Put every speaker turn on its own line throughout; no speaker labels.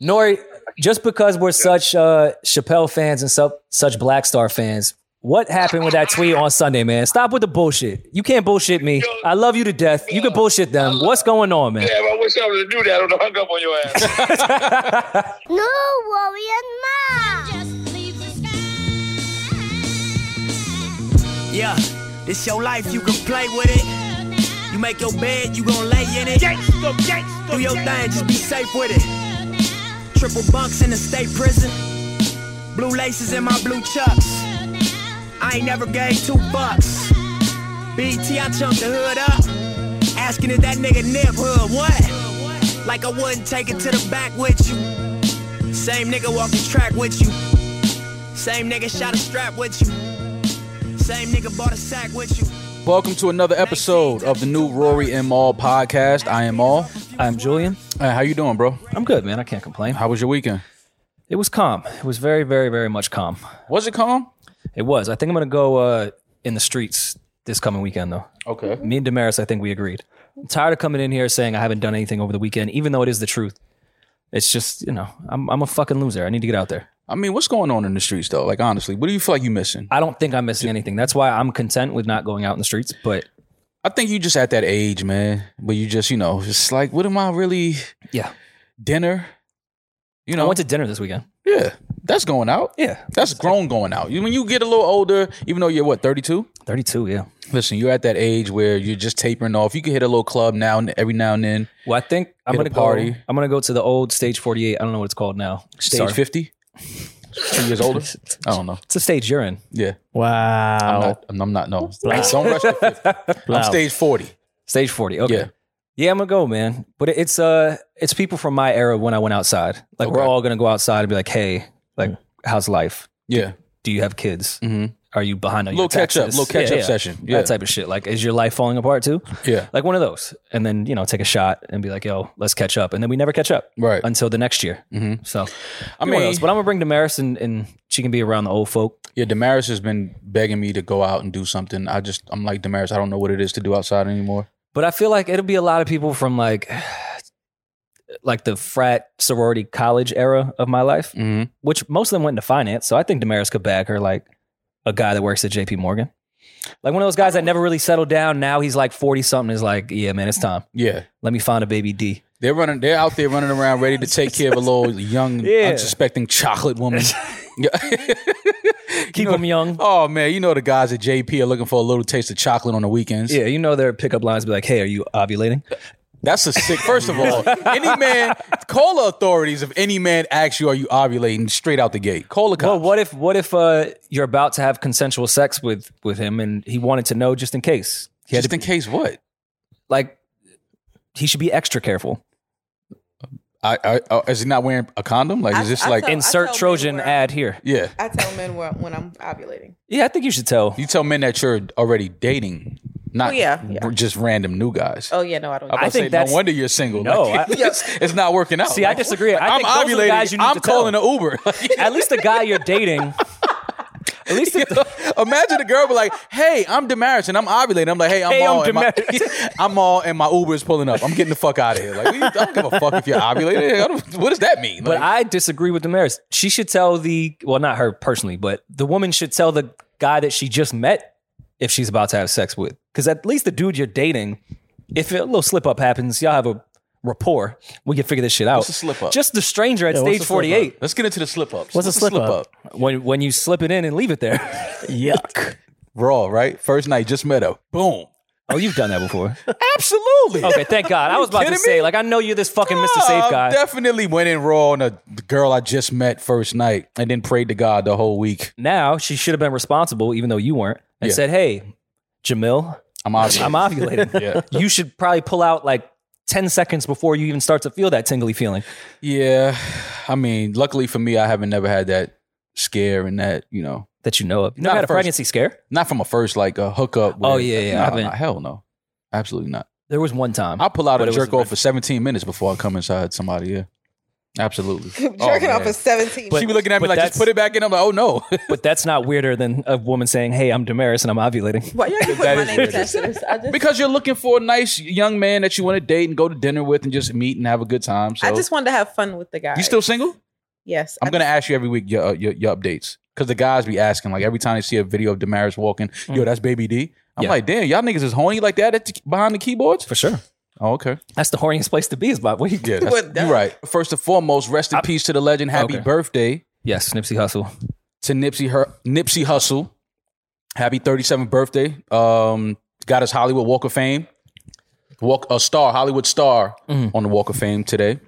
Nori, just because we're such uh, Chappelle fans and sup such Black Star fans, what happened with that tweet on Sunday, man? Stop with the bullshit. You can't bullshit me. I love you to death. You can bullshit them. What's going on, man?
Damn, I wish I would have knew that. I would have hung up on your ass.
No worrying, ma.
Yeah, this your life, you can play with it. You make your bed, you gon' lay in it. Do your thing, just be safe with it. Triple bunks in the state prison. Blue laces in my blue chucks. I ain't never gave two bucks. BT, I chunked the hood up. Asking if that nigga Nip hood, what? Like I wouldn't take it to the back with you. Same nigga walk the track with you. Same nigga shot a strap with you. Same nigga bought a sack with you.
Welcome to another episode of the new Rory and Maul podcast. I am all.
I'm Julian.
Uh, how you doing, bro?
I'm good, man. I can't complain.
How was your weekend?
It was calm. It was very, very, very much calm.
Was it calm?
It was. I think I'm gonna go uh, in the streets this coming weekend, though.
Okay.
Me and Damaris, I think we agreed. I'm tired of coming in here saying I haven't done anything over the weekend, even though it is the truth. It's just, you know, I'm, I'm a fucking loser. I need to get out there.
I mean, what's going on in the streets though? Like honestly, what do you feel like you missing?
I don't think I'm missing anything. That's why I'm content with not going out in the streets. But
I think you just at that age, man. But you just, you know, it's like, what am I really?
Yeah.
Dinner. You know.
I went to dinner this weekend.
yeah. That's going out.
Yeah.
That's grown going out. You- When you get a little older, even though you're what, 32?
32, yeah.
Listen, you're at that age where you're just tapering off. You can hit a little club now and every now and then.
Well, I think I'm
Hit a
gonna
party.
go. I'm gonna go to the old stage 48. I don't know what it's called now.
Stage
Sorry.
50. Two years older. I don't know.
It's a stage you're in.
Yeah. I'm
Wow.
not, I'm, I'm not no. Don't rush to 50. I'm
Wow.
stage 40.
Stage 40. Okay.
Yeah.
Yeah. I'm gonna go, man. But it- it's uh, it's people from my era when I went outside. Like we're
Okay. Mm-hmm.
all gonna go outside and be like, hey, like, how's life?
Yeah.
Do you have kids?
Mhm.
Are you behind on
Little
your
catch up,
taxes?
little catch
Yeah,
up
yeah.
session. Yeah.
That type of shit. Like, is your life falling apart too?
Yeah.
Like one of those, and then you know, take a shot and be like, yo, let's catch up, and then we never catch up
Right.
until the next year.
Mhm.
So
I
Mm-hmm. I mean,
mean,
those. but I'm gonna bring Damaris and, and she can be around the old folk.
yeah, Damaris has been begging me to go out and do something. I just, I'm like, Damaris, I don't know what it is to do outside anymore.
But I feel like it'll be a lot of people from like like the frat sorority college era of my life,
Mm-hmm.
which most of them went into finance. So I think Damaris could bag her like a guy that works at JP Morgan. Like one of those guys that never really settled down. Now he's like 40 something is like, yeah, man, it's time.
Yeah.
Let me find a baby D.
They're running. They're out there running around, ready to take care of a little young,
Yeah.
unsuspecting chocolate woman. Yeah.
Keep him young.
oh man, you know the guys at JP are looking for a little taste of chocolate on the weekends.
Yeah, you know their pickup lines be like, hey, are you ovulating?
That's a sick. First of all, any man call the authorities if any man asks you, "Are you ovulating?" Straight out the gate, call the cops.
Well, what if what if uh, you're about to have consensual sex with with him and he wanted to know just in case? He had
Just
to,
in case what?
like he should be extra
Oh,
careful.
I, I, I is he not wearing a condom? Like,
I-
is this
I
like?
felt-
Insert
tell
Trojan
people where-
ad here.
yeah,
I tell men where, when I'm ovulating.
Yeah, I think you should tell.
you tell men that you're already dating, not
Oh, yeah, yeah.
r- just random new guys.
Oh yeah, no, I don't.
I'm about
I
to
think
say,
that's-
no wonder you're single.
No,
Like,
I-
it's, it's not working out.
See, I
Like,
disagree. I
I'm
think those are the
ovulating.
guys you need
I'm
to
calling
tell.
an Uber.
At least the guy you're dating. At least if the,
Imagine a girl be like, "Hey, I'm Damaris and I'm ovulating." I'm like, "Hey, I'm
Hey, I'm
all, and my,
Damaris."
I'm all, and my Uber is pulling up. I'm getting the fuck out of here. Like, we- I don't give a fuck if you're ovulating. I don't- What does that mean?
but
Like,
I disagree with Damaris. She should tell the well, not her personally, but the woman should tell the guy that she just met if she's about to have sex with. Because at least the dude you're dating, if a little slip up happens, y'all have a rapport. We can figure this shit out.
What's a slip-up?
Just the stranger at
Yeah, what's
stage
a slip-up?
48
let's get into the slip ups.
What's a slip-up?
when when you slip it in and leave it there.
Yuck.
Raw, right? First night, just met up. Boom.
oh, you've done that before.
Absolutely.
Okay, thank God. I was about to
kidding
say,
me?
like, I know you're this fucking Mr.
I
Safe guy.
Definitely went in raw on a girl I just met first night and then prayed to God the whole week.
now she should have been responsible, even though you weren't, and
Yeah.
said, "Hey, Jamil,
I'm obviously.
I'm ovulating.
Yeah.
You should probably pull out like ten seconds before you even start to feel that tingly feeling."
yeah. I mean, luckily for me, I haven't never had that scare and that, you know,
That you know of. You
Not
never had
at
a
first.
pregnancy scare.
not from a first like a hookup.
Oh,
where-
yeah, yeah,
nah,
I've been-
nah, hell no. Absolutely not.
There was one time.
I'll pull out
But
a
it was
jerk
a-
off for 17 minutes before I come inside somebody. Yeah. Absolutely.
Jerking
Oh,
off
man.
at 17.
she be looking at me
but
like,
that's-
just put it back in. I'm like, oh no.
But that's not weirder than a woman saying, "Hey, I'm Damaris and I'm ovulating."
Why you have to put
That
my
is
name
weird.
attached to this? I just,
because you're looking for a nice young man that you want to date and go to dinner with and just meet and have a good time. So
I just wanted to have fun with the guy.
you still single?
Yes.
I'm
I
gonna
just-
ask you every week your uh, your, your updates because the guys be asking like every time they see a video of Damaris walking, yo, that's Baby D. I'm
Mm. Yeah.
like, damn, y'all niggas is horny like that at the, behind the keyboards.
For sure,
Oh, okay,
that's the horniest place to be. Is by what?
yeah, that's-
What the-
you're right. First and foremost, rest in
I-
peace to the legend. Happy
Okay.
birthday
Yes, Nipsey Hussle.
to Nipsey Her- Nipsey Hustle. Happy 37th birthday. Um, got his Hollywood Walk of Fame. Walk a star, Hollywood star on the Walk of Fame today.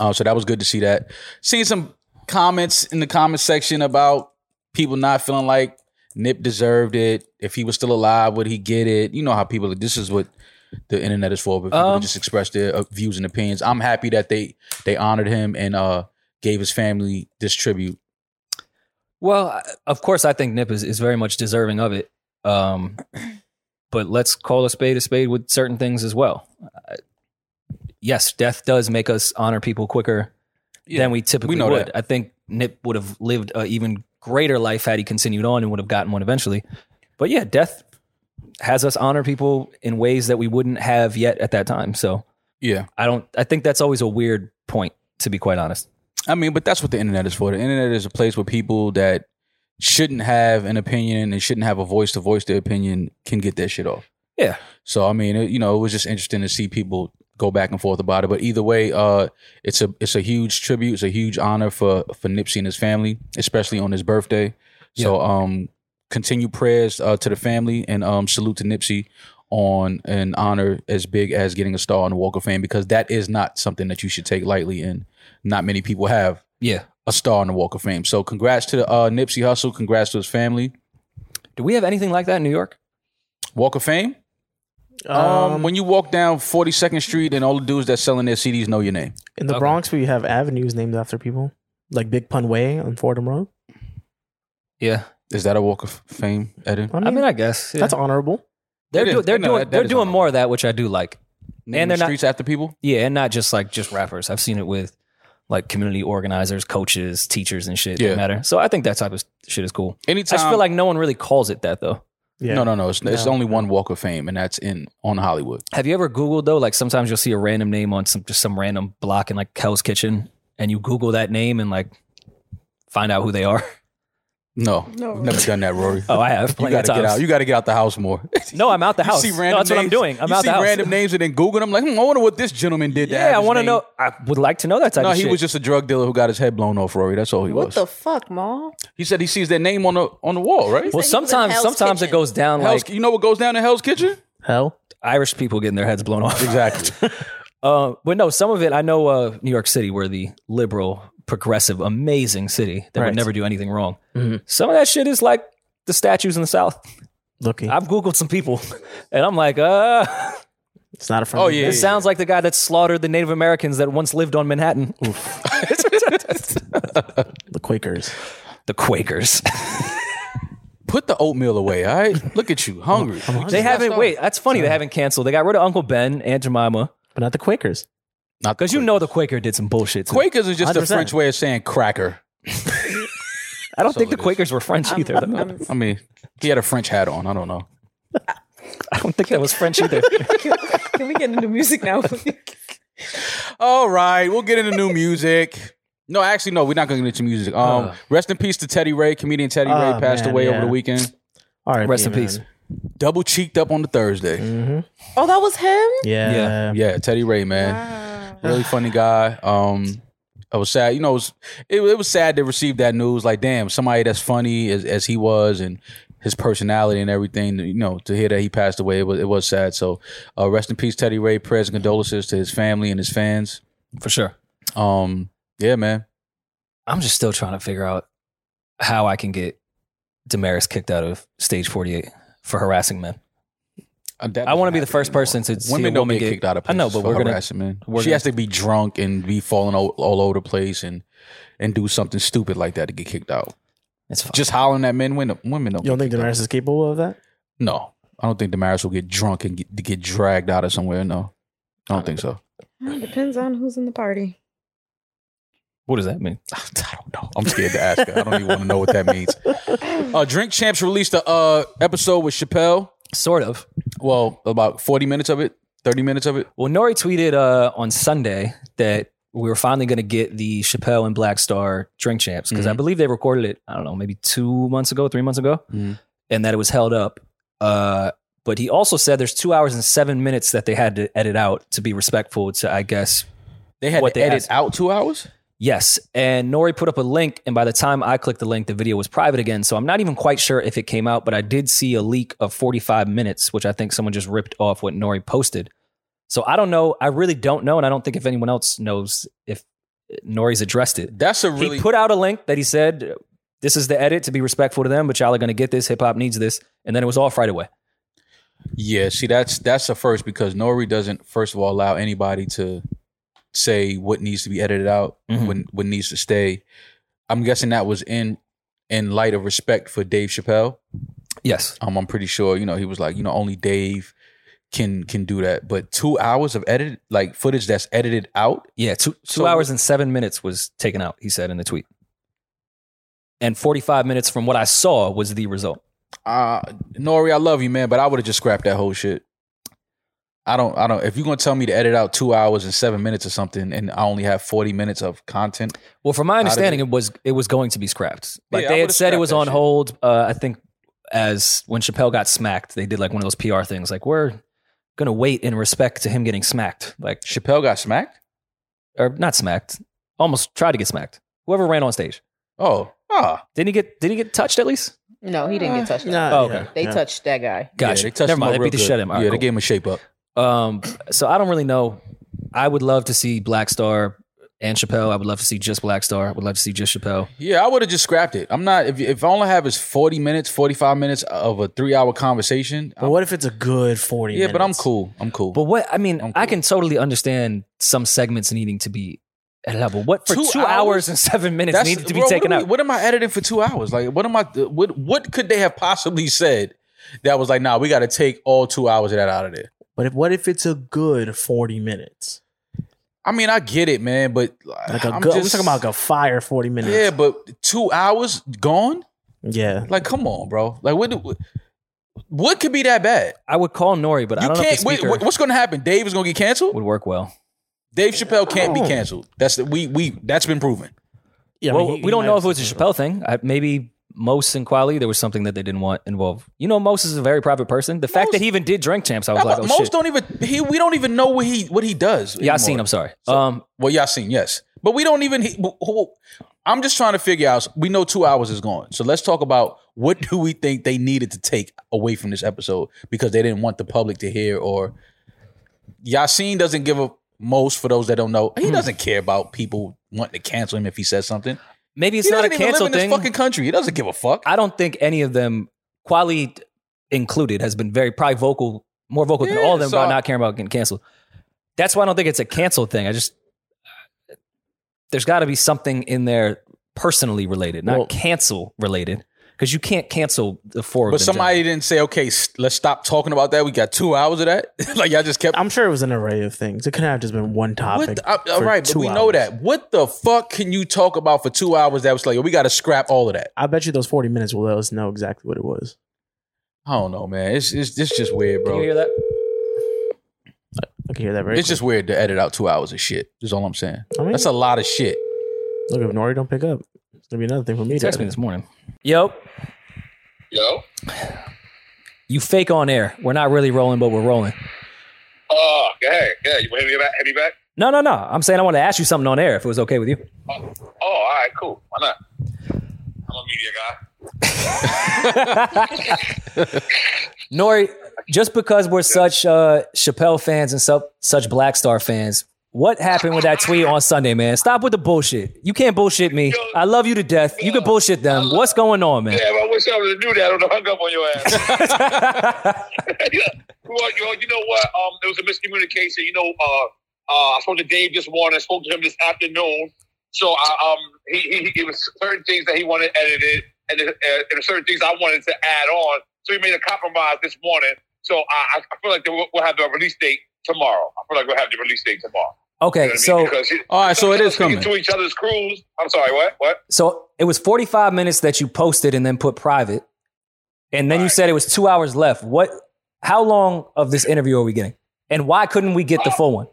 Uh, so that was good to see that. Seeing some comments in the comment section about people not feeling like Nip deserved it. If he was still alive, would he get it? You know how people. This is what the internet is for. But people
Um,
just express their uh, views and opinions. I'm happy that they they honored him and uh gave his family this tribute.
Well, I- of course, I think Nip is, is very much deserving of it. Um, but let's call a spade a spade with certain things as well. I- yes, death does make us honor people quicker than we typically
know
would.
that.
I think Nip would have lived an even greater life had he continued on and would have gotten one eventually. But yeah, death has us honor people in ways that we wouldn't have yet at that time. So
Yeah.
I don't. I think that's always a weird point, to be quite honest.
I mean, but that's what the internet is for. The internet is a place where people that shouldn't have an opinion and shouldn't have a voice to voice their opinion can get that shit off.
Yeah.
So I mean, it, you know, it was just interesting to see people go back and forth about it. But either way, uh, it's a it's a huge tribute. It's a huge honor for for Nipsey and his family, especially on his birthday. So um, continue prayers uh, to the family and um, salute to Nipsey on an honor as big as getting a star on the Walk of Fame because that is not something that you should take lightly and not many people have
Yeah.
a star on the Walk of Fame. So congrats to uh, Nipsey Hussle. Congrats to his family.
Do we have anything like that in New York?
Walk of Fame. Um, when you walk down 42nd Street and all the dudes that's selling their CDs know your name.
In the
Okay.
Bronx, we have avenues named after people, like Big Pun Way on Fordham Road.
Yeah.
Is that a Walk of Fame, Eddie?
I mean,
I mean, I guess yeah.
that's honorable.
They're,
It is.
do, they're
No,
doing
that- that
they're
is
doing
honorable.
more of that, which I do like.
Naming
they're not-
streets after people.
Yeah, and not just like just rappers. I've seen it with like community organizers, coaches, teachers, and shit.
Yeah. Um,
That matter. So I think that type of shit is cool. I
Anytime.
just feel like no one really calls it that though.
Yeah.
No, no, no. It's, it's
No.
only one Walk of Fame, and that's in on Hollywood.
Have you ever Googled though? Like sometimes you'll see a random name on some just some random block in like Hell's Kitchen, and you Google that name and like find out who they are.
No,
No.
I've never done that, Rory.
Oh, I have
you
plenty
gotta
of
get out.
times.
You gotta get out the house more.
no, I'm out the house.
You see
No,
random
that's what I'm
names-
doing. I'm
you
out
see
the house.
random names and then Google them. Like, hmm, I wonder what this gentleman did. to have
yeah, I
his
want to
name.
know. I would like to know that type
No,
of
he
shit.
was just a drug dealer who got his head blown off, Rory. That's all he
What
was.
the fuck, Ma?
he said he sees their name on the on the wall, right?
well,
He was in
sometimes
Hell's
sometimes it
Kitchen.
goes down
Hell's,
like
you know what goes down in Hell's Kitchen?
Hell,
Irish people getting their heads blown off.
Exactly.
Uh, but no, some of it I know. Uh, New York City, where the liberal, progressive, amazing city that
Right.
would never do anything wrong.
Mhm.
Some of that shit is like the statues in the South.
looking.
I've googled some people, and I'm like, uh,
it's not a friend.
Oh, yeah.
it sounds like the guy that slaughtered the Native Americans that once lived on Manhattan.
The Quakers.
The Quakers.
Put the oatmeal away, all right? Look at you, hungry.
they haven't. Wait, that's funny. They haven't canceled. They got rid of Uncle Ben, Aunt Jemima,
But not the Quakers.
Not
because you know the Quaker did some bullshit. too.
Quakers is just the
100%.
French way of saying cracker.
I don't think
it
the
is.
Quakers were French either. though.
I'm- I'm-
I mean, he had a French hat on. I don't know.
I don't think that was French either.
Can we get into music now?
All right, we'll get into new music. No, actually, no, we're not going to get into music. Um,
Ugh.
rest in peace to Teddy Ray. Comedian Teddy Ray
Ah,
passed
man,
away over
yeah.
the weekend.
All right.
Rest in peace.
Double cheeked up on the Thursday.
hmm
oh, that was him?
Yeah.
Yeah.
Yeah, Teddy Ray, man.
Wow.
really funny guy. Um, I was sad, you know. It was, it, it was sad to receive that news. Like, damn, somebody that's funny as, as he was, and his personality and everything. You know, to hear that he passed away, it was, it was sad. So, uh, rest in peace, Teddy Ray. Prayers and condolences to his family and his fans.
For sure.
Um, yeah, man.
I'm just still trying to figure out how I can get Damaris kicked out of stage 48 for harassing men. I want to be the first person to see
Women
a
don't
woman
get kicked out of
I
places
know, but
for
we're gonna.
harassing, man.
we're
she
gonna-
has to be drunk and be falling all, all over the place and and do something stupid like that to get kicked out.
It's fine.
Just hollering at men, women, women don't.
You don't
get
think
kicked out.
Damaris is capable of that?
No, I don't think Damaris will get drunk and get, get dragged out of somewhere. No, I don't think so.
Depends on who's in the party.
What does that mean?
I don't know. I'm scared to ask her. I don't even want to know what that means. Uh, Drink Champs released a uh, episode with Chappelle.
Sort of.
Well, about 40 minutes of it, 30 minutes of it.
Well, Nori tweeted uh, on Sunday that we were finally going to get the Chappelle and Black Star Drink Champs because I believe they recorded it. I don't know, maybe two months ago, three months ago,
Mhm.
and that it was held up. Uh, but he also said there's two hours and seven minutes that they had to edit out to be respectful to, I guess,
They had
What
to
they
edit
asked.
out two hours?
Yes. And Nori put up a link, and by the time I clicked the link, the video was private again. So I'm not even quite sure if it came out, but I did see a leak of 45 minutes, which I think someone just ripped off what Nori posted. So I don't know. I really don't know. And I don't think if anyone else knows if Nori's addressed it.
That's a really
He put out a link that he said, This is the edit to be respectful to them, but y'all are going to get this. Hip hop needs this. And then it was off right away.
Yeah, see that's that's a first because Nori doesn't first of all allow anybody to say what needs to be edited out,
Mhm.
when what needs to stay. I'm guessing that was in in light of respect for Dave Chappelle.
Yes.
Um, I'm pretty sure, you know, he was like, you know, only Dave can can do that. But two hours of edit like footage that's edited out.
Yeah, two two
So-
hours and seven minutes was taken out. He said in the tweet, and forty five minutes from what I saw was the result.
Uh Nori, I love you, man, but I would have just scrapped that whole shit. I don't I don't if you're gonna tell me to edit out two hours and seven minutes or something and I only have forty minutes of content,
Well, from my
did
understanding, it was it was going to be scrapped. Like
Yeah, I
they had
would've
said, it
scrapped
was
that
on
shit.
hold. Uh, I think as when Chappelle got smacked, they did like one of those PR things, like we're gonna wait in respect to him getting smacked, like
Chappelle got smacked?
or not smacked, almost tried to get smacked. Whoever ran on stage,
Oh, ah.
didn't he get did he get touched at least?
No, he
Uh,
didn't get touched.
Nah,
Oh, okay.
yeah,
They
yeah.
touched that guy.
Yeah,
Gotcha.
they touched
Never
him up
mind. They
real
beat the
good.
shit out of him. All right,
yeah, they
cool.
gave him a shape up.
Um, so I don't really know. I would love to see Black Star and Chappelle. I would love to see just Black Star. I would love to see just Chappelle.
Yeah, I would have just scrapped it. I'm not if if all I have is 40 minutes, 45 minutes of a three hour conversation.
But what if it's a good 40
yeah, but I'm
minutes?
cool. I'm cool.
But what I mean,
I'm
I
cool.
can totally understand some segments needing to be at level. What for two,
Two
hours?
hours?
and seven minutes
That's-
needed to be
bro,
taken
what, are we-
out?
What am I editing for two hours? Like, what am I? What what could they have possibly said that was like, nah, we got to take all two hours of that out of there.
But if, what if it's a good 40 minutes?
I mean, I get it, man, but
Like
a
a good, we're talking about like a fire 40 minutes.
yeah, but two hours gone.
Yeah.
Like, come on, bro. Like, what? do- What could be that bad?
I would call Nori, but I
You
don't know if
can't.
the
Wait,
speaker
what- what's going to happen? Dave is going to get canceled.
would work well.
Dave Chappelle can't be canceled. That's the, we we that's been proven.
yeah I
well,
mean, he-
we
he
don't
might
know if
have
it was a
to-
Chappelle thing. I, maybe Mos and Quali, there was something that they didn't want involved. You know, Mos is a very private person. The fact
Mos-
that he even did drink champs, I was
How
like,
about-
oh
most
shit.
don't even he we don't even know what he what he does.
Yeah, I
anymore.
seen. I'm sorry. um,
Well, y'all seen yes, but we don't even. He, who- who- I'm just trying to figure out. We know two hours is gone, so let's talk about what do we think they needed to take away from this episode because they didn't want the public to hear or Yassine doesn't give a most for those that don't know.
Hmm.
He doesn't care about people wanting to cancel him if he says something.
maybe it's
he
not a
doesn't even
cancel
live in
thing.
this fucking country. He doesn't give a fuck.
I don't think any of them, Quali included, has been very probably vocal, more vocal than
Yeah,
all of them
so-
about not caring about getting canceled. That's why I don't think it's a cancel thing. I just there's got to be something in there personally related, not
Well-
cancel related, because you can't cancel the four. of
But
them
somebody didn't say, okay, s- let's stop talking about that. We got two hours of that. like y'all just kept.
I'm sure it was an array of things. It could have just been one topic.
What the, uh, all
for
right, but
two
we know
hours.
that. What the fuck can you talk about for two hours? That was like, yo, we got to scrap all of that.
I bet you those 40 minutes will let us know exactly what it was.
I don't know, man. It's it's, it's just weird,
Can you
bro.
hear that?
I can hear that very
It's just weird to edit out two hours of shit. Is all I'm saying.
I mean-
That's a lot of shit.
clearly. Look, if Nori don't pick up, it's going to be another thing for me
He
to
texted me this morning. Yo,
Yo.
you fake on air. We're not really rolling, but we're rolling.
Oh, yeah, yeah. You want to hear that? Heavy back?
No, no, no. I'm saying I want to ask you something on air if it was okay with you.
Oh, all right, cool. Why not? I'm a media guy.
Nori, just because we're such uh, Chappelle fans and sup such Black Star fans, what happened with that tweet on Sunday, man? Stop with the bullshit. You can't bullshit me. I love you to death. You can bullshit them. What's going on, man?
Yeah, if I wish I was to do that, I would have hung up on your ass. yeah. Well, yo, you know what? Um, there was a miscommunication. You know, uh, uh, I spoke to Dave this morning. I spoke to him this afternoon. So I, um, he, he, he was certain things that he wanted edited, and there- uh, and there were certain things I wanted to add on. So he made a compromise this morning. So I, I- I feel like that we'll, we'll have the release date tomorrow. I feel like we'll have the release date tomorrow. You know
Okay,
what I
so
mean? Because it-
All right, so it is
sticking
coming.
to each other's crews. I'm sorry, what? What?
so it was 45 minutes that you posted and then put private. And then you said it was 2 hours left. What how long of this interview are we getting? And why couldn't we get the full one?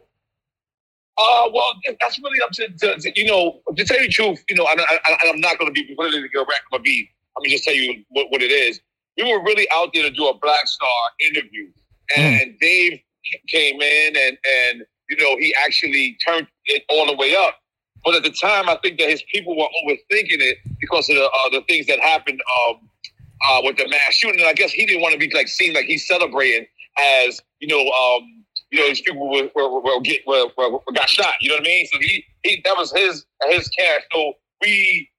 Uh, well, that's really up to, to, to- you know. To tell you the truth, you know, and I, I, I'm not going to be politically correct, but be I'm gonna just tell you what, what it is. We were really out there to do a Black Star interview, and Dave came in, and and you know he actually turned it all the way up. But at the time, I think that his people were overthinking it because of the uh, the things that happened um, uh, with the mass shooting. And I guess he didn't want to be like seen like he's celebrating as you know um, you know, these people were, were, were, get, were, were, were got shot. You know what I mean? So he, he that was his his cash. So we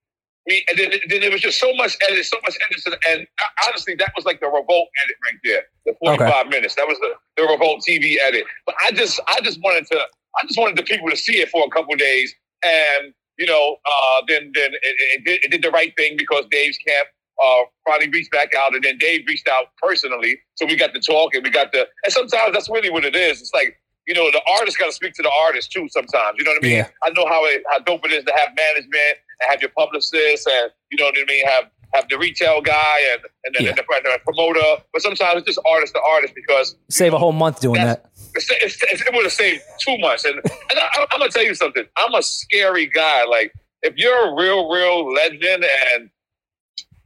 we and then, then there was just so much edit, so much edits, and, and honestly, that was like the revolt edit right there. The forty five minutes. That was the, the revolt TV edit. But I just I just wanted to I just wanted the people to see it for a couple of days, and you know, uh, then then it, it, it, did, it did the right thing because Dave's camp uh, finally reached back out, and then Dave reached out personally. So we got to talk, and we got to. And sometimes that's really what it is. It's like you know, the artist got to speak to the artist too. Sometimes you know what I mean.
Yeah.
I know how it, how dope it is to have management and have your publicist, and you know what I mean. Have have the retail guy and and the,
Yeah.
and the, and the promoter. But sometimes it's just artist to artist because
Save a whole month doing
That's-
that.
it's, it's, it's, it would have saved too much. And, and I, I'm gonna tell you something. I'm a scary guy. Like if you're a real, real legend and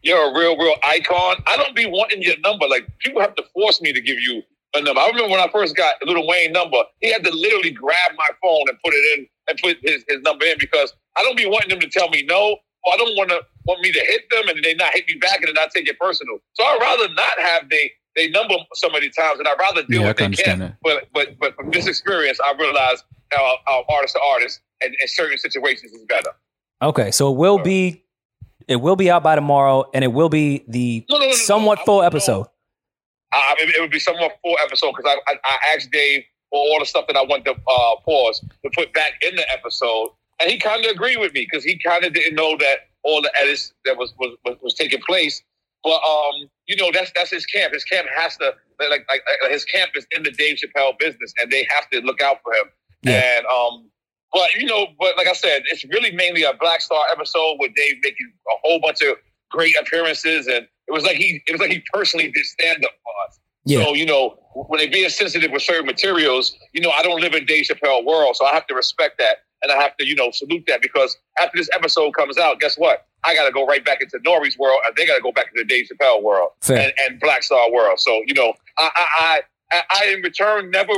you're a real, real icon, I don't be wanting your number. Like people have to force me to give you a number. I remember when I first got Little Wayne number, he had to literally grab my phone and put it in and put his, his number in because I don't be wanting them to tell me no. Or I don't want to want me to hit them and they not hit me back and then not take it personal. So I'd rather not have they they number so many times and I'd rather deal
Yeah, I
with
can
they
understand
can.
that.
But but but from this experience, I realized how, how artist to artist and, and certain situations is better.
Okay, so it will be it will be out by tomorrow and it will be the
No, no, no, no,
somewhat
no.
full
No.
episode.
I, I mean, it would be somewhat full episode because I, I I asked Dave for all the stuff that I want to uh, pause to put back in the episode, and he kind of agreed with me because he kind of didn't know that all the edits that was was, was was taking place. But um, you know, that's that's his camp. His camp has to like like, like like, his camp is in the Dave Chappelle business, and they have to look out for him.
Yeah.
And um, but you know, but like I said, it's really mainly a Black Star episode with Dave making a whole bunch of great appearances, and it was like he it was like he personally did stand up for us.
Yeah.
So you know, when they being sensitive with certain materials, you know, I don't live in Dave Chappelle world, so I have to respect that, and I have to you know salute that because after this episode comes out, guess what? I got to go right back into Nori's world, and they got to go back into Dave Chappelle world
Fair.
and, and Black Star world. So you know, I I I, I in return never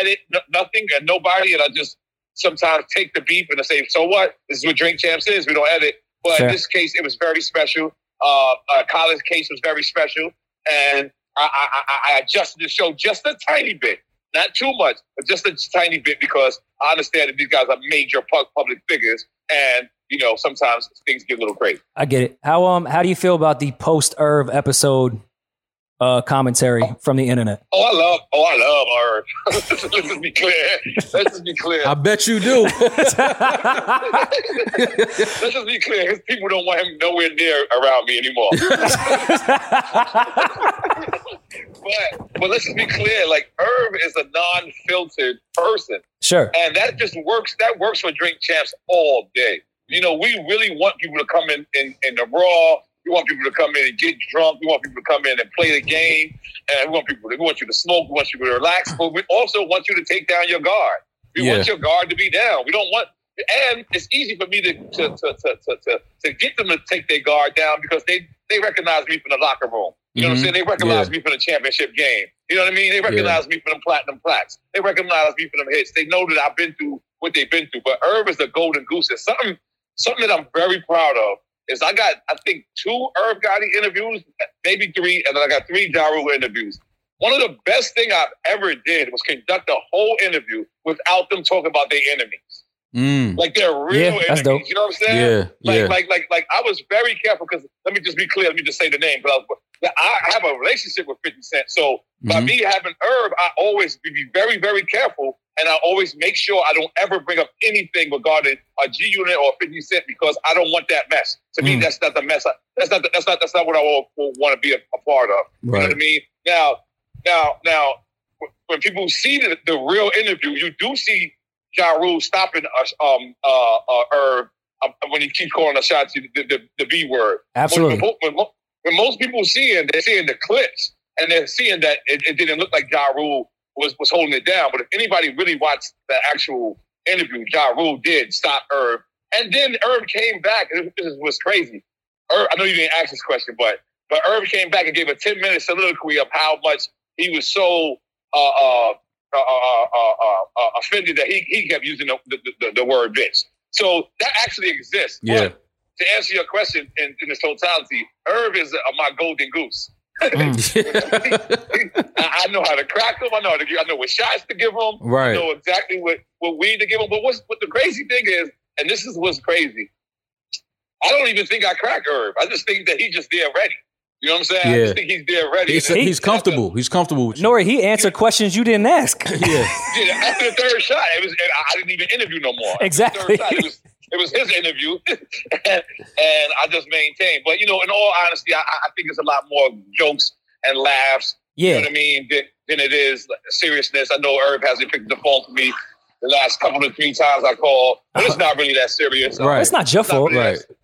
edit n- nothing and nobody, and I just sometimes take the beef and I say, so what? This is what Drink Champs is. We don't edit. But
Fair.
in this case, it was very special. Uh, uh, Colin's case was very special, and I, I, I, I adjusted the show just a tiny bit, not too much, but just a tiny bit because I understand that these guys are major pu- public figures, and you know sometimes things get a little crazy.
I get it. How um how do you feel about the post Irv episode uh commentary from the internet?
Oh, I love, oh, I love her. Let's just be clear. Let's just be clear.
I bet you do.
Let's just be clear. His people don't want him nowhere near around me anymore. but but let's just be clear. Like Herb is a non-filtered person.
sure.
And that just works. That works for drink champs all day. You know, we really want people to come in in, in the raw. We want people to come in and get drunk. We want people to come in and play the game. And we want people. To, we want you to smoke. We want you to relax. But we also want you to take down your guard. We
Mm. Yeah.
want your guard to be down. We don't want. And it's easy for me to to, to, to, to, to, to get them to take their guard down because they they recognize me from the locker room. You know what I'm
Mhm.
saying? They recognize
Yeah.
me from the championship game. You know what I mean? They recognize me for them platinum plaques. They recognize me for them hits. They know that I've been through what they've been through. But Irv is the golden goose. And something, something that I'm very proud of is I got, I think, two Irv Gotti interviews, maybe three, and then I got three Daru interviews. One of the best thing I've ever did was conduct a whole interview without them talking about their enemies.
Mm,
Like they're real
Yeah,
enemies.
that's dope.
You know what I'm saying?
yeah,
Like,
yeah.
like, like, like, I was very careful because let me just be clear. Let me just say the name. But I, was- I have a relationship with 50 Cent. So by
Mhm.
me having Herb, I always be very, very careful. And I always make sure I don't ever bring up anything regarding a G Unit or 50 Cent because I don't want that mess. To me,
Mm.
that's not the mess. I, that's not. The, that's not. That's not what I will, want to be a, a part of. You know what I
Right.
mean? Now, now, now, when people see the, the real interview, you do see Ja Rule stopping us, um, uh, uh, her uh, when he keeps calling us out to the, the, the B word.
Absolutely.
When, when, mo- when most people seeing, they're seeing the clips and they're seeing that it, it didn't look like Ja Rule was, was holding it down. But if anybody really watched the actual interview, Ja Rule did stop Herb. And then Herb came back. And this is what's crazy. Herb, I know you didn't ask this question, but but Herb came back and gave a 10 minute soliloquy of how much he was so uh, uh, uh, uh, uh, uh, offended that he, he kept using the, the, the, the word bitch. So that actually exists.
Yeah.
But to answer your question in, in its totality, Irv is uh, my golden goose.
Mm.
I, I know how to crack him. I know how to give. I know what shots to give him. I
Right.
know exactly what what weed to give him. But what's what the crazy thing is, and this is what's crazy. I don't even think I crack Irv. I just think that he's just there ready. You know what I'm saying? I
Yeah.
just think he's there ready.
He's,
And then-
he's comfortable. He's comfortable with you.
Nori, he answered questions you didn't ask.
Yeah.
Yeah, after the third shot, it was. and I- I didn't even interview no more. After the
Exactly.
third shot, it was. It was his interview, and I just maintained. But you know, in all honesty, I, I think it's a lot more jokes and laughs. You know
Yeah.
what I mean? Than, than it is seriousness. I know Herb hasn't picked the phone for me the last couple of three times I called, but it's not really that serious.
Right.
It's not your
It's not
Uh-huh. fault.
really that
Right.
ser-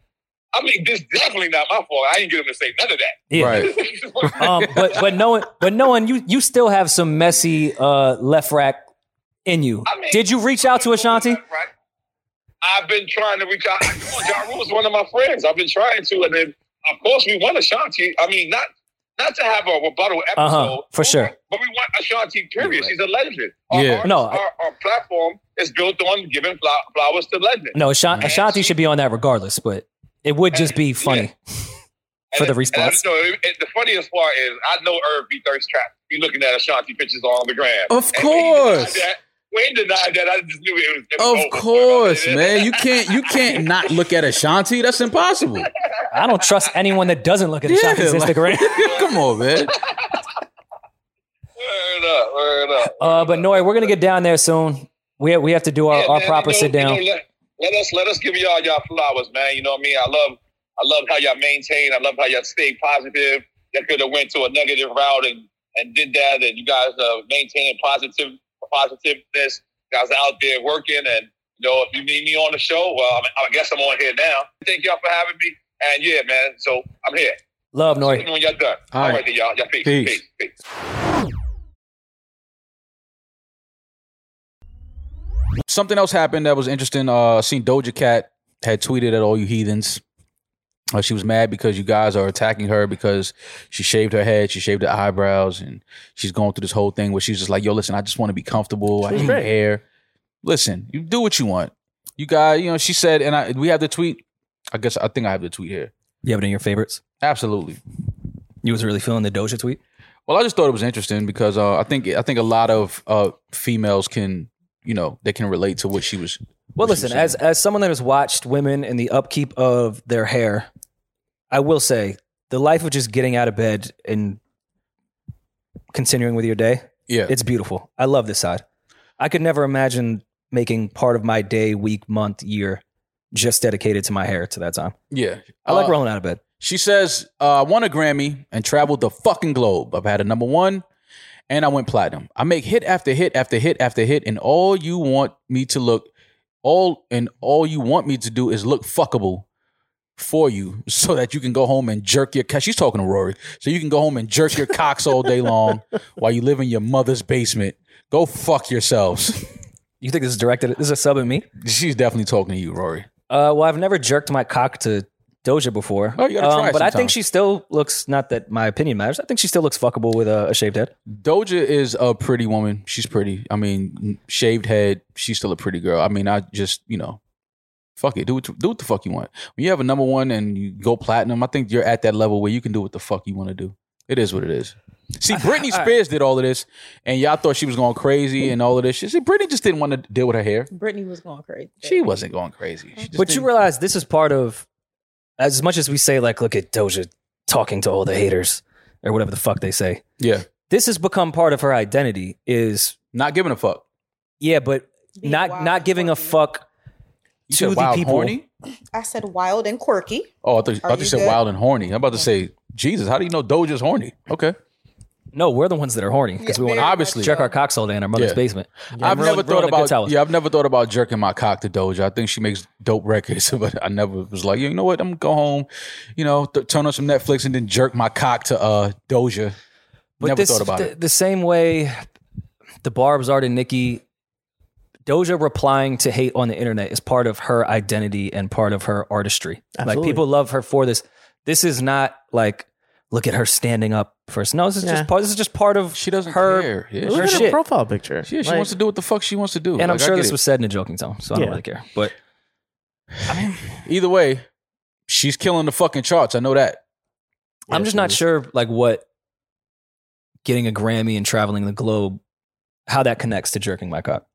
I mean, this definitely not my fault. I didn't get him to say none of
Yeah.
Right.
that.
um, but but knowing but knowing you you still have some messy uh, left rack in you.
I mean-
Did you reach out to Ashanti?
Right. I've been trying to reach out. Come on, Ja Rule's one of my friends. I've been trying to, and then of course we want Ashanti. I mean, not not to have a rebuttal episode
Uh-huh, for sure.
but we want Ashanti. Period.
Right.
She's a legend. Our,
Yeah.
our,
No, I-
our, our platform is built on giving flow- flowers to legends.
No, Asha- Ashanti should be on that regardless, but it would just be
Yeah.
funny for the
And- And I
response.
know it, it- the funniest part is I know Irv be thirst trap. He looking at Ashanti pictures on the gram.
Of
And when he denied
course.
that- When he denied that, I just knew it was. It was
Of
over.
course, man. You can't you can't not look at Ashanti. That's impossible.
I don't trust anyone that doesn't look at Ashanti's
like-
Instagram.
Come on, man.
Word up, word up.
Uh, but Nori, we're gonna get down there soon. We have, we have to do our,
Yeah,
our
man,
proper
you know-
sit
you know,
down.
let, let us let us give y'all y'all flowers, man. You know what I mean? I love I love how y'all maintain. I love how y'all stay positive. Y'all could have went to a negative route and and did that, and you guys uh, maintaining positive positiveness. You guys are out there working, and you know if you need me on the show, well, I, I guess I'm on here now. Thank y'all for having me, and yeah, man. So I'm here.
Love Nori.
When y'all done,
All
all
right.
right, then, y'all. Y'all peace,
Peace.
peace, peace. peace.
Something else happened that was interesting. Uh, seen Doja Cat had tweeted at all you heathens. Uh, she was mad because you guys are attacking her because she shaved her head, she shaved her eyebrows, and she's going through this whole thing where she's just like, "Yo, listen, I just want to be comfortable. I
She's
hate
great.
hair. Listen, you do what you want. You guys, you know." She said, and I we have the tweet. I guess I think I have the tweet here.
You have it in your favorites.
Absolutely.
You was really feeling the Doja tweet.
Well, I just thought it was interesting because uh, I think I think a lot of uh, females can, you know, they can relate to what she was.
Well,
what she was
listen, as
saying.
as someone that has watched women and the upkeep of their hair, I will say the life of just getting out of bed and continuing with your day,
yeah,
it's beautiful. I love this side. I could never imagine making part of my day, week, month, year just dedicated to my hair to that time.
yeah.
I like
Uh,
rolling out of bed.
She says, uh, I won a Grammy and traveled the fucking globe. I've had a number one and I went platinum. I make hit after hit after hit after hit, and all you want me to look, all and all you want me to do is look fuckable for you so that you can go home and jerk your cock. She's talking to Rory. So you can go home and jerk your cocks all day long while you live in your mother's basement. Go fuck yourselves.
You think this is directed? This is a sub at me.
She's definitely talking to you, Rory.
Uh, well, I've never jerked my cock to Doja before. Um,
Oh, you gotta try
but I
sometime.
think she still looks. Not that my opinion matters. I think she still looks fuckable with a, a shaved head.
Doja is a pretty woman. She's pretty. I mean, shaved head. She's still a pretty girl. I mean, I just you know, fuck it. Do what do what the fuck you want. When you have a number one and you go platinum, I think you're at that level where you can do what the fuck you want to do. It is what it is. See, Britney Spears did all of this, and y'all thought she was going crazy and all of this shit. See, Britney just didn't want to deal with her hair.
Brittany was going crazy.
She wasn't going crazy. She just
But you
didn't-
realize this is part of, as much as we say, like, look at Doja talking to all the haters or whatever the fuck they say.
yeah,
This has become part of her identity. Is
not giving a fuck.
yeah, but
Being
not
wild
not
and
giving a
quirky.
fuck.
You
To
said
the
wild
people.
horny.
I said wild and quirky.
Oh, I thought, I
Are
thought you
you
said
good?
wild and horny. I'm about to say, Jesus, how do you know Doja's horny? Okay,
No, we're the ones that are horny because we want to
Obviously.
jerk
uh,
our cocks all day in our mother's
Yeah.
basement. ruin-
I've never
ruin
thought
the good
about
towels.
yeah, I've never thought about jerking my cock to Doja. I think she makes dope records, but I never was like, you know what? I'm gonna go home, you know, th- turn on some Netflix and then jerk my cock to uh Doja. never
this-
thought about
the,
it.
The same way the Barb's art and Nikki, Doja replying to hate on the internet is part of her identity and part of her artistry. Like
Absolutely.
people love her for this. This is not like look at her standing up first. No, this is
Yeah.
just part. This is just part of
She doesn't
her.
care. Yeah,
Look
her
at her
shit.
profile picture.
she, yeah, she
Like,
wants to do what the fuck she wants to do.
And I'm
Like, I
sure
get
this
it.
was said in a joking tone, so I don't
Yeah.
really care. But
either way. She's killing the fucking charts. I know that.
I'm just not sure like what getting a Grammy and traveling the globe, how that connects to jerking my cock.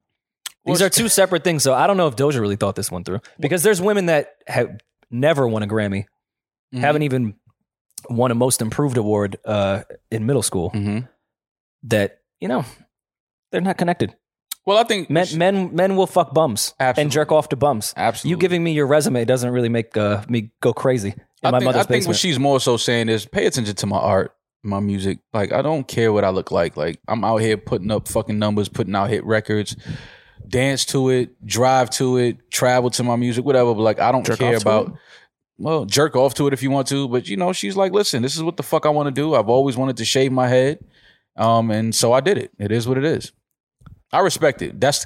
These
Well,
are two separate things, so I don't know if Doja really thought this one through. Because there's women that have never won a Grammy,
Mhm.
haven't even won a Most Improved award uh, in middle school.
Mhm.
That you know they're not connected.
Well, I think
Men, men, men will fuck bums and
Absolutely.
jerk off to bums.
Absolutely.
You giving me your resume doesn't really make uh, me go crazy in
I
my
think,
mother's
I think what
basement.
she's more so saying is pay attention to my art, my music. Like I don't care what I look like. Like I'm out here putting up fucking numbers, putting out hit records, dance to it, drive to it, travel to my music, whatever. But like I don't
Jerk
care
off to
about
it?
well, jerk off to it if you want to. But you know, she's like, listen, this is what the fuck I want to do. I've always wanted to shave my head. Um, and so I did it. It is what it is. I respect it. That's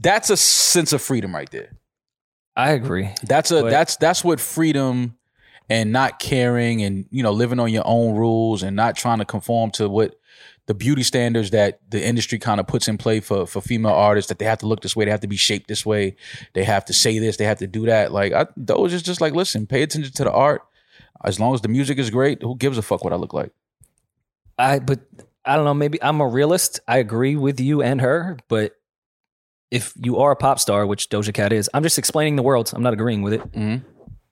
that's a sense of freedom right there.
I agree.
That's a
But-
that's that's what freedom and not caring and you know living on your own rules and not trying to conform to what the beauty standards that the industry kind of puts in play for for female artists that they have to look this way, they have to be shaped this way, they have to say this, they have to do that. Like I, those is just like listen, pay attention to the art. As long as the music is great, who gives a fuck what I look like?
I but I don't know. Maybe I'm a realist. I agree with you and her, but if you are a pop star, which Doja Cat is, I'm just explaining the world. I'm not agreeing with it.
Mhm.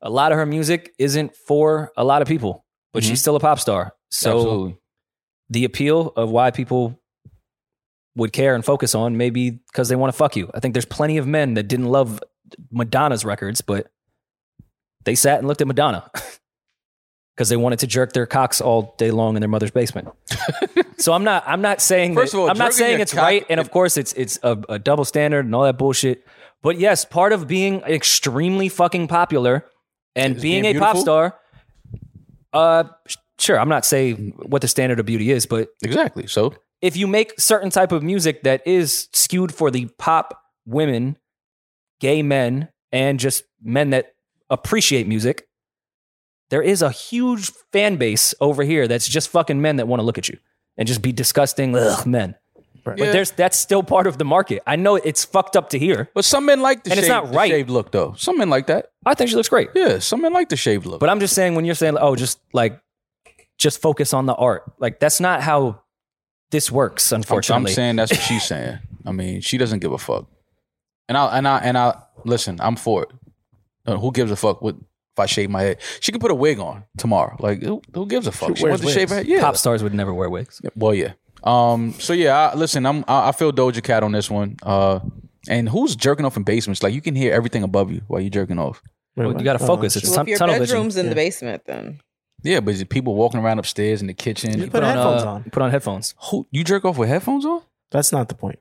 A lot of her music isn't for a lot of people, but she's still a pop star. So
Mm-hmm. Absolutely.
the appeal of why people would care and focus on maybe because they want to fuck you. I think there's plenty of men that didn't love Madonna's records, but they sat and looked at Madonna because they wanted to jerk their cocks all day long in their mother's basement. so I'm not I'm not saying
First
that-
of all,
I'm not
jerking
saying
your
it's
cock-
right, and of course it's it's a, a double standard and all that bullshit. But yes, part of being extremely fucking popular and
Is
being,
being
a pop
beautiful?
star, uh, sh- sure, I'm not saying what the standard of beauty is, but
Exactly. So
if you make certain type of music that is skewed for the pop women, gay men, and just men that appreciate music, there is a huge fan base over here that's just fucking men that want to look at you and just be disgusting ugh, men.
Right.
But
Yeah.
there's that's still part of the market. I know it's fucked up to here.
but some men like the,
And it's
shaved,
not right.
the shaved look though. Some men like that.
I think she looks great.
Yeah, some men like the shaved look.
But I'm just saying when you're saying oh just like just focus on the art. Like that's not how this works
I'm
unfortunately.
saying that's what she's saying. I mean, she doesn't give a fuck. And I and I and I listen. I'm for it. Uh, who gives a fuck what if I shave my head? She could put a wig on tomorrow. Like who, who gives a fuck? She,
wears
wants to shave her head.
wigs.
Yeah.
Pop stars would never wear wigs.
Well, yeah. Um. So yeah. I, listen, I'm. I, I feel Doja Cat on this one. Uh. And who's jerking off in basements? Like you can hear everything above you while you're jerking off.
wait,
Well,
what?
you got to
Oh,
focus.
shit.
It's
Well,
tun-
if your
tunnel
bedroom's
vision.
in the basement, then
Yeah, but is it people walking around upstairs in the kitchen.
You put headphones on.
Put on headphones.
Who you jerk off with headphones on?
That's not the point.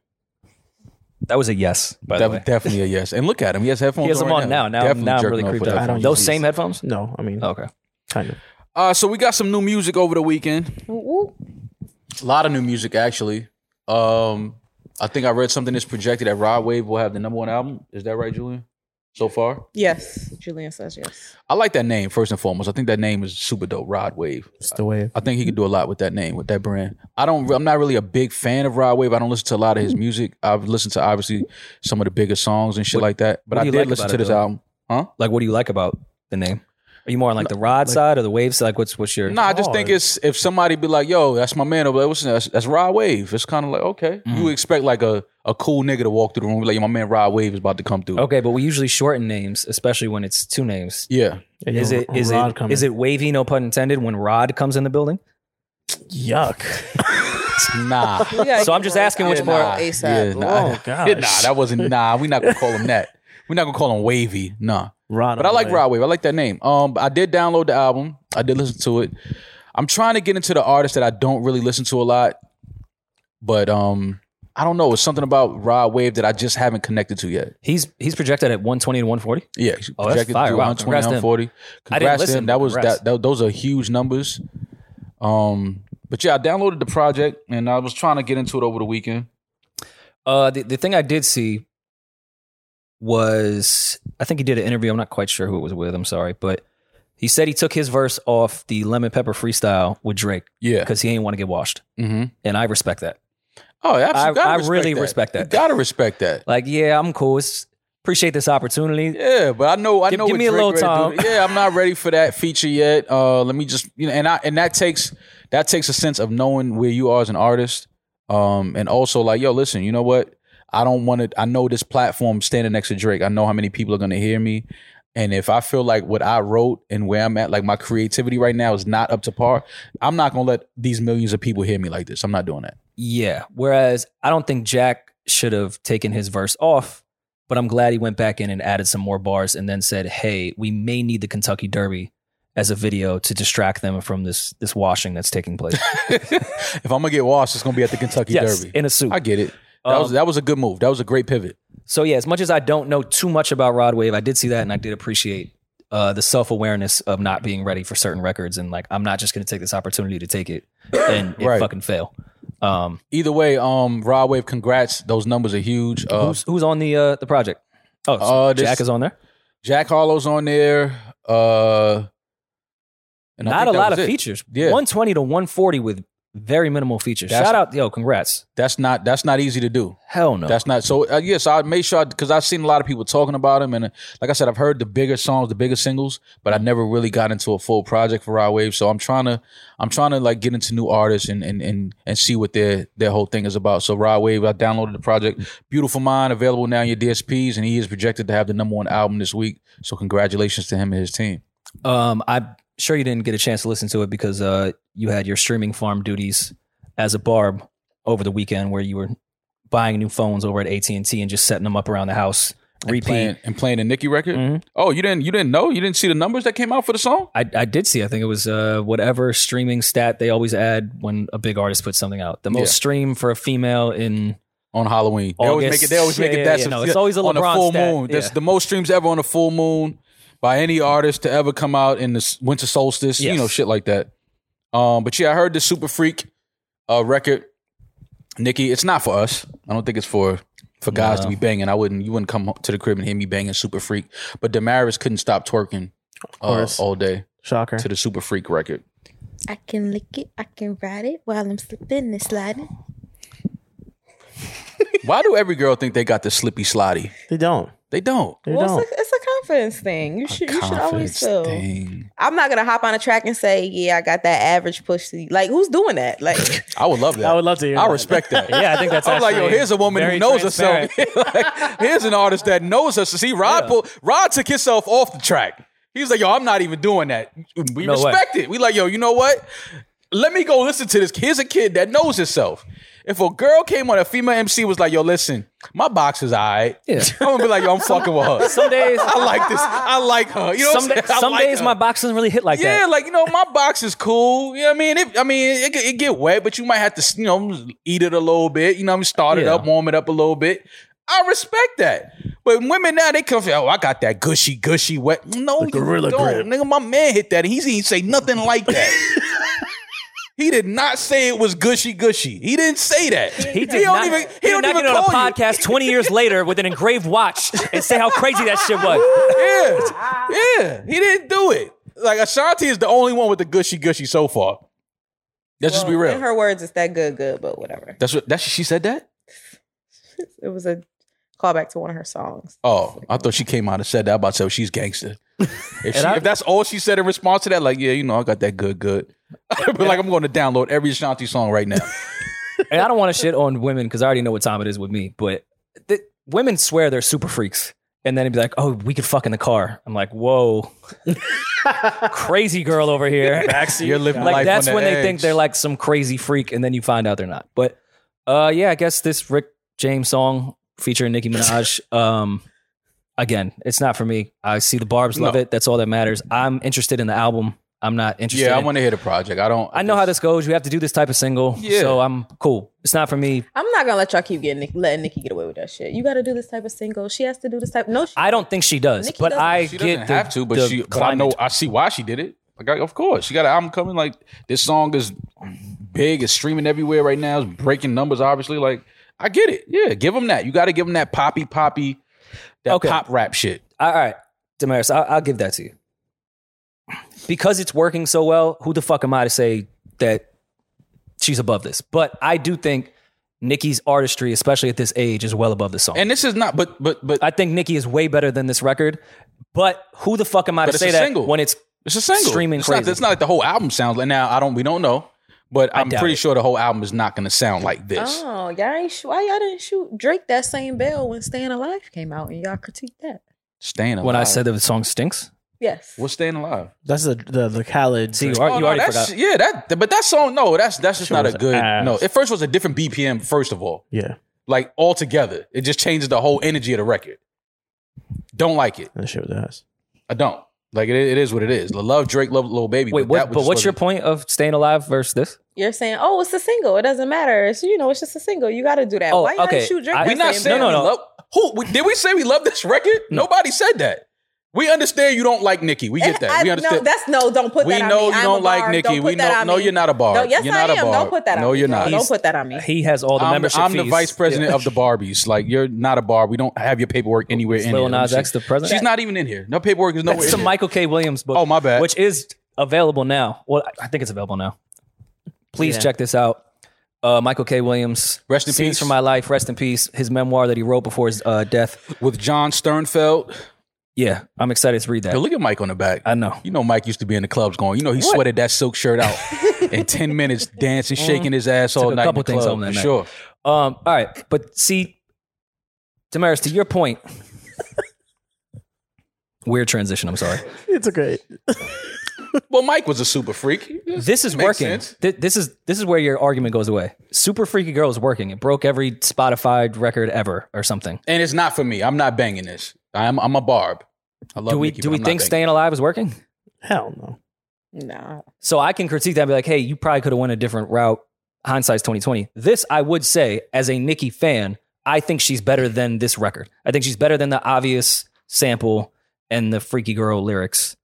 That was a yes. By
that
the
was
way,
definitely a yes. And look at him. He has headphones.
he has them
right
on now. Now,
Definitely
now I'm
jerking
really
off with
creeped out.
I
headphones.
don't
Those
use
same
these.
headphones.
No, I mean,
Okay.
kind of.
Uh, so we got some new music over the weekend. A lot of new music, actually. Um, I think I read something that's projected that Rod Wave will have the number one album. Is that right, Julian? So far,
yes, Julian says yes.
I like that name first and foremost. I think that name is super dope. Rod Wave.
It's the way.
I think he could do a lot with that name, with that brand. I don't. I'm not really a big fan of Rod Wave. I don't listen to a lot of his music. I've listened to obviously some of the bigger songs and shit like that. But
what
I
do you
did
like
listen
about
to
it,
this
though?
album. Huh?
Like, what do you like about the name? Are you more on like the rod side or the waves? Like, what's what's your?
No, I just think
hard.
it's if somebody be like, "Yo, that's my man," or like, "What's that's, that's Rod Wave." It's kind of like, okay, you expect like a, a cool nigga to walk through the room, be like, "Yo, my man Rod Wave is about to come through."
Okay, but we usually shorten names, especially when it's two names.
Yeah,
Is it is it is it wavy? No pun intended. When Rod comes in the building,
yuck?
nah,
We gotta
So I'm
get
just
Rod's
asking which
album out
more-
yeah,
ASAP.
nah,
Oh, gosh.
Yeah, nah, that wasn't nah. We're not gonna call him that. We're not gonna call him Wavy, nah.
Rod
But I like Rod Wave. I like that name. Um, but I did download the album. I did listen to it. I'm trying to get into the artists that I don't really listen to a lot, but um, I don't know. It's something about Rod Wave that I just haven't connected to yet.
He's he's projected at 120 to 140.
Yeah, he's
Oh, that's
projected
fire.
to
Wow,
120,
congrats to him.
140.
I didn't
Congrats to
listen,
him. That was
congrats.
that, that. Those are huge numbers. Um, but yeah, I downloaded the project and I was trying to get into it over the weekend.
Uh, the, the thing I did see was I think he did an interview. I'm not quite sure who it was with. I'm sorry, but he said he took his verse off the Lemon Pepper freestyle with Drake
Yeah.
because he ain't want to get washed,
Mm-hmm.
and I respect that.
Oh, absolutely.
I really respect that.
You gotta respect that.
Like, yeah, I'm cool. It's, appreciate this opportunity.
Yeah, but I know I
Give-
know
give
what
me a
Drake
little
ready to do.
time.
Yeah, I'm not ready for that feature yet. Uh, let me just you know, and I and that takes that takes a sense of knowing where you are as an artist. Um, and also like, yo, listen, you know what? I don't want to. I know this platform standing next to Drake. I know how many people are gonna hear me. And if I feel like what I wrote and where I'm at, like my creativity right now is not up to par, I'm not gonna let these millions of people hear me like this. I'm not doing that.
Yeah. Whereas I don't think Jack should have taken his verse off, but I'm glad he went back in and added some more bars and then said, "Hey, we may need the Kentucky Derby as a video to distract them from this this washing that's taking place."
if I'm gonna get washed, it's gonna be at the Kentucky
yes,
Derby.
in a suit.
I get it. That was
Um,
that was a good move. That was a great pivot.
So yeah, as much as I don't know too much about Rod Wave, I did see that and I did appreciate uh, the self awareness of not being ready for certain records and like I'm not just going to take this opportunity to take it and it
Right.
fucking fail. Um,
Either way, um, Rod Wave, congrats. Those numbers are huge. Uh,
who's who's on the uh, the project? Oh, so
Uh, this-
Jack is on there.
Jack Harlow's on there. Uh, and I
Not a
think that
lot
was
of
it.
features.
Yeah.
120 to 140 with very minimal features.
That's-
Shout out, yo, congrats.
That's not that's not easy to do.
Hell no.
That's not so. Uh, yes, I made sure because I've seen a lot of people talking about him, and uh, like I said, I've heard the bigger songs, the bigger singles, but I never really got into a full project for Rod Wave. So I'm trying to, I'm trying to like get into new artists and and and and see what their their whole thing is about. So Rod Wave, I downloaded the project, Beautiful Mind, available now in your DSPs, and he is projected to have the number one album this week. So congratulations to him and his team.
um, I'm sure you didn't get a chance to listen to it because uh, you had your streaming farm duties as a barb over the weekend where you were buying new phones over at AT&T and just setting them up around the house. Repeat.
playing, and playing the Nicki record.
Mhm.
Oh, you didn't you didn't know you didn't see the numbers that came out for the song.
I, I did see, I think it was uh, whatever streaming stat they always add when a big artist puts something out. The most
Yeah.
stream for a female in
on Halloween. They always
August.
make it. They always make
Yeah,
it.
yeah,
That's
yeah. No, it's always a
on the
LeBron
full
stat.
moon. That's
Yeah.
the most streams ever on a full moon by any artist to ever come out in the s- winter solstice. You
Yes.
know, shit like that. Um, but yeah, I heard the Super Freak uh, record. Nikki, it's not for us. I don't think it's for for guys to
No.
be banging. I wouldn't. You wouldn't come ho- to the crib and hear me banging Super Freak. But Damaris couldn't stop twerking uh,
course.
all day
Shocker.
to the Super Freak record.
I can lick it, I can ride it while I'm slipping and sliding.
Why do every girl think they got the slippy slotty?
They don't.
They don't.
They
well,
don't.
it's a, it's a confidence thing. You should you should always
Confidence
feel.
thing.
I'm not gonna hop on a track and say, yeah, I got that average pussy. Like, who's doing that? Like,
I would love that.
I would love to hear
I
that.
respect that.
Yeah, I think that's
I'm like, yo,
actually
here's a woman who
very
knows herself. Like, here's an artist that knows us. See, Rod pulled, Rod took himself off the track. He was like, yo, I'm not even doing that. We
No way.
respect it. We like, yo, you know what? Let me go listen to this. Here's a kid that knows himself. If a girl came on, a female MC was like, yo, listen, my box is all right.
Yeah.
I'm gonna be like, yo, I'm fucking with her.
some days
I like this. I like her. You know what
some,
I'm saying? I
some
like
days
her.
my box doesn't really hit like
Yeah,
that.
like you know, my box is cool. You know what I mean? It, I mean, it, get- it get wet, but you might have to, you know, eat it a little bit. You know, what I mean, start it
Yeah.
up, warm it up a little bit. I respect that. But women now they come, oh, I got that gushy, gushy wet. No, you
gorilla
don't,
grip.
nigga. My man hit that, and he didn't say nothing like that. he did not say it was gushy, gushy. He didn't say that.
He did
don't
not,
even.
he
He,
did
don't
not
even
get on
call
a
you.
podcast 20 years later with an engraved watch and say how crazy that shit was.
yeah, yeah, he didn't do it. Like Ashanti is the only one with the gushy gushy so far. Let's just be
well,
real.
In her words, it's that good, good, but whatever.
that's what that's she said that.
It was a callback to one of her songs.
Oh, I thought she came out and said that. I'm about to say she's gangster. If, she,
I-
if that's all she said in response to that, like yeah, you know, I got that good, good. but like, I'm going to download every Ashanti song right now.
And I don't want to shit on women because I already know what time it is with me, but th- women swear they're super freaks. And then it'd be like, oh, we could fuck in the car. I'm like, whoa, crazy girl over here.
You're living
like
life
that's
on the
when they think
edge.
they're like some crazy freak, and then you find out they're not. But uh, yeah, I guess this Rick James song featuring Nicki Minaj. um, again, it's not for me. I see the Barb's love
No.
it. That's all that matters. I'm interested in the album. I'm not interested.
Yeah, I
in-
want to hear the project. I don't.
I know how this goes. You have to do this type of single.
Yeah.
So I'm cool. It's not for me.
I'm not gonna let y'all keep getting Nick, letting Nikki get away with that shit. You got to do this type of single. She has to do this type. No, she,
I don't think she does,
Nicki
but
doesn't-
I
She doesn't
get the,
have to, but
the
she. But I
climate.
know. I see why she did it. Like, I- of course, she got an album coming. Like, this song is big. It's streaming everywhere right now. It's breaking numbers. Obviously, like, I get it. Yeah, give them that. You got to give them that poppy, poppy, that
Okay.
pop rap shit.
All right, Damaris, I, I'll give that to you because it's working so well. Who the fuck am I to say that she's above this? But I do think Nikki's artistry, especially at this age, is well above this song.
And this is not. But but but
I think Nikki is way better than this record. But who the fuck am I
But
to
it's a
say that
single.
when it's
It's a single.
Streaming
it's Not,
crazy.
it's not like the whole album sounds like now. I don't. We don't know, but I'm
doubt
pretty
it.
sure the whole album is not going to sound like this.
Oh, y'all ain't sh- why y'all didn't shoot Drake that same bell when Staying Alive came out and y'all critiqued that.
Staying alive.
when I said that the song stinks?
Yes.
what's staying alive? Oh,
That's the the, the Khaled.
See, you,
joint.
are- you
no,
already
that's-
forgot.
Yeah, that. But that song, no, that's that's just
Sure
not a
was
good.
ass.
No, it first was a different BPM. First of all,
yeah,
like altogether, it just changes the whole energy of the record. Don't like it.
that shit was ass.
I don't like it. It is what it is. Love Drake, love little baby.
Wait,
but,
what,
that was
but
just
what's your
wasn't-
point of staying alive versus this?
You're saying, oh, it's a single. It doesn't matter. It's you know, it's just a single. You got to do that.
Oh,
why y'all
okay.
shoot Drake?
I-
that
We not
same
saying
No,
bell?
no, no.
we love. Who we- did we say we love this record? Nobody said that. We understand you don't like Nicki. We get
And
that.
I-
we understand.
No, that's no. Don't put
we
that. on
know you
me. I'm a
don't like
barb.
Nikki.
Don't put
we know,
that on
no,
me.
you're not a bar.
No, yes,
you're
I
not A
am.
bar.
Don't put that on
No,
me.
you're
No,
not.
Don't put that on me.
He has all the
I'm,
membership
I'm the
fees.
vice president
Yeah.
of the Barbies. Like you're not a Barb. We don't have your paperwork anywhere in
Lil
here. Let me
Nas
see.
X, the president.
She's not even in here. No paperwork Oh, is nowhere.
It's
in
a
here.
Michael K. Williams book.
Oh, my bad.
Which is available now. Well, I- I think it's available now. Please
Yeah.
check this out. Uh, Michael K. Williams.
Rest in
Scenes
peace.
from My Life. Rest in peace. His memoir that he wrote before his uh, death.
with John Sternfeld.
Yeah, I'm excited to read that.
Yo, look at Mike on the back.
I know.
You know Mike used to be in the clubs going. You know he sweated that silk shirt out in ten minutes, dancing, shaking his ass all
Mm. a
night. in
couple
the
things
club,
home that
for
night.
Sure.
Um, all right, but see, Damaris, to your point, weird transition. I'm sorry.
It's okay.
Well, Mike was a super freak.
This is
Makes
working.
sense.
Th- this is this is where your argument goes away. Super Freaky Girl is working. It broke every Spotify record ever or something.
and it's not for me. I'm not banging this. I'm I'm a Barb. I love
do we
Nicki,
do
but
we
I'm not
think
banging
staying alive is working?
Hell no.
No.
So I can critique that and be like, hey, you probably could have went a different route. Hindsight's 2020. This I would say, as a Nicki fan, I think she's better than this record. I think she's better than the obvious sample and the freaky girl lyrics.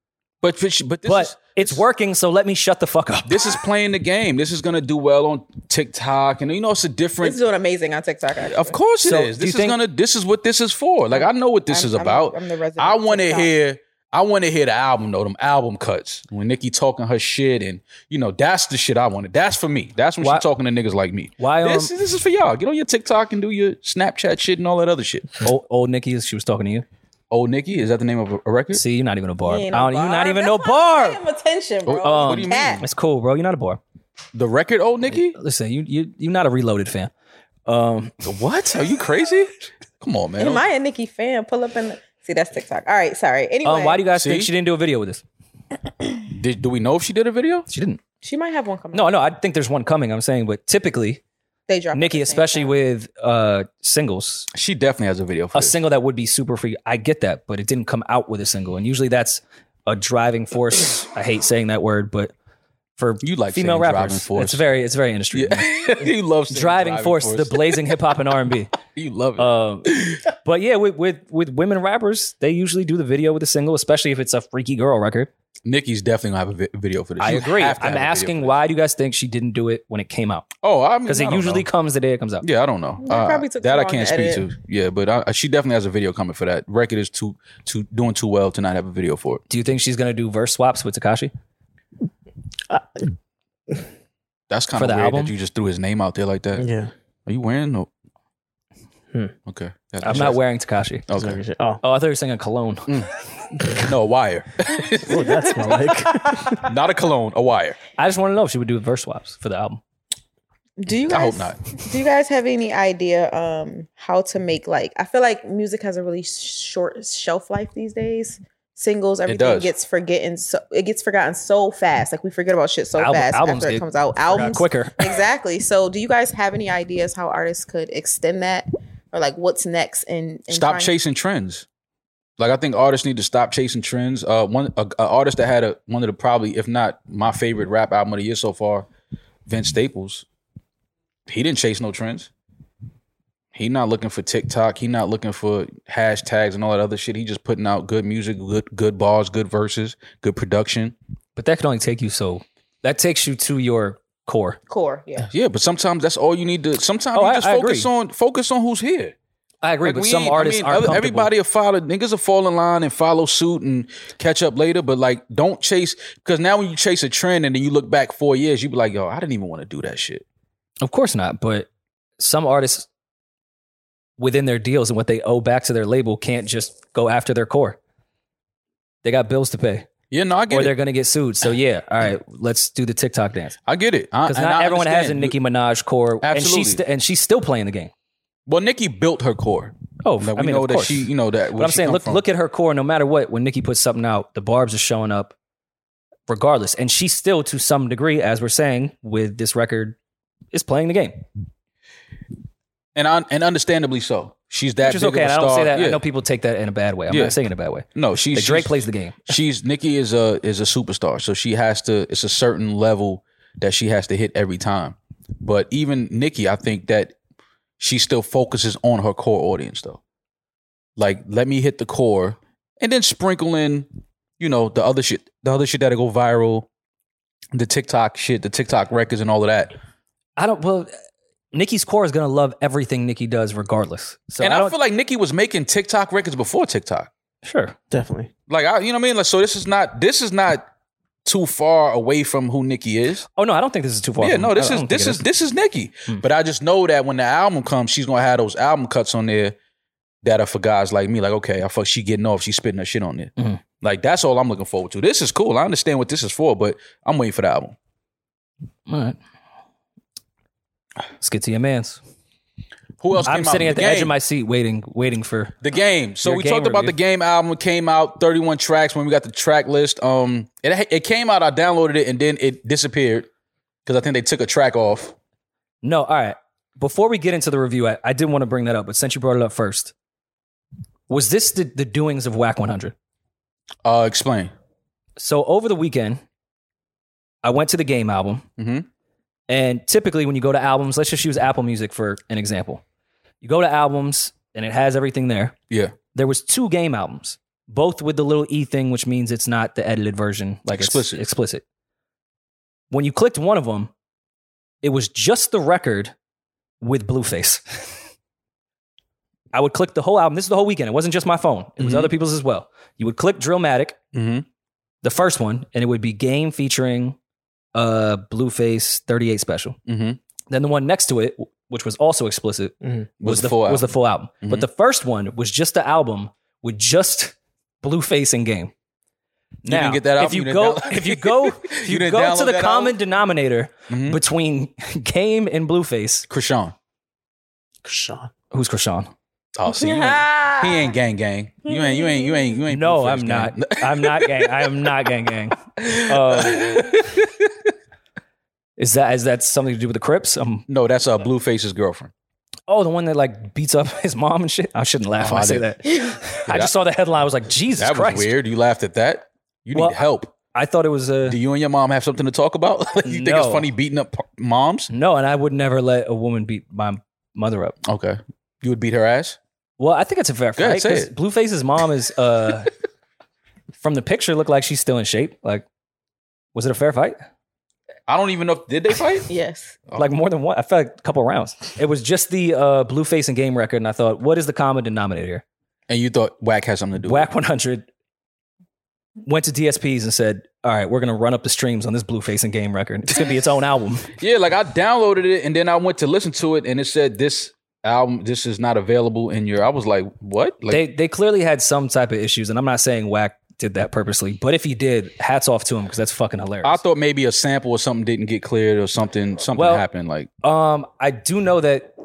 But but, she- but this
but
is,
it's working, so let me shut the fuck up.
this is playing the game. This is gonna do well on TikTok, and you know it's a
It's
different.
doing amazing on TikTok. Actually.
Of course it is.
So, do you
This is
think-
gonna. This is what this is for. Like I know what this
I'm-
is
I'm-
about.
I'm the resident
I want to
TikTok.
hear. I want to hear the album though. Them album cuts when Nikki talking her shit, and you know that's the shit I wanted. That's for me. That's when
Why-
she's talking to niggas like me.
Why,
This,
um,
this is for y'all. Get on your TikTok and do your Snapchat shit and all that other shit.
old, old Nikki, she was talking to you.
Old Nikki, is that the name of a- a record?
See, you're not even a barb.
ain't
I
no
don't- You're not
barb.
even
That's
no um,
why I'm
barb.
paying attention, bro.
Oh, what do you mean?
Cat.
It's cool, bro. You're not a barb.
The record, Old Nikki.
Listen, you you you're not a reloaded fan. Um,
What? Are you crazy? Come on, man.
Am I a Nikki fan? Pull up and see. That's TikTok. All right. Sorry. Anyway,
um, why do you guys
See?
think she didn't do a video with this?
Did, do we know if she did a video?
She didn't.
she might have one coming.
No, no, I think there's one coming. I'm saying, but typically
they drop
Nikki, especially with uh singles,
She definitely has a video for
a
this.
single that would be super free. I get that, but it didn't come out with a single, and usually that's a driving force. I hate saying that word, but for
You like
female
saying driving
rappers,
force.
it's very it's very industry.
Yeah. you love saying
Driving, force, the blazing hip hop and R and B.
you love it.
Um, but yeah, with, with with women rappers, they usually do the video with a single, especially if it's a freaky girl record.
Nikki's definitely gonna have a vi- video for this.
I
You
agree.
have to have
I'm
a video
asking
for
why do you guys think she didn't do it when it came out?
this. Oh, I mean,
Because
I
it
don't
usually
know.
comes the day it comes out.
Yeah, I don't know. Uh,
That probably took
that
too
I
long
can't
to
speak
edit.
to. Yeah, but I, uh, she definitely has a video coming for that. Record is too too doing too well to not have a video for it.
Do you think she's gonna do verse swaps with Takashi?
That's kind
For
of
the
weird
album?
that you just threw his name out there like that.
Yeah.
Are you wearing? No.
Hmm.
Okay.
I'm not wearing Takashi.
Okay.
Oh,
Oh, I thought you were singing cologne.
No, a wire.
well, that's more like.
not a cologne. A wire.
I just want to know if she would do verse swaps for the album.
Do you guys?
I hope not.
Do you guys have any idea um how to make like I feel like music has a really short shelf life these days. Singles, everything
does.
gets forgetting so it gets forgotten so fast. Like we forget about shit so
Album-
fast
albums
after it
get
comes out.
Um,
forgot
Albums
quicker.
Exactly. So do you guys have any ideas how artists could extend that? Or like what's next and, and
Stop
trying-
chasing trends. Like I think artists need to stop chasing trends. Uh, one a, a artist that had a, one of the probably, if not my favorite rap album of the year so far, Vince Staples. He didn't chase no trends. He not looking for TikTok. He not looking for hashtags and all that other shit. He just putting out good music, good good bars, good verses, good production.
But that can only take you so. That takes you to your core.
Core, yeah.
Yeah, but sometimes that's all you need to. Sometimes
Oh,
you
I-
just
I
focus
agree.
on focus on who's here.
I agree,
Like,
but
we
some
ain't- I
artists
mean,
aren't
other-
comfortable.
Everybody will follow. Niggas will fall in line and follow suit and catch up later. But like, don't chase because now when you chase a trend and then you look back four years, you be like, yo, I didn't even want to do that shit.
Of course not, but some artists within their deals and what they owe back to their label can't just go after their core. They got bills to pay,
Yeah, no, I
or
get
they're
it.
going to get sued. So yeah, all right, let's do the TikTok dance
Uh, I get it.
because not everyone has a Nicki Minaj core,
Absolutely.
and she's st- and she's still playing the game.
Well, Nicki built her core.
Oh,
Like, we
I mean,
know
of
that
course.
she, you know that.
but I'm saying, look, look at her core. No matter what, when Nicki puts something out, the barbs are showing up, regardless. And she still, to some degree, as we're saying with this record, is playing the game,
and I, and understandably so. She's that
which is
big
okay.
of
And
a
I
star.
don't say that.
Yeah.
I know people take that in a bad way. I'm
Yeah.
not saying it in a bad way.
no, she's
Like, Drake
she's-
plays the game.
she's Nikki is a is a superstar, so she has to. It's a certain level that she has to hit every time. But even Nikki, I think that she still focuses on her core audience, though. Like, let me hit the core, and then sprinkle in, you know, the other shit, the other shit that'll go viral, the TikTok shit, the TikTok records, and all of that.
I don't. Well, Nikki's core is gonna love everything Nikki does, regardless. So
and
I
I,
don't.
feel like Nikki was making TikTok records before TikTok.
sure.
Definitely.
Like, I, you know what I mean? Like, so this is not this is not too far away from who Nikki is.
Oh no, I don't think this is too far.
Yeah,
from- I
no, this
don't
is
think Hmm.
this
it
is this is Nikki. But I just know that when the album comes, she's gonna have those album cuts on there that are for guys like me. Like, okay, I fuck, she getting off, she spitting her shit on there.
Mhm.
Like that's all I'm looking forward to. This is cool. I understand what this is for, but I'm waiting for the album.
All right. Let's get to your man's.
Who else?
I'm
came out?
sitting at the edge of
Game.
my seat, waiting, waiting for.
The game. So
Your
we
game
talked about
review.
the game album. Came out 31 tracks. When we got the track list, um, it it came out. I downloaded it and then it disappeared because I think they took a track off.
No, all right. Before we get into the review, I, I did want to bring that up, but since you brought it up first, was this the, the doings of Whack 100?
Uh, explain.
So over the weekend, I went to the game album.
Mhm.
And typically, when you go to albums, let's just use Apple Music for an example. You go to albums and it has everything there.
Yeah.
There was two game albums, both with the little E thing, which means it's not the edited version, like it's
Explicit.
explicit. When you clicked one of them, it was just the record with Blueface. I would click the whole album. This is the whole weekend. It wasn't just my phone. It was
Mhm.
other people's as well. You would click Drillmatic,
Mm-hmm.
the first one, and it would be game featuring uh Blueface 38 special.
Mm-hmm.
Then the one next to it, w- which was also explicit, was, the, was the full album. But
Mhm.
the first one was just the album with just Blueface and game. Now,
didn't get that
if
album?
you
You didn't
go,
download-
if you go, if
You
you
didn't
go to
download
the
that
common
album?
denominator
Mhm.
between Game and Blueface,
Krishan.
Sean.
who's Krishan?
Oh, see, you ain't- he ain't gang gang. You ain't you ain't you ain't you ain't.
No,
Blueface
I'm
gang.
not. I'm not gang. I am not gang gang. Um, is that is that something to do with the Crips? Um,
no, that's uh, Blueface's girlfriend.
Oh, the one that like beats up his mom and shit. I shouldn't laugh when
Oh,
I
I
say that.
didn't.
I just saw the headline. I was like, Jesus
That was
Christ!
weird. You laughed at that. You need
Well,
help.
I thought it was a
Do you and your mom have something to talk about? Like, you think it's
No.
funny beating up p- moms?
no, and I would never let a woman beat my mother up.
Okay, you would beat her ass.
Well, I think it's a fair
Go ahead,
fight.
say
'cause
it.
Blueface's mom is uh, from the picture looked like she's still in shape. Like, was it a fair fight?
I don't even know. Did they fight?
Yes.
Oh.
Like more than one? I felt like a couple rounds. It was just the uh, Blueface and game record, and I thought, what is the common denominator here?
and you thought Whack has something to do. with it.
Whack 100 went to DSPs and said, all right, we're gonna run up the streams on this Blueface and game record. It's gonna be its own album.
Yeah, like I downloaded it and then I went to listen to it and it said this album this is not available in your. I was like, what? Like,
they they clearly had some type of issues, and I'm not saying Whack did that purposely, but if he did, hats off to him because that's fucking hilarious.
I thought maybe a sample or something didn't get cleared or something something
Well,
happened. Like
um, I do know that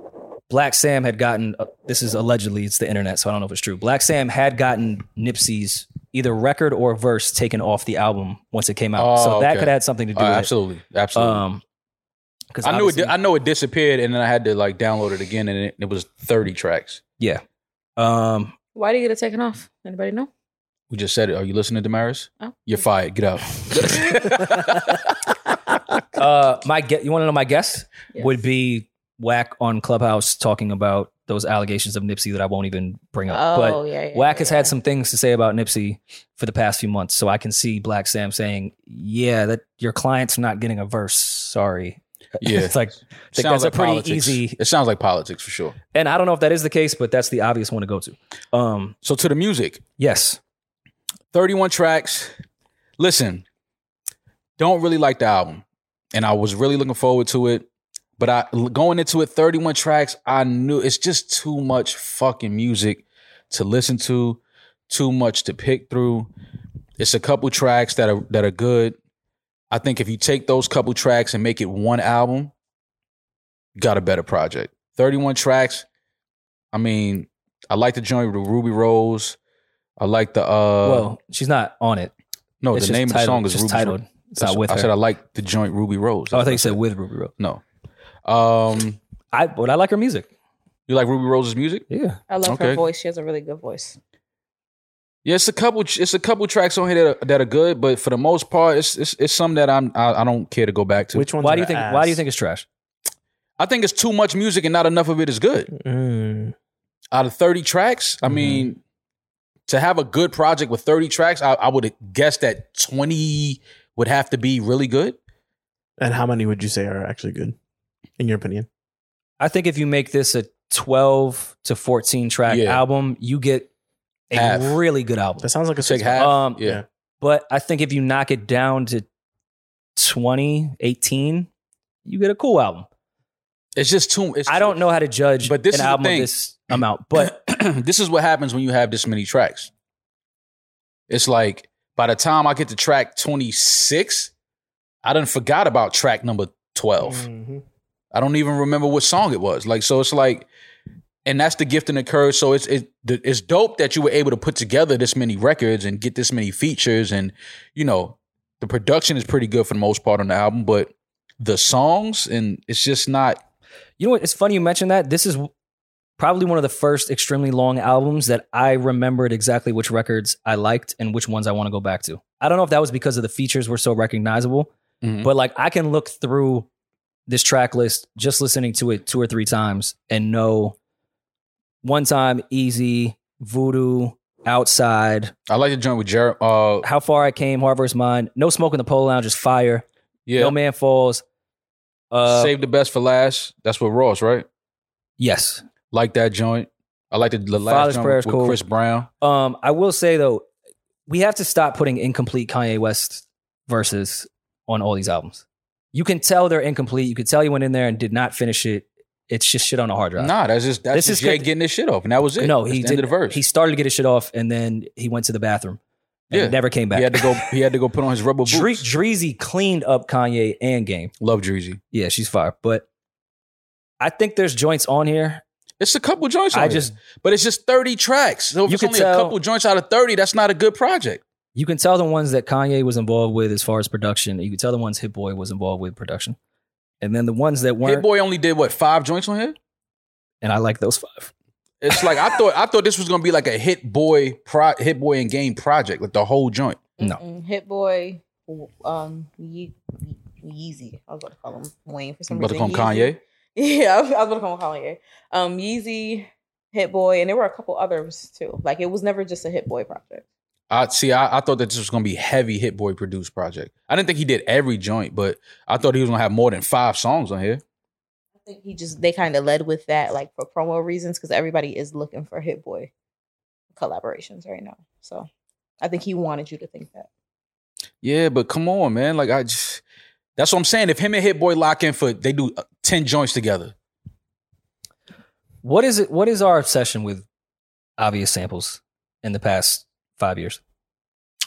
Black Sam had gotten uh, this is allegedly it's the internet, so I don't know if it's true. Black Sam had gotten Nipsey's either record or verse taken off the album once it came out,
Oh,
so that
okay.
could have something to do
Uh,
with
absolutely,
it.
absolutely.
Um, because
I knew it. di- I know it disappeared, and then I had to like download it again, and it, it was thirty tracks.
Um,
Why do you get it taken off? Anybody know?
We just said it. Are you listening, Damaris?
Oh.
You're fired. Get out.
Uh, my guess, you want to know my guess
Yes.
would be whack on Clubhouse talking about those allegations of Nipsey that I won't even bring up. but
Oh, yeah, yeah.
Whack has
yeah.
had some things to say about Nipsey for the past few months, so I can see Black Sam saying, "Yeah, that your client's not getting a verse. Sorry."
Yeah.
it's like, think that's a pretty
politics.
easy-
It sounds like politics for sure.
and I don't know if that is the case, but that's the obvious one to go to. Um,
So to the music.
yes,
31 tracks. Listen, don't really like the album. And I was really looking forward to it. But I going into it, 31 tracks, I knew it's just too much fucking music to listen to, too much to pick through. It's a couple tracks that are that are good. I think if you take those couple tracks and make it one album, you got a better project. 31 tracks. I mean, I like the joint with Ruby Rose. I like the uh
well, she's not on it.
no,
It's
the
just
name of the
titled-
song is
just
Ruby
titled.
Rose.
It's not with
I
her.
said I like the joint Ruby Rose.
oh, I
That's
thought
what
you said with Ruby Rose.
no. Um,
I but I like her music.
you like Ruby Rose's music?
Yeah,
I love
Okay.
her voice. She has a really good voice.
Yeah, it's a couple. It's a couple tracks on here that are, that are good, but for the most part, it's it's, it's some that I'm I, I don't care to go back to.
Which one?
why do you think? Why do you think it's trash?
I think it's too much music and not enough of it is good.
Mm,
Out of thirty tracks, I
Mhm.
mean, to have a good project with thirty tracks, I, I would guess that twenty would have to be really good.
and how many would you say are actually good, in your opinion?
I think if you make this a 12 to 14 track
Yeah.
album, you get a
Half.
really good album.
That sounds like a
Take
six.
half.
Um,
yeah,
But I think if you knock it down to 20, 18, you get a cool album.
it's just too. It's
I
too-
don't know how to judge
But this is
an
the
album of
thing.
this amount, but
this is what happens when you have this many tracks. It's like by the time I get to track 26, I done forgot about track number 12.
Mhm.
I don't even remember what song it was. Like, so it's like, and that's the gift and the curse. So it's it, the- it's dope that you were able to put together this many records and get this many features, and you know, the production is pretty good for the most part on the album, but the songs and it's just not.
you know what? It's funny you mentioned that. This is probably one of the first extremely long albums that I remembered exactly which records I liked and which ones I want to go back to. I don't know if that was because of the features were so recognizable, But like I can look through this track list just listening to it two or three times and know one time easy, voodoo, outside,
I like to join with Jer. Uh,
how far I came, Harvest Mine, no smoke in the pole lounge is fire,
yeah,
no man falls. Uh
Save the best for last. That's with Ross, right?
yes.
Like that joint. I like the, the
Father's
last joint
Prayer
with
is cool.
Chris Brown.
Um I will say though, we have to stop putting incomplete Kanye West verses on all these albums. You can tell they're incomplete. You could tell you went in there and did not finish it. It's just shit on a hard drive.
Nah, that's just that's
This
just
is
Jay
good.
getting his shit off, and that was it.
No,
That's
he
the
did
end of the verse.
He started to get his shit off, and then he went to the bathroom. And
Yeah.
never came back.
he had to go. He had to go put on his rubber boots.
Dre- Dreezy cleaned up Kanye and Game.
Love Dreezy.
Yeah, she's fire. But I think there's joints on here.
It's a couple joints. on
I
here,
just
but it's just thirty tracks. So if
You
it's
could
only a
tell-
couple joints out of thirty, that's not a good project.
you can tell the ones that Kanye was involved with as far as production. You can tell the ones Hit Boy was involved with production, and then the ones that
Hit
weren't.
Boy only did what five joints on here.
and I like those five.
It's like I thought. I thought this was gonna be like a Hit Boy pro, Hit Boy and Game project, like the whole joint.
No.
Mm-mm. Hit Boy, um, Ye- Yeezy. I was about to call him Wayne for some
About to call
reason.
him
Yeezy.
Kanye.
Yeah, I was, I was about to call him Kanye. Um, Yeezy, Hit Boy, and there were a couple others too. Like it was never just a Hit Boy project.
I see. I, I thought that this was gonna be heavy Hit Boy produced project. I didn't think he did every joint, but I thought he was gonna have more than five songs on here.
I think he just they kind of led with that like for promo reasons because everybody is looking for Hit Boy collaborations right now. So I think he wanted you to think that.
Yeah, but come on, man. Like I just that's what I'm saying. If him and Hit Boy lock in for they do uh, ten joints together.
What is it? What is our obsession with obvious samples in the past five years?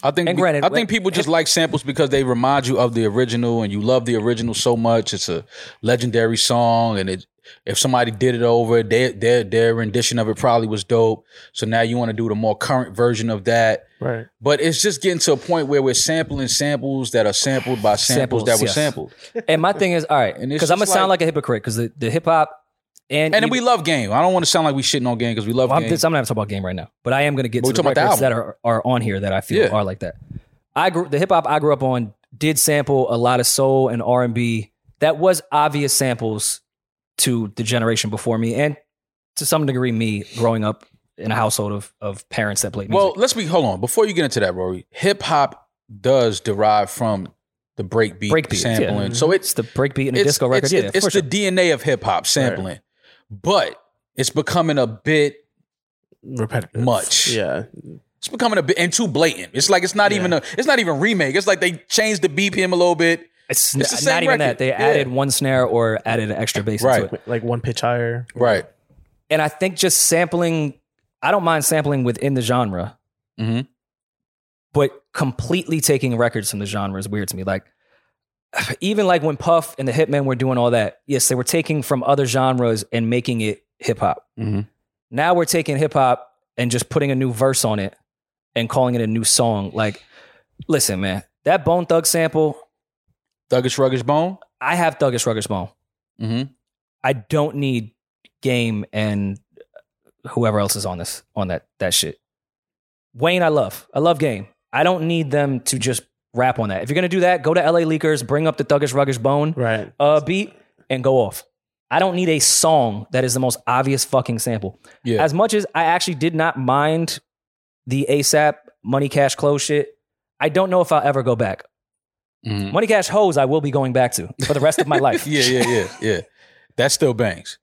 I think
And
we-
granted,
I think
when-
people just like samples because they remind you of the original and you love the original so much. It's a legendary song and it if somebody did it over, their their their rendition of it probably was dope. So now you want to do the more current version of that.
Right.
But it's just getting to a point where we're sampling samples that are sampled by
Samples,
samples, that were
yes.
sampled.
And my thing is, all right,
And it's
because I'm gonna
just
sound
like-
like a hypocrite because the, the hip hop And,
And then
even-
we love game. I don't want to sound like we shitting on game because we love
Well, I'm,
game.
this, I'm not gonna talk about game right now, but I am gonna get
But
to
we
the
talking about
records
the
that are, are on here that I feel
Yeah.
are like that. I grew the hip hop I grew up on did sample a lot of soul and R and B. That was obvious samples to the generation before me, and to some degree me growing up in a household of of parents that played music.
well, let's be hold on before you get into that, Rory. Hip hop does derive from the breakbeat,
Breakbeat, yeah.
sampling, so it's
it's the breakbeat and the disco record.
It's,
yeah,
it's
for
the
sure.
DNA of hip hop sampling, but it's becoming a bit.
repetitive.
Much.
Yeah.
It's becoming a bit and too blatant. It's like it's not even a. It's not even remake. It's like they changed the BPM a little bit.
it's,
it's the
n-
same
not even that.
record.
They
Yeah.
added one snare or added an extra bass
Right.
into it.
Like one pitch higher.
Right.
and I think just sampling, I don't mind sampling within the genre,
Mhm.
but completely taking records from the genre is weird to me. Like, even like when Puff and the Hitmen were doing all that, yes, they were taking from other genres and making it hip hop.
Mhm.
Now we're taking hip hop and just putting a new verse on it and calling it a new song. Like, listen, man, that Bone Thug sample,
Thuggish Ruggish Bone.
I have Thuggish Ruggish Bone.
Mm-hmm.
I don't need Game and whoever else is on this on that that shit. Wayne, I love. I love Game. I don't need them to just rap on that. If you're gonna do that, go to LA Leakers, bring up the thuggish ruggish bone
Right.
uh, beat, and go off. I don't need a song that is the most obvious fucking sample.
Yeah.
As much as I actually did not mind the ASAP Money Cash Close shit, I don't know if I'll ever go back.
Mhm.
Money Cash Hoes, I will be going back to for the rest of my life.
yeah. Yeah. Yeah. Yeah. That still bangs.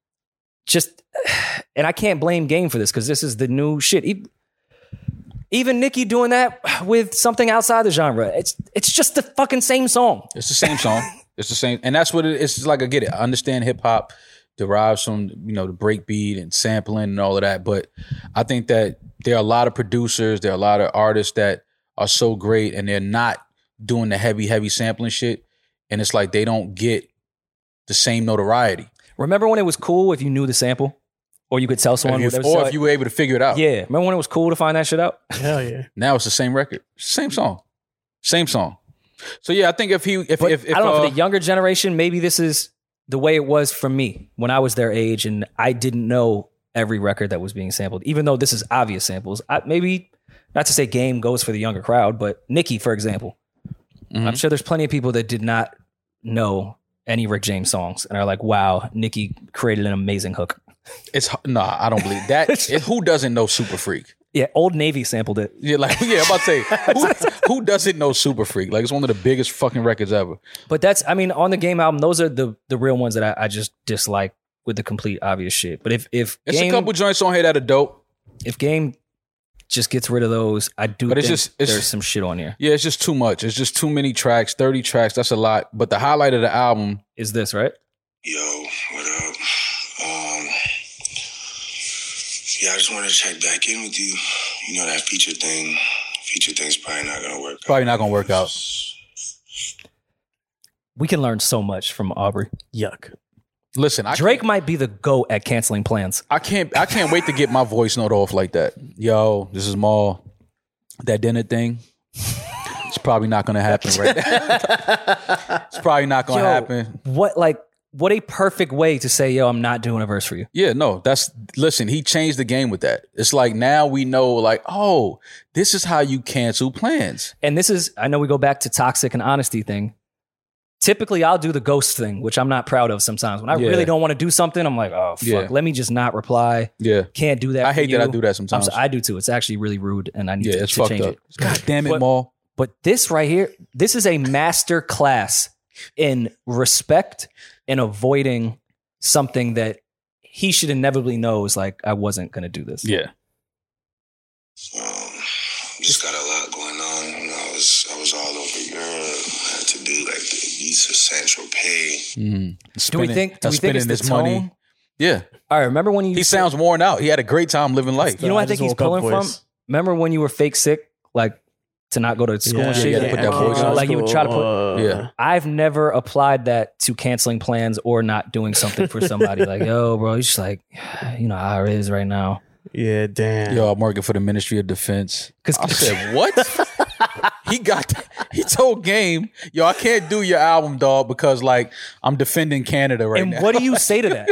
just and I can't blame Game for this because this is the new shit. E- Even Nicki doing that with something outside the genre. It's it's just the fucking same song.
It's the same song. it's the same, and that's what it, it's like. I get it. I understand hip hop derives from you know the breakbeat and sampling and all of that, but I think that there are a lot of producers, there are a lot of artists that are so great, and they're not doing the heavy, heavy sampling shit, and it's like they don't get the same notoriety,
Remember when it was cool if you knew the sample, or you could tell someone.
if,
they
you-
would
or
sell
if you were able to figure it out.
it? yeah. Remember when it was cool to find that shit out?
Hell yeah.
Now it's the same record, same song, same song. So yeah, I think if he if
But
if, if
I don't know
uh,
for the younger generation. Maybe this is the way it was for me when I was their age, and I didn't know every record that was being sampled. Even though this is obvious samples, I, maybe not to say Game goes for the younger crowd, but Nicki, for example,
Mhm.
I'm sure there's plenty of people that did not know any Rick James songs and are like, "Wow, Nicki created an amazing hook."
it's nah, I don't believe that. it, who doesn't know Super Freak?
Yeah, Old Navy sampled it.
Yeah, like yeah, I'm about to say who, who doesn't know Super Freak? Like it's one of the biggest fucking records ever.
But that's, I mean, on the Game album, those are the the real ones that I, I just dislike with the complete obvious shit. But if if
It's
Game,
a couple joints on here that are dope.
if Game just gets rid of those, I do.
But it's
think
just- it's-
there's some shit on here.
Yeah, it's just too much. It's just too many tracks. Thirty tracks. That's a lot. But the highlight of the album,
Is this right?
Yo, what up? Um, yeah, I just wanted to check back in with you. You know that feature thing. Feature thing's probably not gonna work.
probably not gonna work out.
We can learn so much from Aubrey.
Yuck.
Listen, I
Drake might be the goat at canceling plans.
I can't I can't wait to get my voice note off like that. Yo, this is Maul. That dinner thing. It's probably not gonna happen right now. it's probably not gonna
Yo,
happen.
What like what a perfect way to say, "Yo, I'm not doing a verse for you."
Yeah, no, that's listen, he changed the game with that. It's like now we know, like, oh, this is how you cancel plans.
and this is I know we go back to toxic and honesty thing. Typically, I'll do the ghost thing, which I'm not proud of sometimes. When I
Yeah.
really don't want to do something, I'm like, oh fuck,
Yeah.
let me just not reply.
Yeah.
Can't do that.
I
for
hate that I
you.
do that
I'm
sometimes.
so, I do too. It's actually really rude, and I need
yeah,
to,
it's
to
fucked
change
up.
it.
God damn it,
But-
Maul.
But this right here, this is a master class in respect and avoiding something that he should inevitably know is like I wasn't gonna do this.
Yeah.
Um, just got a lot going on. You know, I was I was all over Europe. I had to do like the Visa Central Pay.
Mm-hmm.
Do we think? Do we think it's the tone?
Yeah.
All right. Remember when you
He sounds worn out. He had a great time living life.
You know what I
just
think he's
woke up
pulling from?
voice.
Remember when you were fake sick, like to not go to school and
Yeah,
shit?
you gotta put that voice on.
Like you would try to put.
put.
Yeah.
I've never applied that to canceling plans or not doing something for somebody. like, yo, bro, you just like, you know how it is right now.
Yeah, damn.
Yo, I'm working for the Ministry of Defense. I
Because
said, what? he got he told game, yo, I can't do your album, dog, because like I'm defending Canada right
and
now.
what do you say to that?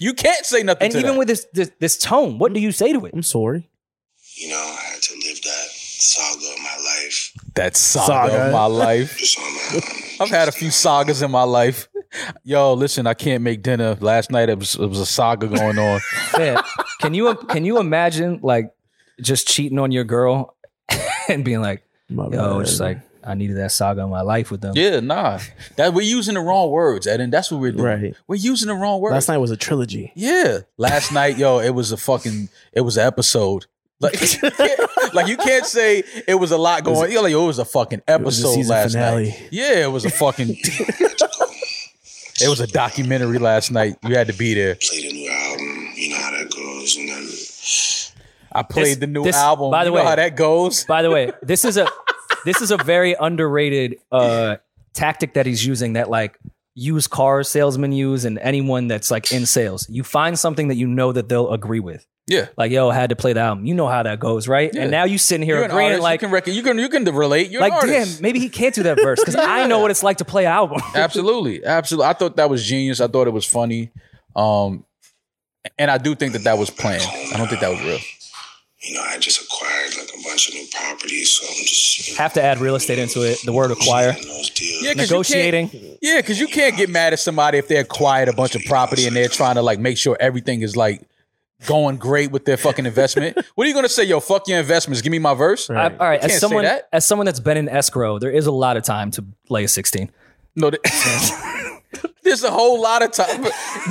You can't say nothing.
And
to
even
that.
with this, this this tone, what do you say to it?
I'm sorry.
You know, I had to live that saga of my life.
that saga, of
Saga.
my life,
Just on my own.
I've had a few sagas in my life. Yo, listen, I can't make dinner. Last night it was, it was a saga going on.
Yeah. can you can you imagine like just cheating on your girl and being like,
My
yo,
bad.
it's like I needed that saga in my life with them.
yeah, nah, that we're using the wrong words, and that's what we're doing.
Right.
We're using the wrong words.
Last night was a trilogy.
Yeah. Last night, yo, it was a fucking, it was an episode. Like, you can't- like you can't say it was a lot going. Yo, like, yo, it was a fucking
It was the
episode
season
last
finale.
night. Yeah, it was a fucking, it was a documentary last night. You had to be there.
Played a new album. You know how that goes. And then
I played
This-
the new
this-
album.
by the
You know
way-
how that goes.
By the way, this is a this is a very underrated uh tactic that he's using that like used car salesmen use and anyone that's like in sales. You find something that you know that they'll agree with.
Yeah.
Like, yo, I had to play the album. You know how that goes, right?
Yeah.
And now you sitting here
You're an
agreeing
artist.
like
you can reckon, you can you can relate. You're
like
an artist.
damn, maybe he can't do that verse because I know what it's like to play an album.
absolutely absolutely i thought that was genius i thought it was funny um and i do think that that was planned i don't think that was real
you know, I just acquired like a bunch of new properties, so I'm just you know,
Have to add real estate into it. The word acquire.
getting those deals.
Yeah, 'cause you
Negotiating.
can't- yeah because you can't get mad at somebody if they acquired a bunch of property and they're trying to like make sure everything is like going great with their fucking investment what are you gonna say yo fuck your investments give me my verse
I- all right,
You can't say
as someone
that.
as someone that's been in escrow, there is a lot of time to lay a sixteen.
no th- There's a whole lot of time.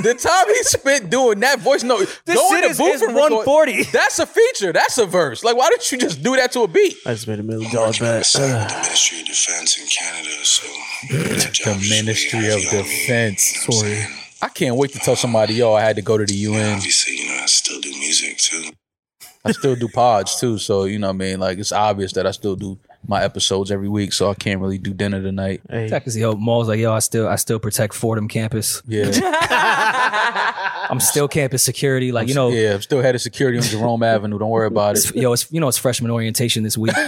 The time he spent doing that voice note, go in
shit
the
is-
booth
is
and record-
140.
That's a feature. That's a verse. Like, why didn't you just do that to a beat?
I just made a million dollar
Working with
bet.
the Ministry of Defense in Canada, so that
The
job's just
Ministry
really
of
heavy on me, you know
Defense.
what I'm
Sorry.
saying?
I can't wait to tell somebody, yo, I had to go to the UN.
Obviously, you know, I still do music too.
I still do pods too. So, you know what I mean? Like, it's obvious that I still do my episodes every week. So I can't really do dinner tonight.
Hey,
Because yo, Maul's like, yo, I still I still protect Fordham campus.
Yeah.
I'm still campus security. Like, you know,
yeah, I'm still head of security on Jerome Avenue. Don't worry about it.
it's, yo, it's you know, it's freshman orientation this week.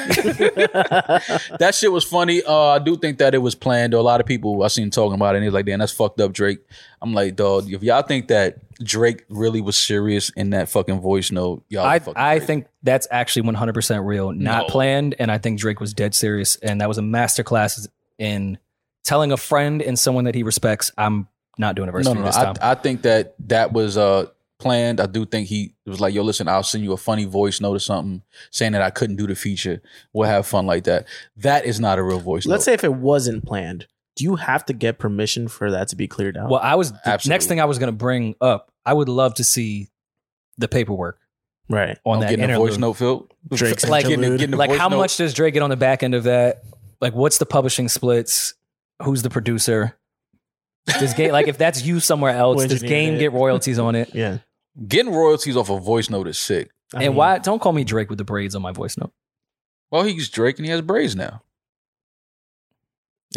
That shit was funny. Uh, I do think that it was planned. though. A lot of people I seen talking about it and they was like, damn, that's fucked up, Drake. I'm like, dog, if y'all think that Drake really was serious in that fucking voice note, y'all
I
fucking
I
crazy.
think that's actually 100 percent real, not
No.
planned. And I think Drake was dead serious, and that was a masterclass in telling a friend and someone that he respects, I'm not doing a verse
no,
for
no,
you
no.
this
I,
time.
I think that that was uh planned. I do think he was like, "Yo, listen, I'll send you a funny voice note or something saying that I couldn't do the feature. We'll have fun like that." That is not a real voice
let's say
note.
if it wasn't planned, do you have to get permission for that to be cleared out?
well, I was the next
Oh, Absolutely.
thing I was gonna bring up. I would love to see the paperwork
right.
on
I'm
that
Oh, getting a voice
interlude.
note, Phil.
Drake's
Like, getting,
interlude.
getting a
like
voice
how
note.
much does Dre get on the back end of that? Like what's the publishing splits? Who's the producer? Does game like if that's you somewhere else,
Who
does
engineered
game
it?
get royalties on it?
Yeah.
Getting royalties off a voice note is sick.
I
and
mean,
why don't call me Drake with the braids on my voice note?
Well, he's Drake and he has braids now.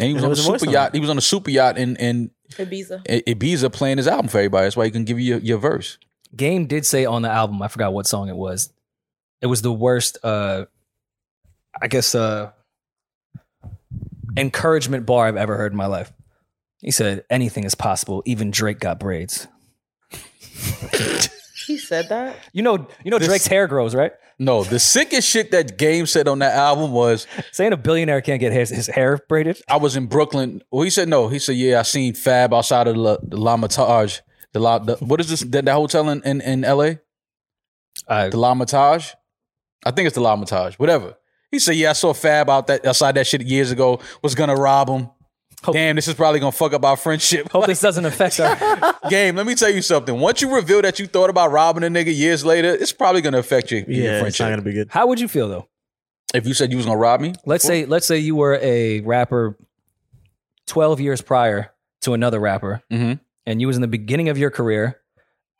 And he was
And it
on
was
a
a voice
super
note.
yacht. He was on a super yacht in in
Ibiza.
Ibiza playing his album for everybody. That's why he can give you your, your verse.
Game did say on the album, I forgot what song it was. It was the worst uh I guess uh encouragement bar I've ever heard in my life. He said, anything is possible, even Drake got braids.
He said that.
You know, you know
This-
Drake's hair grows, right?
No, the sickest shit that Game said on that album was
Saying a billionaire can't get his, his hair braided.
I was in Brooklyn. Well, he said no. He said, "Yeah, I seen Fab outside of La, the La Matage. The, La, the what is this? That, that hotel in, in in L.A.
Uh,
The La Matage. I think it's the La Matage. Whatever." He said, "Yeah, I saw Fab out that outside that shit years ago. Was gonna rob him.
Hope-
Damn, this is probably gonna fuck up our friendship.
Hope this doesn't affect our.
Game. Let me tell you something. Once you reveal that you thought about robbing a nigga years later, it's probably gonna affect your, your
Yeah, it's
friendship.
not gonna be good.
How would you feel though?
if you said you was gonna rob me,
Let's say let's say you were a rapper twelve years prior to another rapper,
Mhm.
and you was in the beginning of your career,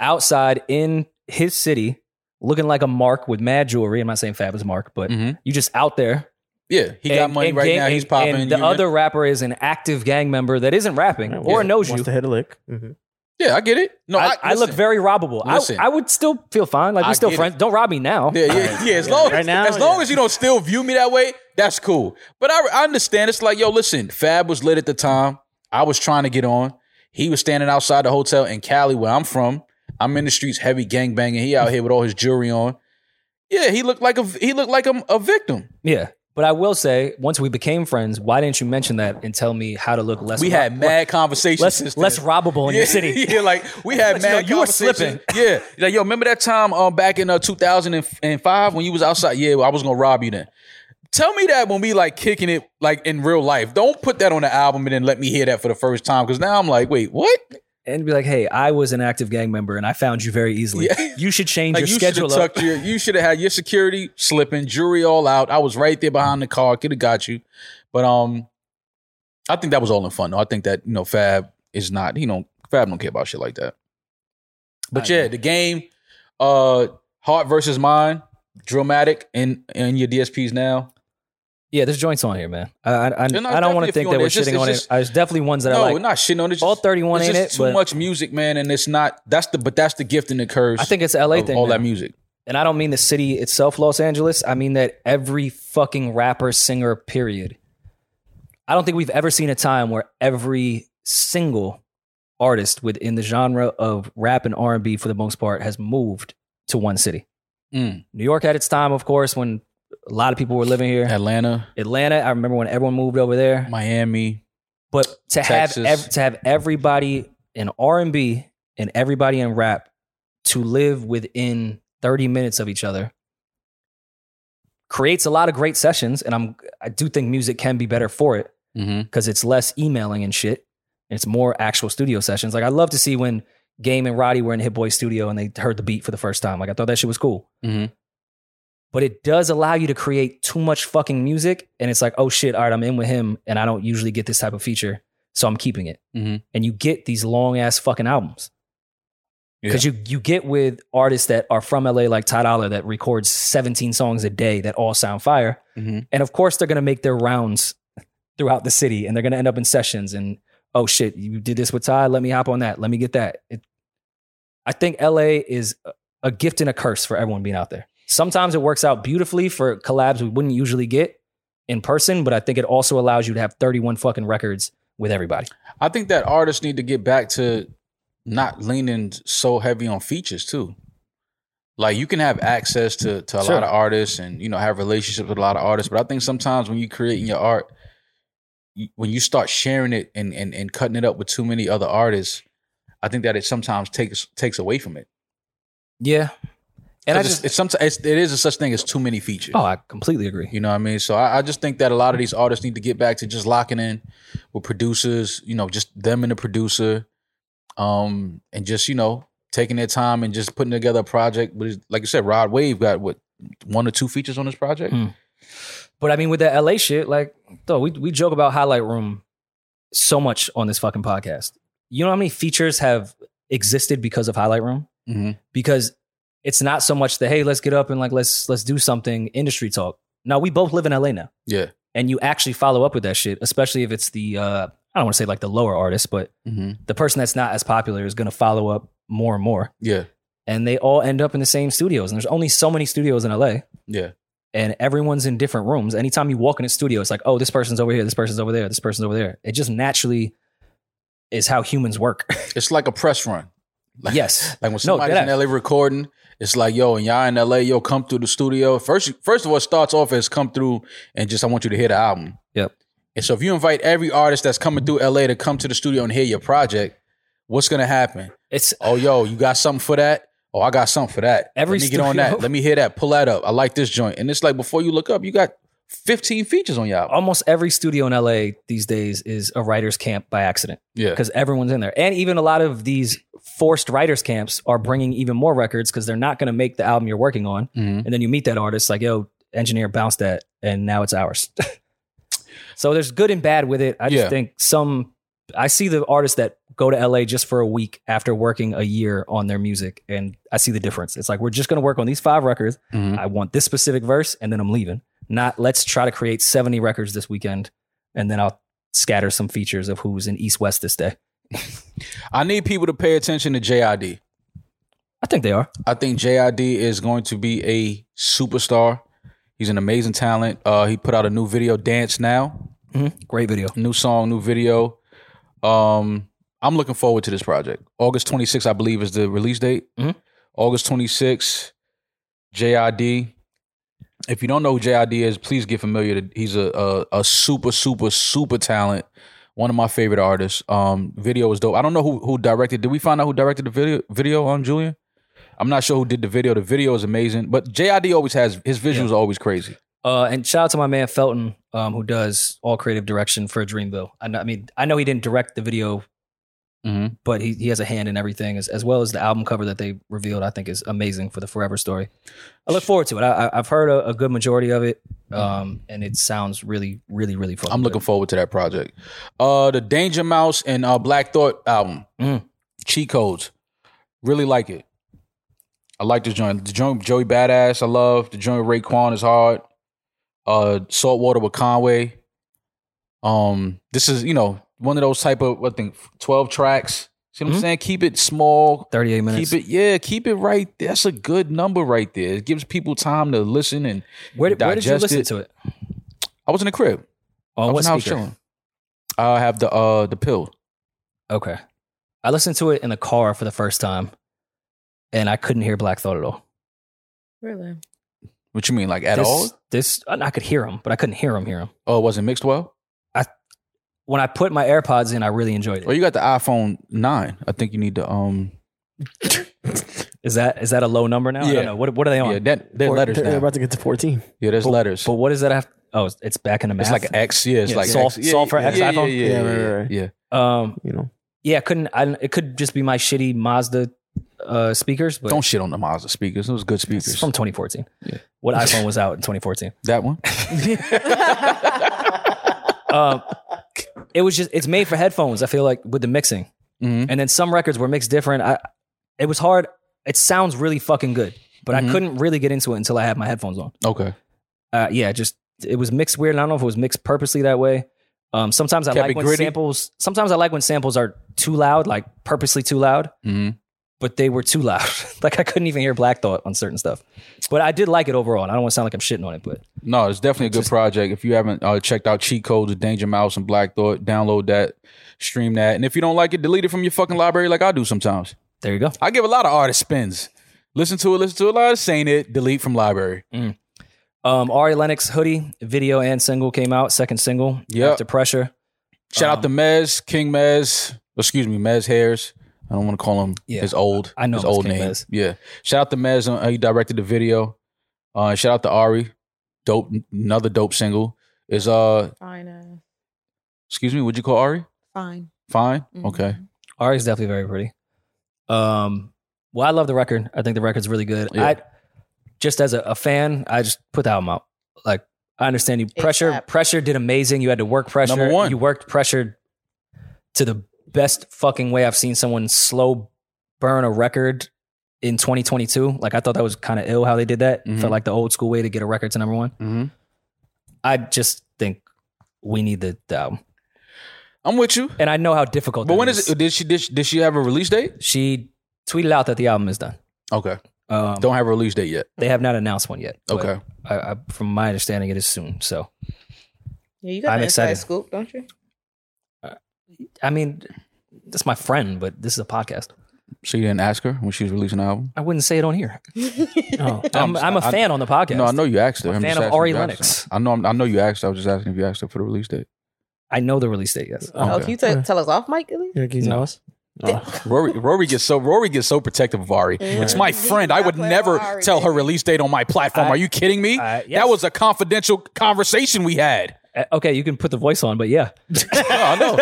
outside in his city, looking like a mark with mad jewelry. I'm not saying Fab is Mark, but
Mhm.
you just out there.
yeah, he got
and-
money
and
right
gang-
now. He's
and-
popping.
And the
You-
other rapper is an active gang member that isn't rapping
Right,
or
wants-
knows you.
Wants to hit a lick. Mhm.
yeah, I get it. No,
I, I, look
listen.
very robbable. I,
Listen.
I would still feel fine. Like we
I
still
get it.
friends. Don't rob me now.
Yeah, yeah, yeah. As long
Right
as,
now,
as long
Oh, yeah.
as you don't still view me that way, that's cool. But I, I understand. It's like, yo, listen, Fab was lit at the time. I was trying to get on. He was standing outside the hotel in Cali, where I'm from. I'm in the streets, heavy gang banging. He out here with all his jewelry on. Yeah, he looked like a he looked like a, a victim.
Yeah. But I will say, once we became friends, why didn't you mention that and tell me how to look less?
We had mad conversations.
Less,
since
less
then.
robbable in
yeah,
your city.
Yeah, like we had
Let you know,
mad.
you were
conversations. Yeah, like yo, remember that time um back in uh, 2005 when you was outside? Yeah, well, I was gonna rob you then. Tell me that when we like kicking it like in real life. Don't put that on the album and then let me hear that for the first time because now I'm like, wait, what?
And be like, hey, I was an active gang member and I found you very easily.
Yeah.
You should change
Like
your
you should have
schedule up.
tucked your, you should have had your security slipping, jewelry all out. I was right there behind the car, could have got you, but um, I think that was all in fun. Though. I think that you know Fab is not he don't Fab don't care about shit like that. But
I
yeah, the game, uh, heart versus mind, dramatic in in your DSPs now.
yeah, there's joints on here, man. I, I, I,
They're not
I don't want
definitely a
to
few
think that
on there.
we're
It's just-
shitting on
it's
it.
just-
I There's definitely ones that
no,
I
we're
like.
not shitting on it. It's
All
just,
31
it's
ain't
just
it,
too
but-
much music, man, and it's not. That's the but that's the gift and the curse.
I think it's LA
of
thing.
all
now.
that music.
and I don't mean the city itself, Los Angeles. I mean that every fucking rapper, singer, period. I don't think we've ever seen a time where every single artist within the genre of rap and R and B, for the most part, has moved to one city.
Mm.
New York had its time, of course, when a lot of people were living here.
Atlanta,
Atlanta, I remember when everyone moved over there.
Miami,
But to
Texas.
have ev- to have everybody in R and B and everybody in rap to live within thirty minutes of each other creates a lot of great sessions, and I'm I do think music can be better for it
hmm
because it's less emailing and shit. It's more actual studio sessions. Like I love to see when Game and Roddy were in Hit Boy studio and they heard the beat for the first time. Like I thought that shit was cool.
Mhm.
But it does allow you to create too much fucking music, and it's like, oh shit, all right, I'm in with him, and I don't usually get this type of feature, so I'm keeping it.
Mhm.
And you get these long ass fucking albums because you you get with artists that are from LA, like Ty Dolla, that records 17 songs a day that all sound fire,
Mhm.
and of course they're gonna make their rounds throughout the city, and they're gonna end up in sessions. And oh shit, you did this with Ty. Let me hop on that. Let me get that. It, I think LA is a- a gift and a curse for everyone being out there. Sometimes it works out beautifully for collabs we wouldn't usually get in person, but I think it also allows you to have 31 fucking records with everybody.
I think that artists need to get back to not leaning so heavy on features too. Like you can have access to to a
Sure.
lot of artists and you know have relationships with a lot of artists, but I think sometimes when you creating your art, you- when you start sharing it and and and cutting it up with too many other artists, I think that it sometimes takes takes away from it.
Yeah. And I
'Cause it's-
just,
it's sometimes it's, it is a such thing as too many features.
oh, I completely agree.
You know what I mean? So I, I just think that a lot of these artists need to get back to just locking in with producers, you know, just them and the producer, um, and just, you know, taking their time and just putting together a project. But it's- like you said, Rod Wave got what, one or two features on this project?
Mm. But I mean, with that LA shit, like, though, we, we joke about Highlight Room so much on this fucking podcast. You know how many features have existed because of Highlight Room?
hmm
Because it's not so much the hey, let's get up and like let's let's do something industry talk. No, we both live in LA now,
Yeah.
and you actually follow up with that shit, especially if it's the uh, I don't want to say like the lower artist, but
hmm
the person that's not as popular is going to follow up more and more,
Yeah.
and they all end up in the same studios. And there's only so many studios in LA
Yeah.
and everyone's in different rooms. Anytime you walk in a studio, it's like, oh, this person's over here, this person's over there, this person's over there. It just naturally is how humans work.
It's like a press run. Like,
yes.
Like when somebody's
dead
in
ass.
LA recording, it's like, yo, and y'all in LA, yo, come through the studio. First, first of all, it starts off as come through and just I want you to hear the album.
Yep.
And so if you invite every artist that's coming through LA to come to the studio and hear your project, what's gonna happen?
It's
Oh, yo, you got something for that? Oh, I got something for that.
Every
Let me get on
studio-
that. Let me hear that. Pull that up. I like this joint. And it's like before you look up, you got 15 features on your album.
almost every studio in LA these days is a writer's camp by accident
Yeah.
because everyone's in there. And even a lot of these forced writer's camps are bringing even more records because they're not going to make the album you're working on.
Mhm.
And then you meet that artist, like, yo, engineer bounced that, and now it's ours. so there's good and bad with it. I just
Yeah.
think some, I see the artists that go to LA just for a week after working a year on their music, and I see the difference. It's like, we're just going to work on these five records.
Mhm.
I want this specific verse, and then I'm leaving. Not let's try to create 70 records this weekend, and then I'll scatter some features of who's in East West this day.
I need people to pay attention to JID.
I think they are.
I think JID is going to be a superstar. He's an amazing talent. Uh, he put out a new video, Dance Now.
Mhm. Great video.
New song, new video. Um, I'm looking forward to this project. August 26th, I believe, is the release date. August 26th, JID. If you don't know who JID is, please get familiar. To, he's a, a a super super super talent. One of my favorite artists. Um, video is dope. I don't know who who directed. Did we find out who directed the video video on Julian? I'm not sure who did the video. The video is amazing, but JID always has his visuals are always crazy.
Uh, and shout out to my man Felton, um, who does all creative direction for Dreamville. I, know, I mean, I know he didn't direct the video,
Mhm.
but he, he has a hand in everything, as, as well as the album cover that they revealed. I think is amazing for the Forever Story. I look forward to it. I, I, I've heard a, a good majority of it, um, and it sounds really, really, really fun.
I'm looking forward to that project. Uh, the Danger Mouse and uh, Black Thought album, Cheat Codes. Really like it. I like this joint. The joint Joey Badass, I love. The joint with Raekwon is hard. Uh, Saltwater with Conway. Um, this is you know one of those type of what think twelve tracks. See what I'm saying? Keep it small.
38 minutes.
Keep it yeah. Keep it right. That's a good number right there. It gives people time to listen and
Where did, where did you
digest
listen
it.
to it?
I was in the crib.
On
I
what
was in the house
speaker?
chilling. I have the uh the pill.
Okay, I listened to it in the car for the first time, and I couldn't hear Black Thought at all.
Really?
What you mean, like at
this,
all?
This I could hear him, but I couldn't hear him. Hear him.
Oh, it wasn't mixed well.
When I put my AirPods in, I really enjoyed it.
Well, Oh, you got the iPhone nine. I think you need to um.
Is that is that a low number now? I
Yeah.
don't know. What what are they on?
Yeah, that they're
Four-
letters
they're, they're
now.
about to get to 14.
yeah, there's letters.
But what does that have? Oh, it's- it's back in the math.
it's like an X. Yeah, it's
Yeah,
like
sol-
X. Yeah,
sol for
yeah,
X
yeah,
iPhone?
Yeah, yeah,
Yeah,
yeah,
right,
yeah,
right, right.
yeah.
um,
You know,
yeah, I couldn't. I, it could just be my shitty Mazda uh, speakers, but
Don't shit on the Mazda speakers. Those good
it's
speakers.
from 2014.
Yeah.
What iPhone was out in 2014?
that one.
Um, it was just it's made for headphones. I feel like with the mixing,
hmm
and then some records were mixed different. I it was hard. It sounds really fucking good, but
Mhm.
I couldn't really get into it until I had my headphones on.
Okay.
uh, yeah, just it was mixed weird. And I don't know if it was mixed purposely that way. Um, sometimes I
Kept it
like when
gritty?
samples. Sometimes I like when samples are too loud, like purposely too loud.
hmm
But they were too loud. like I couldn't even hear Black Thought on certain stuff. But I did like it overall. And I don't want to sound like I'm shitting on it, but
No, it's definitely a good
Just-
project. If you haven't uh, checked out Cheat Codes, of Danger Mouse, and Black Thought, download that, stream that, and if you don't like it, delete it from your fucking library, like I do sometimes.
there you go.
I give a lot of artist spins. Listen to it, listen to it, a lot of saying it, delete from library.
Um, Ari Lennox hoodie video and single came out. Second single
Yep.
after pressure.
Shout out
Um,
to Mez, King Mez, excuse me, Mez Harris. I don't want to call him
Yeah,
his old
I know
his
him as
old
King
name.
Mez.
Yeah. Shout out to Mez, uh, he directed the video. Uh, shout out to Ari, dope, another dope single. Is uh,
Fine. Uh,
excuse me, would you call Ari?
fine.
Fine,
Mm-hmm.
Mhm.
okay.
Ari's definitely very pretty. Um, well, I love the record. I think the record's really good.
Yeah.
I just as a, a fan, I just put the album out. Like I understand you pressure
slapped.
pressure did amazing. You had to work pressure.
Number one.
You worked pressure to the best fucking way I've seen someone slow burn a record in 2022. Like I thought that was kind of ill how they did that.
Mhm.
Felt like the old school way to get a record to number one.
Mm-hmm.
I just think we need the, the album,
I'm with you.
and I know how difficult.
But
that
when is it? Did she did she, did she have a release date?
She tweeted out that the album is done.
Okay,
Um,
don't have a release date yet.
They have not announced one yet. but
Okay,
I, I, from my understanding, it is soon. So,
Yeah, you got
I'm
the inside
excited.
scoop, don't you?
I mean, that's my friend, but this is a podcast.
so you didn't ask her when she was releasing the album?
I wouldn't say it on here.
oh,
I'm, I'm a
I-
fan on the podcast.
No, I know you asked her.
I'm a
I'm
fan
just
of
asking
Ari
if you asked
Lennox.
her. I know. I'm- I know you asked. her. I was just asking if you asked her for the release date.
I know the release date. Yes.
Oh,
Okay.
can you t-
Okay.
tell us off, Mike? At least?
you're accusing
No.
us? Oh.
Rory, Rory gets so Rory gets so protective of Ari. It's my
He
friend. I would
not play
never
with Ari,
tell her
baby.
release date on my platform.
I-
Are you kidding me?
I- Uh, yes.
That was a confidential conversation we had.
Uh, Okay, you can put the voice on, but yeah,
No, I know.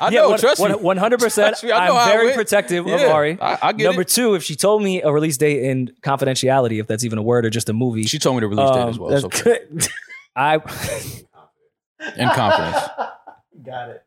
I
yeah,
know. trust me.
one hundred percent.
Trust me, I know
I'm
how it
very
went.
protective of
Yeah,
Ari.
I, I get
Number
it.
two, if she told me a release date in confidentiality, if that's even a word or just a movie,
She told me the release
Um,
date as well. It's okay.
I
In confidence.
Got it.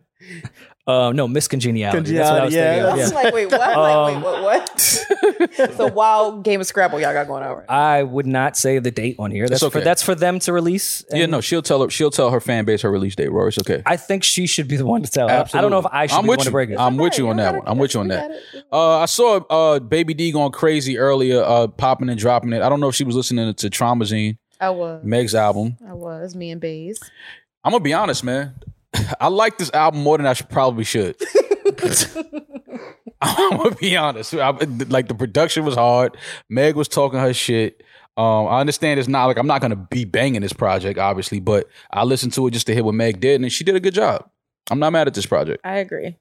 uh, no miscongeniality. That's what I was
Congeniality, yeah,
thinking of,
that's-
yeah.
I'm like, wait, what? I'm like, wait, what? What?
Um,
it's a wild game of Scrabble y'all got going on right now.
I would not say the date on here. That's,
That's
for
okay.
that's for them to release.
Yeah,
and
no. She'll tell her. She'll tell her fan base her release date. Rory, it's okay.
I think she should be the one to tell. I- I don't know if I should
I'm
be the
with
one
you.
to break it.
I'm with you on that one. I'm with you on that. Uh, I saw uh, Baby D going crazy earlier, uh, popping and dropping it. I don't know if she was listening to Traumazine,
I was.
Meg's album.
I was. Me and Bays.
I'm gonna be honest, man. I like this album more than I should, probably should. I'm gonna be honest. I- like the production was hard. Meg was talking her shit. Um, I understand it's not like I'm not gonna be banging this project, obviously, but I listened to it just to hear what Meg did, and she did a good job. I'm not mad at this project.
I agree.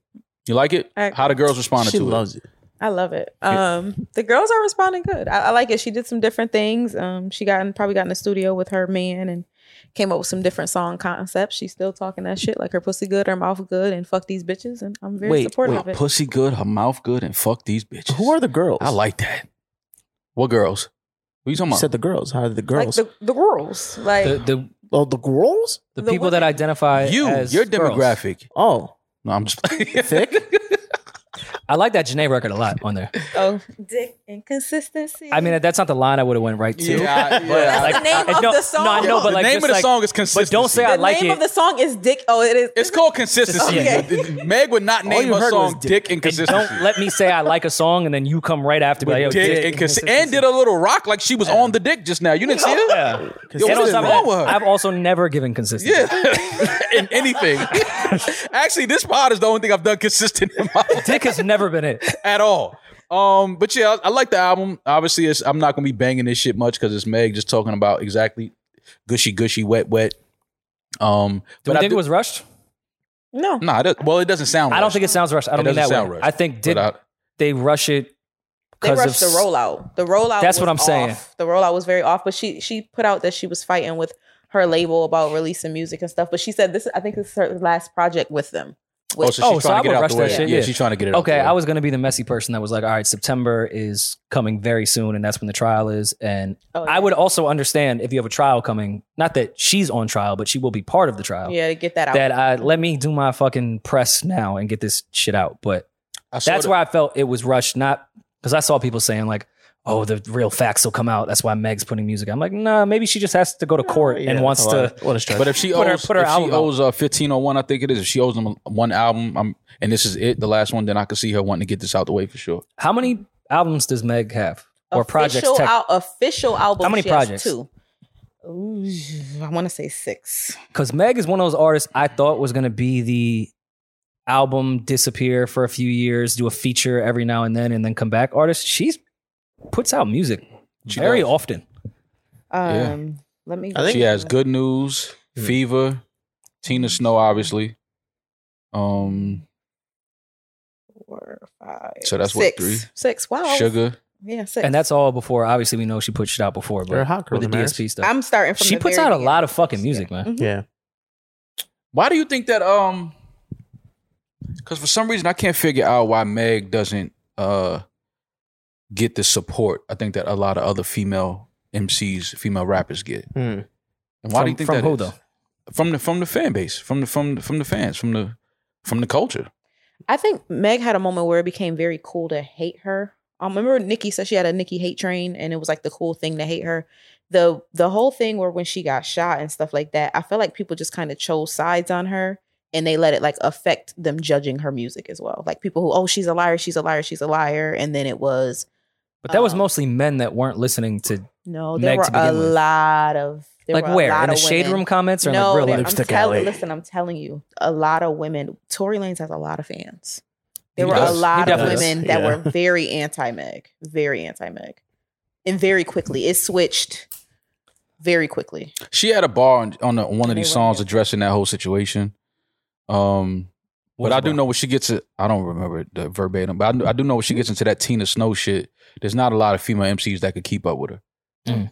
You like it?
I-
How the girls responded
She
to
loves it.
I love it. Um, the girls are responding good. I, I like it. She did some different things. Um, she got in, probably got in the studio with her man and came up with some different song concepts. She's still talking that shit like her pussy good, her mouth good, and fuck these bitches. And I'm very
Wait,
supportive
Wait,
of it.
pussy good, her mouth good, and fuck these bitches.
Who are the girls?
I like that. What girls? What you talking
You
about?
said the girls. How are the
like
girls?
the, the girls, like
The the,
oh, the girls?
the
The
people that
women-
identify
you,
as
your
girls.
demographic.
Oh,
No, I'm just
thick.
I like that Janae record a lot on there.
oh,
Dick inconsistency.
I mean, that's not the line I would have went right to.
Yeah,
but
yeah.
That's the name
I-
of
no,
the song.
No, I know, but
the
like,
name of
just
the
like-
song is consistency.
don't say I
the
like
name
it.
of the song is Dick. Oh, it is.
It's called consistency.
Okay.
Meg would not name
you
her
heard was
song
dick.
"Dick
And
Inconsistency."
don't let me say I like a song and then you come right after me. Like,
With
yo,
dick
dick.
inconsi- and did a little rock like she was on the dick just now. You didn't see her?
Yeah.
Yo,
And
what
on
is
top of
wrong
that,
with her?
I've also never given consistency.
Yeah, in anything. Actually, this pod is the only thing I've done consistent in my life
Dick has never been it.
at all. Um, but yeah, I, I like the album. Obviously, it's, I'm not gonna be banging this shit much because it's Meg just talking about exactly gushy, gushy, wet, wet. Um,
Do
but
you
I
think it
do-
was rushed?
no.
Nah, it does- well, it doesn't sound.
I don't
rushed,
think it sounds rushed. I don't mean that
doesn't sound
way.
rushed,
I think did
but I-
they rush it
They
because of
rushed the rollout. The rollout.
That's what
was
I'm saying.
off. The rollout was very off, but she she put out that she was fighting with her label about releasing music and stuff. But she said this. I think this is her last project with them.
Oh,
Which,
so she's
Oh, so I
trying to
would
get it out
rush
the
that
way.
shit,
yeah.
yeah.
she's trying to get it. out
Okay,
the way.
I was going to be the messy person that was like, all right, September is coming very soon, and that's when the trial is. And
oh,
I would also understand if you have a trial coming, not that she's on trial, but she will be part of the trial.
yeah to get that out.
That I, let me do my fucking press now and get this shit out. But
I saw
that's
the-
where I felt it was rushed, not because I saw people saying, like, oh, the real facts will come out. That's why Meg's putting music. out." I'm like, nah, maybe she just has to go to court
Yeah,
and wants
that's
to.
a lot. What a stretch.
But if she
Put her-
owes,
put her
if she
album out.
owes uh, fifteen oh one, I think it is. If she owes them one album, i and this is it, the last one, then I could see her wanting to get this out the way for sure.
How many albums does Meg have? Or projects?
Official,
tech-
al- official album.
How many
she has
projects?
Two. Ooh, I want to say six.
Because Meg is one of those artists I thought was going to be the album disappear for a few years, do a feature every now and then, and then come back artist. She's puts out music
She
very
does.
often.
Um,
Yeah.
let me.
I think-
She has good news,
Hmm.
fever, Tina Snow, obviously. Um,
Four, five.
So that's what,
six.
three?
Six.
Oh,
Wow.
sugar.
Yeah, six.
And that's all before. Obviously, we know she put shit out before,
They're
but
hot girl
with the
that matters.
DSP stuff.
I'm starting from.
she
the
puts
very
out a lot
beginning.
of fucking music, man.
Mhm.
yeah,
Why do you think that? Um, because for some reason I can't figure out why Meg doesn't uh get the support. I think that a lot of other female MCs, female rappers get.
Hmm.
And why
From-
do you think
from
that
who,
is?
though?
From the from the fan base, from the from the, from the fans, from the from the culture.
I think Meg had a moment where it became very cool to hate her. Um, remember Nikki said she had a Nikki hate train, and it was like the cool thing to hate her. the The whole thing where when she got shot and stuff like that, I feel like people just kind of chose sides on her, and they let it like affect them judging her music as well. Like people who, oh, she's a liar, she's a liar, she's a liar, and then it was
But that was
Um,
mostly men that weren't listening to
no, there
Meg to
were a
begin with.
lot of there
like
were a
where
lot
in the
of
shade
women.
room comments or
No,
in like
there-
real
I'm
life.
Lipstick
telling.
alley.
Listen, I'm telling you, a lot of women. Tory Lanez has a lot of fans. There
He
were
does.
a
He
lot of
definitely
does.
women that
Yeah.
were very anti Meg, very anti Meg, and very quickly it switched. Very quickly,
She had a bar on, on the, one of
They
these
were,
songs
yeah.
addressing that whole situation. Um, but I do know when she gets it. I don't remember the verbatim, but I, do- I do know when she gets into that Tina Snow shit. There's not a lot of female MCs that could keep up with her.
Mm.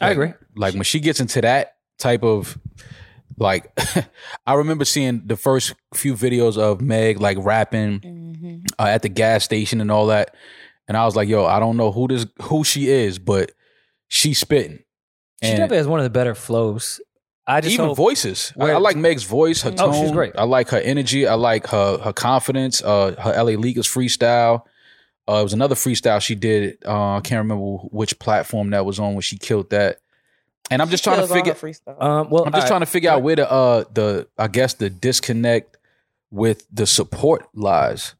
I agree.
Like when she gets into that type of like, I remember seeing the first few videos of Meg like rapping
Mm-hmm.
uh, at the gas station and all that, and I was like, yo, I don't know who this who she is, but she's spitting.
She
And-
definitely has one of the better flows. I just
even
hope-
voices. I,
Where-
I like Meg's voice, her tone.
Oh, she's great.
I like her energy. I like her her confidence. Uh, her LA Leaguers freestyle. Uh, it was another freestyle she did. Uh, I can't remember which platform that was on when she killed that. And I'm just trying to figure.
Um, well,
I'm just trying to figure out where the uh the I guess the disconnect with the support lies.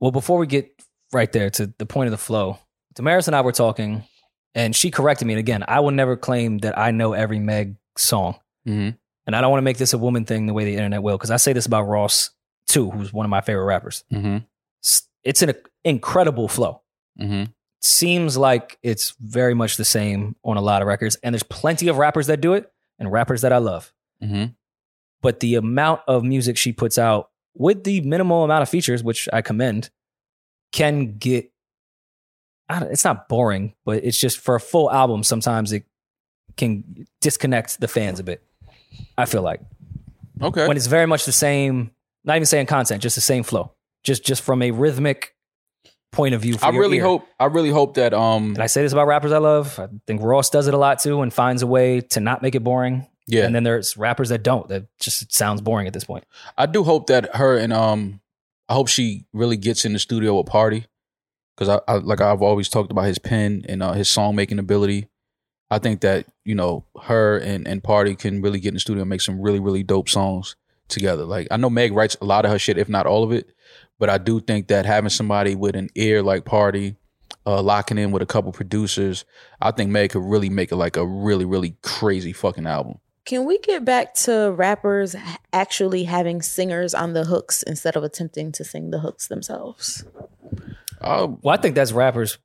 Well, before we get right there to the point of the flow, Damaris and I were talking, and she corrected me. And again, I will never claim that I know every Meg song.
Mm-hmm.
And I don't want to make this a woman thing the way the internet will, because I say this about Ross two, who's one of my favorite rappers.
Mhm.
S- It's an incredible flow.
Mhm.
Seems like it's very much the same on a lot of records, and there's plenty of rappers that do it, and rappers that I love.
Mhm.
But the amount of music she puts out with the minimal amount of features, which I commend, can get. I don't, it's not boring, but it's just for a full album. Sometimes it can disconnect the fans a bit. I feel like
Okay.
when it's very much the same not even saying content just the same flow just just from a rhythmic point of view for
I
your
really
ear.
hope. I really hope that. Um.
did i say this about rappers i love i think ross does it a lot too and finds a way to not make it boring
Yeah.
and then there's rappers that don't that just sounds boring at this point
I do hope that her and um, I hope she really gets in the studio with Party, because I, I like I've always talked about his pen and uh, his song making ability. I think that you know her and and Party can really get in the studio and make some really really dope songs together. Like I know Meg writes a lot of her shit, if not all of it, but I do think that having somebody with an ear like Party. Uh, locking in with a couple producers, I think Meg could really make it like a really, really crazy fucking album.
Can we get back to rappers h- actually having singers on the hooks instead of attempting to sing the hooks themselves?
Uh,
well i think that's rappers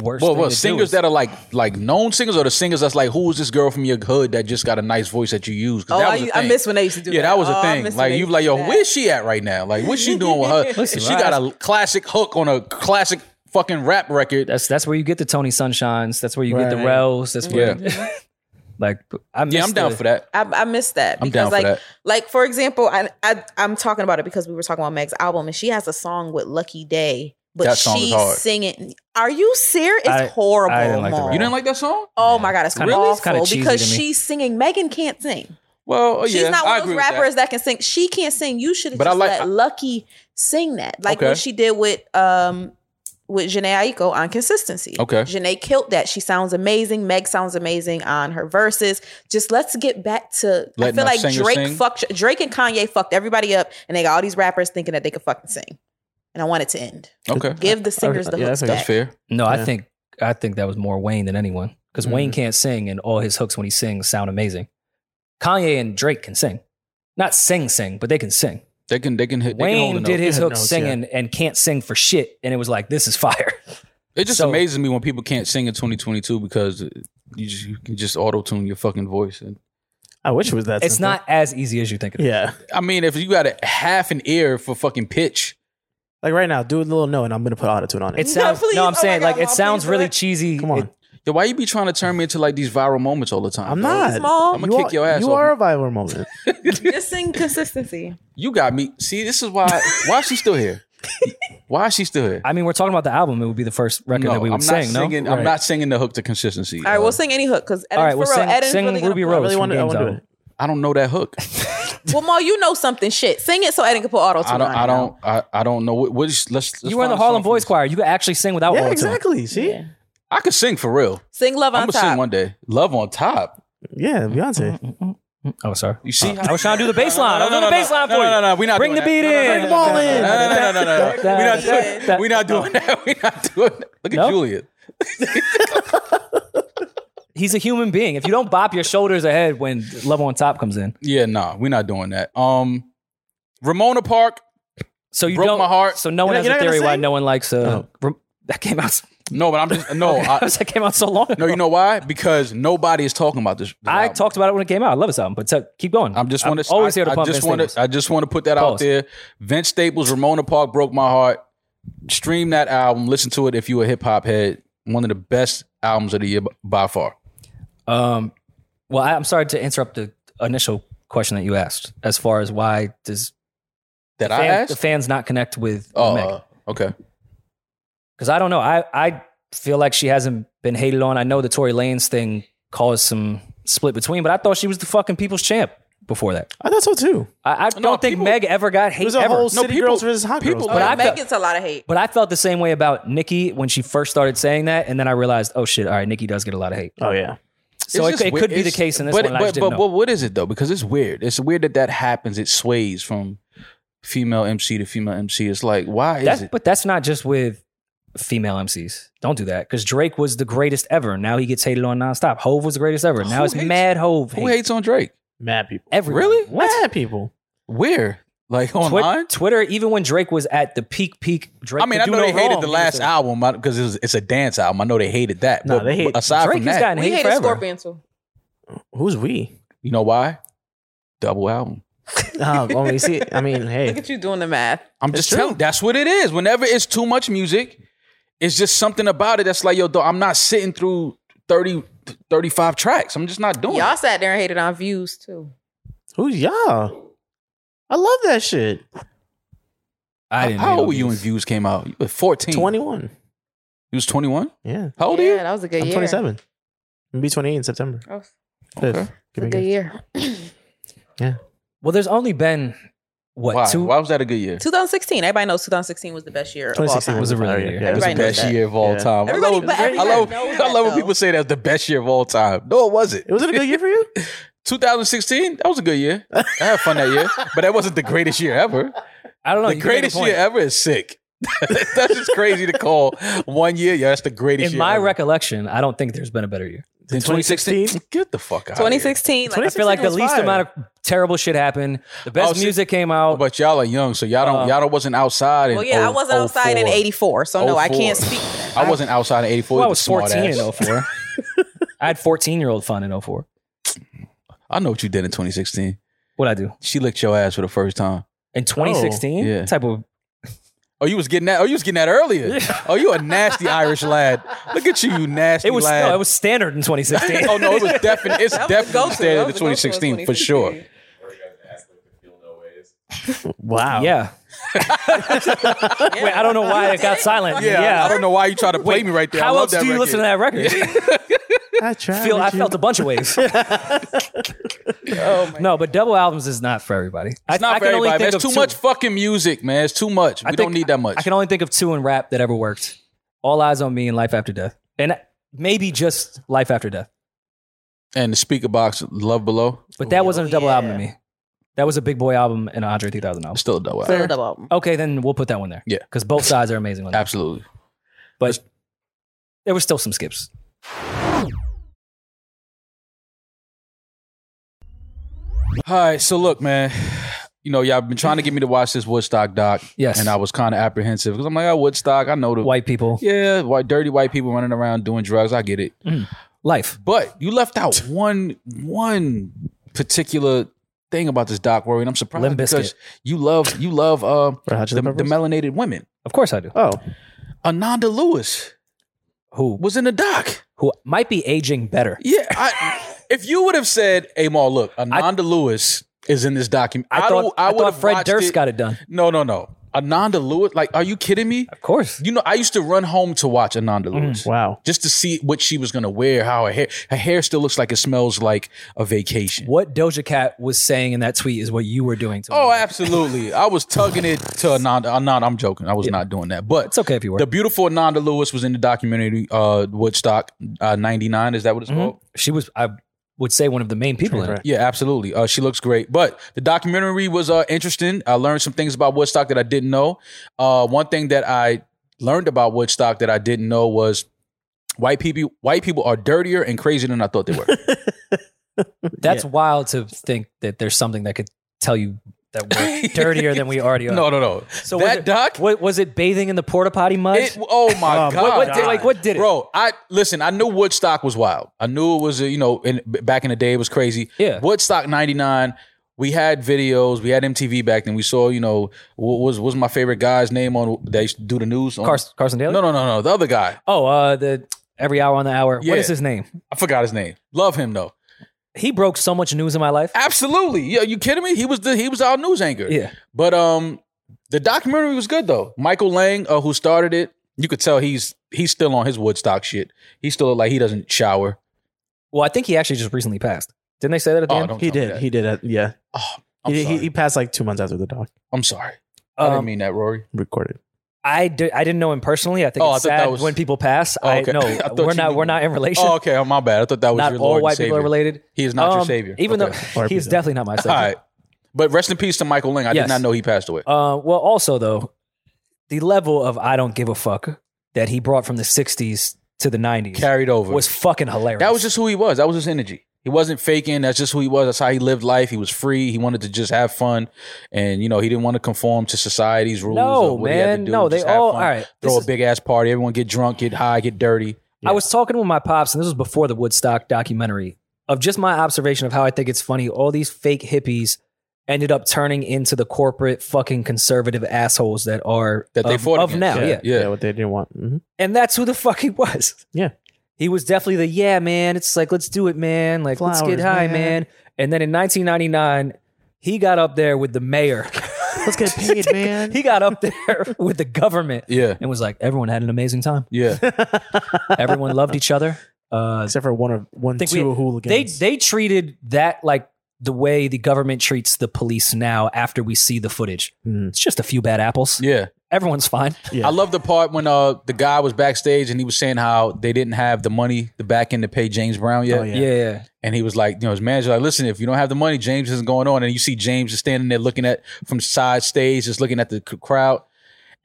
worst
Well,
thing
well,
to do
singers
is-
that are like like known singers or the singers that's like, who is this girl from your hood that just got a nice voice that you use?
Oh,
'Cause that was a thing.
when they used to do Oh,
yeah, that was a thing. Like you like, yo, where's she at right now? Like, what's she doing with her?
Listen,
she
right.
got a classic hook on a classic fucking rap record.
that's that's where you get the tony sunshines that's where you get the
Right.
rels that's where like i
Yeah, I'm
miss
down
the-
for that.
I, I missed that
I'm
because
down for
like
that.
like for example, I, I I'm talking about it because we were talking about Meg's album and she has a song with Lucky Day, but
That song is
she's
hard.
singing. Are you serious? It's
I-
horrible.
I didn't like the
Maul.
rap.
You didn't like that song?
Oh my god, it's
It's kinda-
awful
it's kinda cheesy
because
to me.
she's singing. Megan can't sing.
Well, oh,
She's
yeah,
not
I
one of
agree
those
with that.
rappers that. can sing. She can't sing. You should have
But I
just
like-
let Lucky sing that, like
Okay.
what she did with um with Janae Aiko on Consistency.
Okay.
Janae killed that. She sounds amazing. Meg sounds amazing on her verses. Just let's get back to.
Letting
I
our
feel like
singers
Drake
sing.
fucked Drake and Kanye fucked everybody up, and they got all these rappers thinking that they could fucking sing. And I want it to end.
Okay,
Give the singers the
yeah,
hooks
that's
that's
back.
fair.
No, I
Yeah. Mm.
think I think that was more Wayne than anyone because Wayne can't sing, and all his hooks when he sings sound amazing. Kanye and Drake can sing, not sing sing, but they can sing.
They can they can hit. they can hold a
Wayne
note.
did his
They
hook
hit notes,
singing and can't sing for shit, and it was like this is fire.
It just
So-
amazes me when people can't sing in 2022 because you just you can just auto tune your fucking voice. And
I wish it was that.
it's
simple.
not as easy as you think it is.
Yeah.
I mean, if you got a half an ear for fucking pitch,
Like right now, do a little note, and I'm gonna put autotune on it.
It sounds
please.
no,
Oh
I'm
my
saying
God,
like it
Mom,
sounds
please,
really
what?
cheesy.
Come on.
It-
Yo, why you be trying to turn me into like these viral moments all the time?
I'm
bro?
not.
Small.
I'ma kick
are,
your ass
You
off.
are a viral moment.
Oh,
Just sing consistency.
You got me. See, this is why. Why is she still here? Why is she still here?
I mean, we're talking about the album. It would be the first record that we would
I'm
sing.
not singing.
no,
I'm not singing the hook to consistency.
All right,
Uh,
we'll sing any hook because
All right,
for
we'll
real,
sing,
Eden's
sing
really gonna
Ruby
play.
Rose.
I really
from
want to. I
Game's
want to do
album.
it.
I don't know that hook.
Well, Ma, you know something. Shit, sing it so Eden can put auto tune.
I don't. I don't. I, I don't know. What, what is, let's, let's
You were in
find
the
a
Harlem
song for
Boys
this.
Choir. You could actually sing without
Yeah,
autotune.
exactly. See, yeah,
Yeah.
I could sing for real.
Sing love on
I'm gonna
top.
sing one day. Love on top.
Beyonce.
Oh, sorry.
You see?
I was trying to do the bass line. I was
No,
doing
no,
the
no,
bass line
no,
for
no,
you.
No, no, no. We're not
Bring the beat
doing that.
in.
No, no, no,
Bring the ball
no,
in.
No, no, no, no, no, no. We're not doing. We're not doing that. We're not doing. that. Look at
Nope.
Juliet.
He's a human being. If you don't bop your shoulders ahead when Love on Top comes in,
Yeah, nah, we're not doing that. Um, Ramona Park.
so you
Broke
don't.
my heart.
So no one
You're
has a
not- you're not
theory
gonna
why
sing?
no one likes. Uh, rem- that came out.
No, but I'm just no. I,
that came out so long.
no, you know why? Because nobody is talking about this. this
I
album.
talked about it when it came out. I love this album, but t- keep going.
I'm just want to
always here to
I
pump
just
Vince
want to.
Staples.
I just want to put that out
Pause.
there. Vince Staples, Ramona Park broke my heart. Stream that album. Listen to it if you a hip hop head. One of the best albums of the year b- by far.
Um, well, I, I'm sorry to interrupt the initial question that you asked as far as why does
That I
fan, the
asked.
fans not connect with
Oh,
Meg?
uh, okay.
because I don't know. I I feel like she hasn't been hated on. I know the Tory Lanez thing caused some split between, but I thought she was the fucking people's champ before that.
I thought so too.
I, I
No,
don't think
people-
Meg ever got
It
hate
was a
ever.
whole
No,
city
people-
girls versus hot
people-
girls.
but I
Meg
felt-
gets a lot of hate.
but I felt the same way about Nikki when she first started saying that, and then I realized, oh shit, all right, Nikki does get a lot of hate.
oh yeah.
So
It's
it,
just
it
weird.
could be the
It's-
case in this
but,
one. I
But,
just
but,
didn't know.
but what is it though? Because it's weird. It's weird that that happens. It sways from female MC to female MC. It's like why is
That's-
it?
but that's not just with female MCs. Don't do that because Drake was the greatest ever. Now he gets hated on nonstop. Hove was the greatest ever. Now
Who
it's
hates-
Mad Hove.
Who
hate.
hates on Drake?
Mad people.
Everyone.
Really?
Mad people.
Where? Like
Twi-
online?
Twitter, even when Drake was at the peak, peak Drake.
I mean, I
could
know
do
they
no
hated
wrong.
the last album because it was, it's a dance album. I know they hated that.
Nah,
but
they hate-
aside
Drake
from
has
that,
gotten
We
hate
hated
forever.
Scorpion too.
Who's we?
you know why? Double album.
Um, well, you see, I mean,
Look
hey,
at you doing the math.
I'm
It's
just telling.
true.
That's what it is. Whenever it's too much music, it's just something about it that's like, yo, dog, I'm not sitting through 30, 35 tracks. I'm just not doing
Y'all
it.
sat there and hated on views too.
who's y'all? I love that shit.
I didn't.
How
hate
old
on
were you when
these.
Views came out? You were 14.
21.
You was 21?
Yeah.
How old are
yeah,
you?
that was a good
I'm
year.
27. I'm gonna be 28 in September.
That was
Fifth.
Okay.
Give
a
me
good year.
Well, there's only been what
Why?
two?
Why was that a good year?
2016. Everybody knows 2016 was the best year. Of all
2016
time.
was a really
fire
good year.
Yeah,
It was
Everybody
the
knows
best
that.
year of all
Yeah.
time. I
Everybody-
love,
but
I
everybody
love,
knows
I
that,
love when
though.
people say that was the best year of all time. No, it wasn't.
It was it a good year for you?
2016, that was a good year. I had fun that year, but that wasn't the greatest year ever.
I don't know.
the
you make a
greatest
point.
year ever is sick. that's just crazy to call one year. Yeah, that's the
In
greatest year.
my
ever.
recollection, I don't think there's been a better year.
in 2016, get the fuck out. 2016.
2016. Like,
I feel like the least
fire.
amount of terrible shit happened. The best
Oh, see-
music came out.
But y'all are young, so y'all don't.
Uh,
y'all wasn't outside. In
well, yeah, I wasn't
04.
outside in '84, so no, I
04.
can't speak. for that.
I wasn't outside in 84.
Well, I
you
was
smart
14
ass.
in 04. I had 14 year old fun in 04.
I know what you did in 2016.
What'd I do?
She licked your ass for the first time.
In 2016?
Oh, yeah.
Type of
Oh, you was getting that. Oh, you was getting that earlier. Oh, you a nasty Irish lad. Look at you, you nasty
it was
lad.
no, it was standard in 2016.
oh no, it was definitely it's
That was the
definitely
go-to. That
standard to
was the go-to in
2016 for sure.
2016.
Wow.
Yeah. Wait, I don't know why it got silent.
Yeah,
Yeah.
I- I don't know why you try to play
Wait,
me right there.
How
I love
else
that
do you
record. Oh,
listen to that record?
I tried.
feel I
with you.
felt a bunch of ways. no, but double albums is not for everybody. It's
It's not
I
for
can only
everybody.
think
That's
of
too
two.
much fucking music, man. It's too much.
I
We don't
think
need that much.
I can only think of two in rap that ever worked. All Eyes on Me and Life After Death, and maybe just Life After Death.
and the speaker box, Love Below,
But that wasn't a double
yeah.
album to me. That was a Big Boy album and an Andre 3000 album.
it's still a double.
Fill
album.
it up.
Okay, then we'll put that one there.
Yeah.
because both sides are amazing on that.
Absolutely.
But there were still some skips.
All right, so look, man. You know, y'all been trying to get me to watch this Woodstock doc.
Yes.
And I was kind of apprehensive because I'm like, oh, Woodstock, I know the
White people,
Yeah, white, dirty white people running around doing drugs. I get it.
life.
But you left out one one particular thing about this doc Rory, and I'm surprised
Limp
because
Bizkit.
you love you love uh,
Red Hot
the,
Chili
the
Peppers?
melanated women.
Of course, I do.
Oh,
Ananda Lewis
Who
was in the doc.
who might be aging better?
Yeah, I, if you would have said, "Hey, Ma, look, Ananda Lewis is in this document,"
I,
don't-
thought I,
would
thought
have
Fred
watched
Durst
it.
got it done.
No, no, no. Ananda Lewis, like, are you kidding me?
Of course.
You know, I used to run home to watch
Mm.
Ananda
Hmm.
Lewis.
wow.
Just to see what she was gonna wear, how her hair her hair still looks like it smells like a vacation.
What Doja Cat was saying in that tweet is what you were doing to
Oh,
me.
absolutely. I was tugging it to Ananda. Ananda, I'm joking. I was not doing that. But
It's okay if you were.
the beautiful Ananda Lewis was in the documentary uh, Woodstock uh, 99. Is that what it's called?
she was, I would say, one of the main people in it.
Yeah, absolutely. Uh, she looks great. But the documentary was uh, interesting. I learned some things about Woodstock that I didn't know. Uh, one thing that I learned about Woodstock that I didn't know was white people white people are dirtier and crazier than I thought they were.
That's wild to think that there's something that could tell you that we're dirtier than we already are.
no, no, no.
So was
that
it-
doc
What was it? Bathing in the porta potty mud?
It, oh my
Oh my
god!
What- what did- like, what did it?
bro? I listen. I knew Woodstock was wild. I knew it was uh, you know in, b- back in the day it was crazy.
Yeah.
Woodstock '99. We had videos. We had MTV back then. We saw you know what was what was my favorite guy's name on that used to do the news. On,
Carson, Carson Daly.
No, no, no, no. The other guy.
Oh, uh, the every hour on the hour.
Yeah.
What is his name?
I forgot his name. Love him though.
He broke so much news in my life.
Absolutely. Yeah. You kidding me? He was the he was our news anchor.
Yeah.
But um, the documentary was good though. Michael Lang, uh, who started it, you could tell he's he's still on his Woodstock shit. He's still like he doesn't shower.
Well, I think he actually just recently passed. Didn't they say that at the
Oh,
end?
don't
He
tell me
did.
that.
He did. it. yeah.
Oh, I'm
He,
sorry.
he, he passed like two months after the doc
I'm sorry. I
Um,
didn't mean that, Rory.
recorded.
I, di- I didn't know him personally. I think
Oh,
it's
I thought that
sad
was-
when people pass.
Oh, okay.
I know
I thought
we're
you
not
knew
we're
him.
not in relation.
Oh, okay. Oh, my bad. I thought that was
not
your
all
Lord
white
and Savior.
people are related.
He is not your
Um,
savior.
Even
Okay.
though
Or
he's
people.
definitely not my
all
savior.
right. But rest in peace to Michael Lang. I
Yes.
did not know he passed away.
Uh, well, also though, the level of I don't give a fuck that he brought from the '60s to the '90s
Carried over.
was fucking hilarious.
that was just who he was. That was his energy. He He wasn't faking. That's just who he was. That's how he lived life. He was free. He wanted to just have fun, and you know he didn't want to conform to society's rules.
No,
of what he had to
man.
do.
No, they
Just have
all-
fun.
all right.
Throw
This
a big ass party. Everyone get drunk, get high, get dirty.
I was talking with my pops, and this was before the Woodstock documentary, of just my observation of how I think it's funny all these fake hippies ended up turning into the corporate fucking conservative assholes that are
That they
of,
fought
of
against.
now. Yeah.
Yeah.
what they didn't want. Mhm.
And that's who the fuck he was.
Yeah.
He was definitely the yeah, man. It's like, let's do it, man. Like, let's get
Flowers,
high, man.
man.
And then in 1999, he got up there with the mayor.
Let's get paid, man.
he got up there with the government
Yeah,
and was like, everyone had an amazing time.
yeah.
Everyone loved each other. Uh,
Except for one of one
think
two
we-
hooligans.
They they treated that like the way the government treats the police now after we see the footage.
Mhm.
It's just a few bad apples.
Yeah.
Everyone's fine.
Yeah.
I love the part when uh the guy was backstage and he was saying how they didn't have the money, the back end to pay James Brown yet.
Oh, yeah.
yeah.
And he was like, you know, his manager like, listen, if you don't have the money, James isn't going on. And you see James is standing there looking at from side stage, just looking at the c- crowd.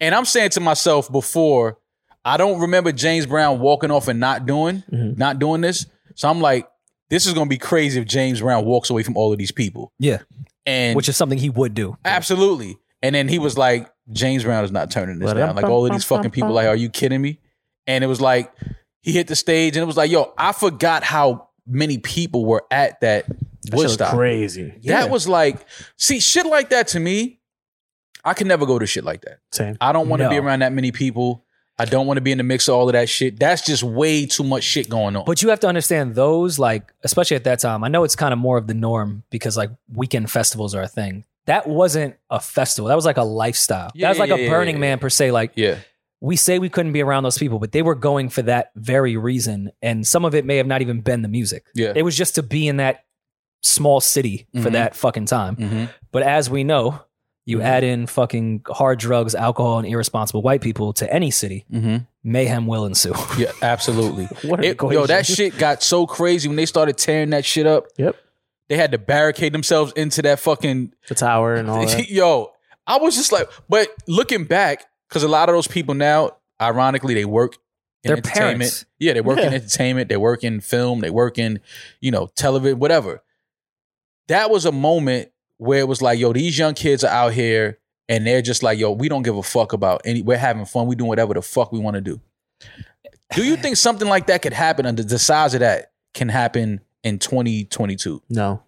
And I'm saying to myself before, I don't remember James Brown walking off and not doing,
Mhm.
not doing this. So I'm like, this is gonna be crazy if James Brown walks away from all of these people.
Yeah.
And
Which is something he would do.
Absolutely. And then he was like, James Brown is not turning this down. Like all of these fucking people, like, are you kidding me? And it was like he hit the stage and it was like, yo, I forgot how many people were at that
That shit was
Woodstock.
crazy.
That was like, see, shit like that to me, I can never go to shit like that.
Same.
I don't want to be
No.
around that many people. I don't want to be in the mix of all of that shit. That's just way too much shit going on.
But you have to understand those, like, especially at that time. I know it's kind of more of the norm because like weekend festivals are a thing. That wasn't a festival. That was like a lifestyle.
Yeah,
that was like
yeah,
a
yeah,
Burning
yeah,
Man per se. Like
yeah.
we say we couldn't be around those people, but they were going for that very reason. And some of it may have not even been the music.
Yeah.
It was just to be in that small city for
Mhm.
that fucking time.
Mhm.
But as we know, you
Mm-hmm.
add in fucking hard drugs, alcohol, and irresponsible white people to any city,
Mhm.
mayhem will ensue.
Yeah, absolutely.
What an
It- yo,
equation.
that shit got so crazy when they started tearing that shit up.
Yep.
They had to barricade themselves into that fucking.
The tower and all that.
yo, I was just like, but looking back, because a lot of those people now, ironically, they work in
They're
entertainment.
parents.
Yeah, they work in
Yeah.
entertainment. They work in film. They work in, you know, television, whatever. That was a moment where it was like, yo, these young kids are out here and they're just like, yo, we don't give a fuck about any. We're having fun. We doing whatever the fuck we want to do. Do you think something like that could happen under the size of that can happen in 2022?
No.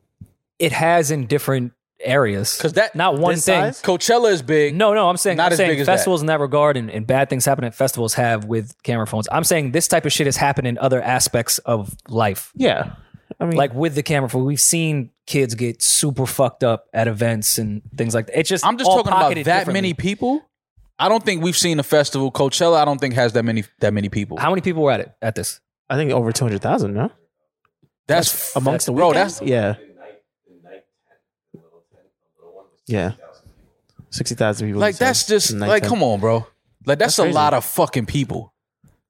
It has in different areas.
Because that
Not one
This
thing.
size?
Coachella is big.
No, no, I'm saying,
Not
I'm
as
saying
big as that.
festivals in that regard and, and bad things happen at festivals have with camera phones. I'm saying this type of shit has happened in other aspects of life.
Yeah. I mean,
Like with the camera phone, we've seen kids get super fucked up at events and things like that. It's just
I'm just
all
talking about
pocketed
that
differently.
many people. I don't think we've seen a festival. Coachella, I don't think has that many that many people.
How many people were at it at this?
I think over 200,000, no?
that's,
Amongst the
bro.
weekends?
That's
yeah. Yeah. 60,000 people.
like that's just like come on, bro. Like that's,
That's
a
crazy.
lot of fucking people.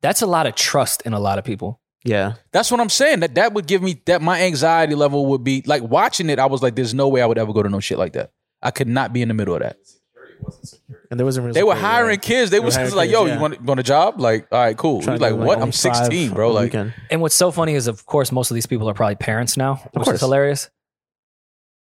That's a lot of trust in a lot of people.
Yeah.
That's what I'm saying. That that would give me that my anxiety level would be like watching it. I was like, there's no way I would ever go to no shit like that. I could not be in the middle of that.
And there wasn't really
They were
security,
hiring
right?
kids. They
were
was
hiring
just like,
kids,
yo,
yeah.
you want, want a job? Like, all right, cool. He was
Trying to
like,
do,
what?
only
I'm 16,
five
bro.
on the
Like,
weekend.
And what's so funny is, of course, most of these people are probably parents now, which is
course.
hilarious.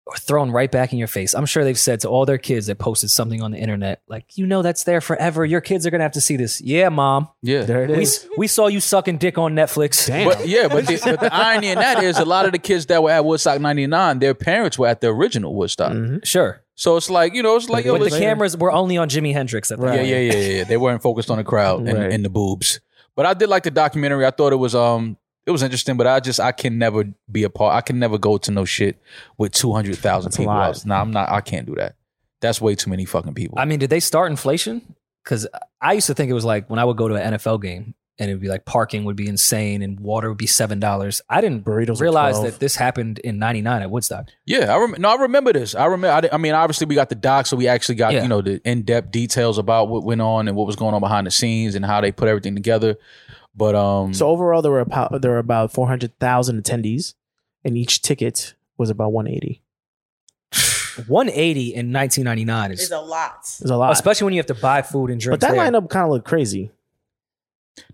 Or thrown right back in your face. I'm sure they've said to all their kids that posted something on the internet, like, you know, that's there forever. Your kids are gonna have to see this. Yeah, mom.
yeah.
there it
We,
is.
we saw you sucking dick on Netflix.
Damn.
But yeah, but the, but the irony in that is a lot of the kids that were at Woodstock 99, their parents were at the original Woodstock.
Mhm.
Sure.
So it's like, you know, it's like, yo,
But the
it's, yeah,
cameras were only on Jimi Hendrix at the
yeah,
time.
yeah, yeah, yeah. They weren't focused on the crowd and,
Right.
and the boobs. But I did like the documentary. I thought it was um it was interesting, but I just I can never be a part. I can never go to no shit with two hundred thousand
That's a
people.
lot.
out. Nah, I'm not. I can't do that. That's way too many fucking people.
I mean, did they start inflation? Because I used to think it was like when I would go to an NFL game and it'd be like parking would be insane and water would be seven dollars. I didn't
Burritos were
realize
12.
that this happened in '99 at Woodstock.
Yeah, I rem- no, I remember this. I remember. I, di- I mean, obviously, we got the doc, so we actually got
Yeah.
you know the in depth details about what went on and what was going on behind the scenes and how they put everything together. But um,
So overall, there were about, there were about 400,000 attendees, and each ticket was about 180.
180 in 1999
There's
is
a lot.
It's a lot.
especially when you have to buy food and drink.
but that lineup kind of looked crazy.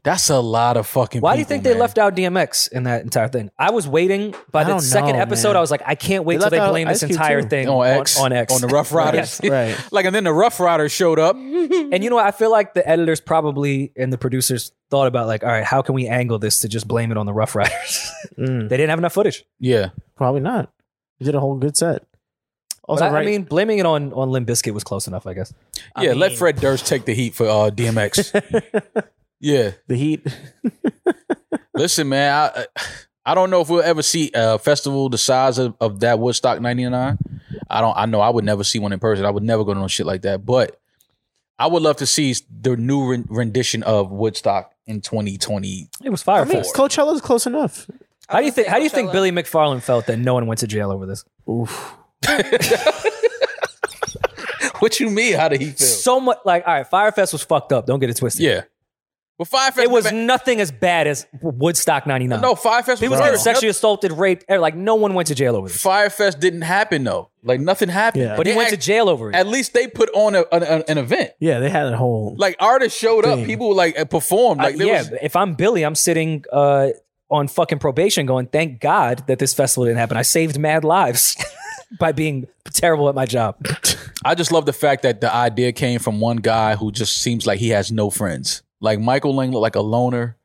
That's a lot of fucking.
Why do you think they left out DMX in that entire thing? I was waiting by
I
the
don't
second
know,
episode.
man.
I was like, I can't wait
They
till
left
they
out
blame this
Ice Cube,
entire
too.
thing
On X.
on, X
On the Rough Riders. Right. Like, and then the Rough Riders showed up.
and you know, what? I feel like the editors probably and the producers thought about like, all right, how can we angle this to just blame it on the Rough Riders? They didn't have enough footage.
Yeah,
Mm. probably not. You did a whole good set.
Also,
Also,
I,
right-
mean, blaming it on on Limp Bizkit was close enough, I guess.
Yeah, let Fred Durst take the heat for uh, DMX. yeah,
the heat.
Listen, man, I I don't know if we'll ever see a festival the size of, of that Woodstock '99. I don't. I know I would never see one in person. I would never go to no shit like that. But I would love to see the new ren- rendition of Woodstock in 2020.
It was
I
fire.
mean, Coachella's close enough.
How do you think? How do you think Billy McFarlane felt that no one went to jail over this?
Oof.
what you mean? How did he feel?
So much like, all right, Firefest was fucked up. Don't get it twisted.
Yeah. Well, Firefest
it was nothing as bad as Woodstock '99.
No, Firefest
People
was
getting
worse.
sexually assaulted, raped. eh, Like no one went to jail over this.
Firefest didn't happen though. Like nothing happened.
But he
They
went
act-
to jail over it.
At least they put on a, an, an- an event.
Yeah, they had a whole.
Like artists showed up. People were, like performed.
I-
Like there
yeah,
was,
if I'm Billy, I'm sitting uh, on fucking probation, going, "Thank God that this festival didn't happen. I saved mad lives by being terrible at my job."
I just love the fact that the idea came from one guy who just seems like he has no friends. Like Michael Lang looked like a loner.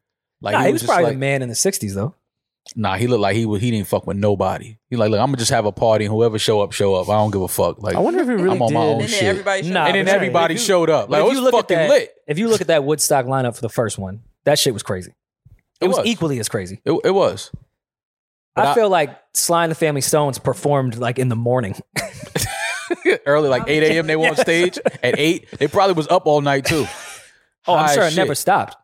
Like
Nah, he was
just
probably
like,
the man in the '60s, though.
nah, he looked like he was, he didn't fuck with nobody. He like, look, I'm gonna just have a party and whoever show up, show up. I don't give a fuck. Like
I wonder if he really
I'm on my
did.
own
And then
shit.
everybody showed Nah, up.
and then
but-
everybody
If you-
showed up.
But
Like it
if
was
you look at
fucking
that-
lit.
If you look at that Woodstock lineup for the first one, that shit was crazy. It,
It
was,
was.
equally as crazy.
It, it was. But
I,
I-
feel like Sly and the Family Stones performed like in the morning.
Early, like 8 a.m. They were on stage at 8. They probably was up all night too.
Oh, I'm
High
sure
shit.
it never stopped.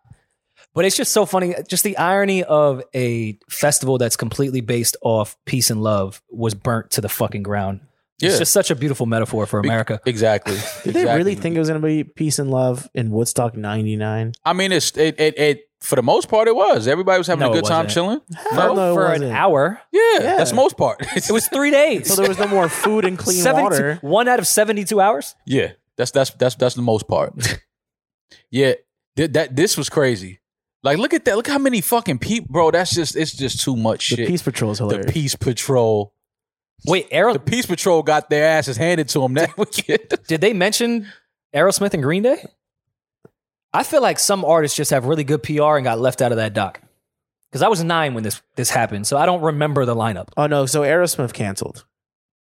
But it's just so funny. Just the irony of a festival that's completely based off peace and love was burnt to the fucking ground.
Yeah.
It's just such a beautiful metaphor for America.
Exactly.
Did they really think it was going to be peace and love in Woodstock '99?
I mean, it's it, it it for the most part it was. Everybody was having
No,
a
it
good time chilling.
wasn't. For,
no, it
for an
wasn't.
hour.
Yeah, that's the most part.
It was three days.
So there was no more food and clean
72
water.
One out of 72 hours?
Yeah, that's that's that's that's the most part. yeah, thi- that this was crazy. Like, look at that. Look how many fucking people, bro. That's just it's just too much
The
shit.
Peace Patrol is hilarious.
the Peace Patrol.
Wait, Arrow,
The Peace Patrol got their asses handed to them that weekend.
did they mention Aerosmith and Green Day? I feel like some artists just have really good PR and got left out of that doc. Because I was nine when this this happened, so I don't remember the lineup.
oh no! So Aerosmith canceled.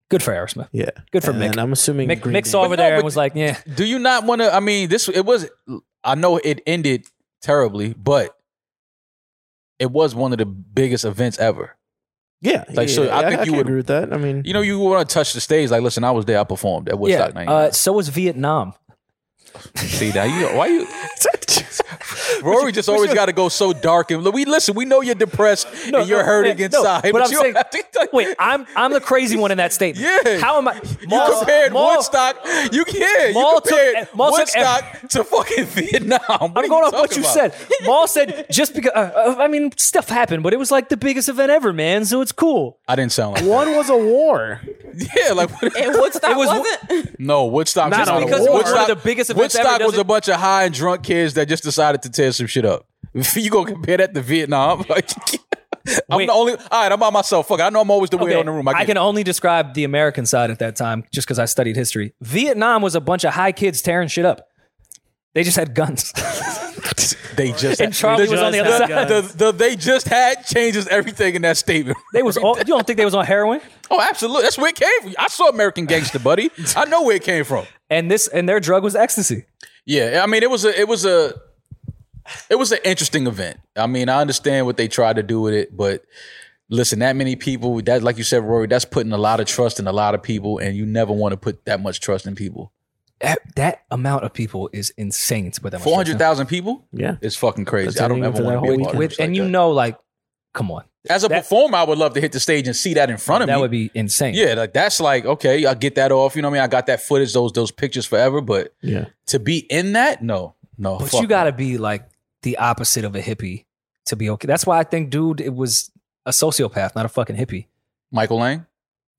Good for Aerosmith.
Yeah,
Good for
and
Mick.
I'm assuming
Mick,
Green
Mick
Day-
saw over
But no,
there
but-
and was like, "Yeah,
Do you not want to? I mean, this it was. I know it ended terribly, but it was one of the biggest events ever.
Yeah,
Like, so
yeah,
I think you
can
would-
agree with that. I mean,
You know, you want to touch the stage. Like, listen, I was there. I performed at Woodstock
yeah."
night.
Uh, so was Vietnam.
See now, you why you? Rory just always got to go so dark and we listen. We know you're depressed and you're hurting
yeah, no,
inside, but,
but I'm
you don't
saying-
have to,
Wait, I'm I'm the crazy one in that statement.
Yeah.
How am I?
you
Maul-
compared
Maul-
Woodstock. You yeah, you
Maul took-
compared
Maul took
Woodstock to fucking Vietnam. What are
I'm going off what you
talking about?
said. Maul said just because. Uh, uh, I mean, stuff happened, but it was like the biggest event ever, man. So it's cool.
I didn't sound like
one was a war.
that. yeah, like what-
And Woodstock
It was-
wasn't.
no Woodstock.
Just
was not a
because
war.
it was one of
Woodstock-
the biggest events ever
Woodstock was a
doesn't-
bunch of high and drunk kids that just decided to tear some shit up. you gonna compare that to Vietnam? Like, I'm
Wait.
the only. All right, I'm by myself. Fuck. it. I know I'm always the weirdo in the room.
I,
get
can
it.
only describe the American side at that time just because I studied history. Vietnam was a bunch of high kids tearing shit up. They just had guns.
They just
And Charlie
they
was on the
just-
other
the-
side.
the- the- they just had changes everything in that statement.
they was all, you don't think they was on heroin?
Oh, absolutely. That's where it came from. I saw American Gangster, buddy. I know where it came from.
And this and their drug was ecstasy.
Yeah, I mean, it was a, it was a, it was an interesting event. I mean, I understand what they tried to do with it, but listen, that many people, that like you said, Rory, that's putting a lot of trust in a lot of people, and you never want to put that much trust in people.
That, E, that amount of people is insane to put that much
Four hundred
trust
thousand people.
Yeah, in
It's fucking crazy.
That's
I don't
everything
ever want to
for that
be a
in.
whole
with,
part of
with
this
and
like
you
that.
know, like, come on,
As a
that-
performer, I would love to hit the stage and see that in front of me.
that would be insane.
Yeah, like that's like okay, I get that off. You know what I mean? I got that footage, those those pictures forever. But
yeah.
to be in that, no, no.
But
fuck
you gotta be like the opposite of a hippie to be okay. That's why I think, dude, it was a sociopath, not a fucking hippie.
no. Michael Lang.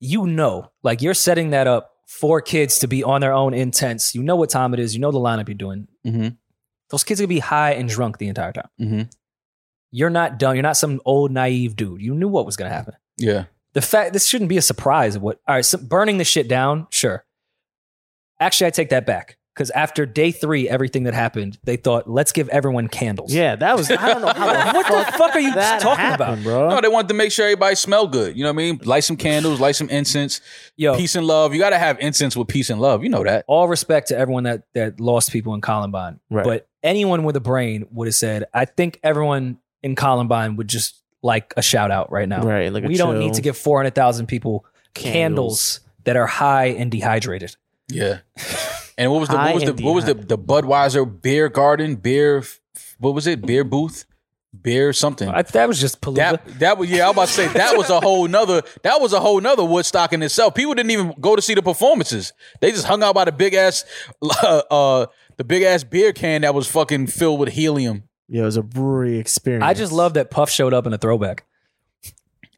You know, like you're setting that up for kids to be on their own intents. You know what time it is. You know the lineup you're doing.
Mm-hmm.
Those kids are gonna be high and drunk the entire time.
Mm-hmm.
You're not dumb. You're not some old naive dude. You knew what was gonna happen.
Yeah.
The fact this shouldn't be a surprise. Of what? All right, so burning the shit down. Sure. Actually, I take that back because after day three, everything that happened, they thought, let's give everyone candles.
Yeah, that was. I don't know how.
what the fuck are you
that
talking
happened,
about?
bro.
No, they wanted to make sure everybody smell good. You know what I mean? Light some candles, light some incense,
Yo,
peace and love. You got to have incense with peace and love. You know that.
all respect to everyone that that lost people in Columbine,
Right.
but anyone with a brain would have said, I think everyone in Columbine would just like a shout out right now.
Right, like a
we don't need
chill.
to give four hundred thousand people candles. that are high and dehydrated.
Yeah. And what was the
High
what was the
and
what was the,
dehydrated.
the Budweiser beer garden beer? f- What was it? Beer booth, beer something.
I, that was just palooza.
That that was yeah. I was about to say that was a whole nother that was a whole nother Woodstock in itself. People didn't even go to see the performances. They just hung out by the big ass uh the big ass beer can that was fucking filled with helium
Yeah, it was a brewery experience.
I just love that Puff showed up in a throwback.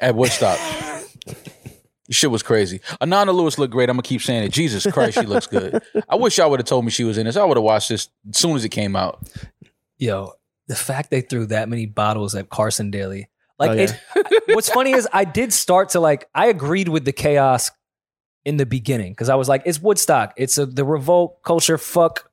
at Woodstock. Shit was crazy. Anana Lewis looked great. I'm gonna keep saying it. Jesus Christ, she looks good. I wish y'all would have told me she was in this. I would have watched this as soon as it came out.
Yo, the fact they threw that many bottles at Carson Daly. Like,
Oh, yeah.
it, what's funny is I did start to like, I agreed with the chaos in the beginning because I was like, it's Woodstock. It's a, the revolt culture. Fuck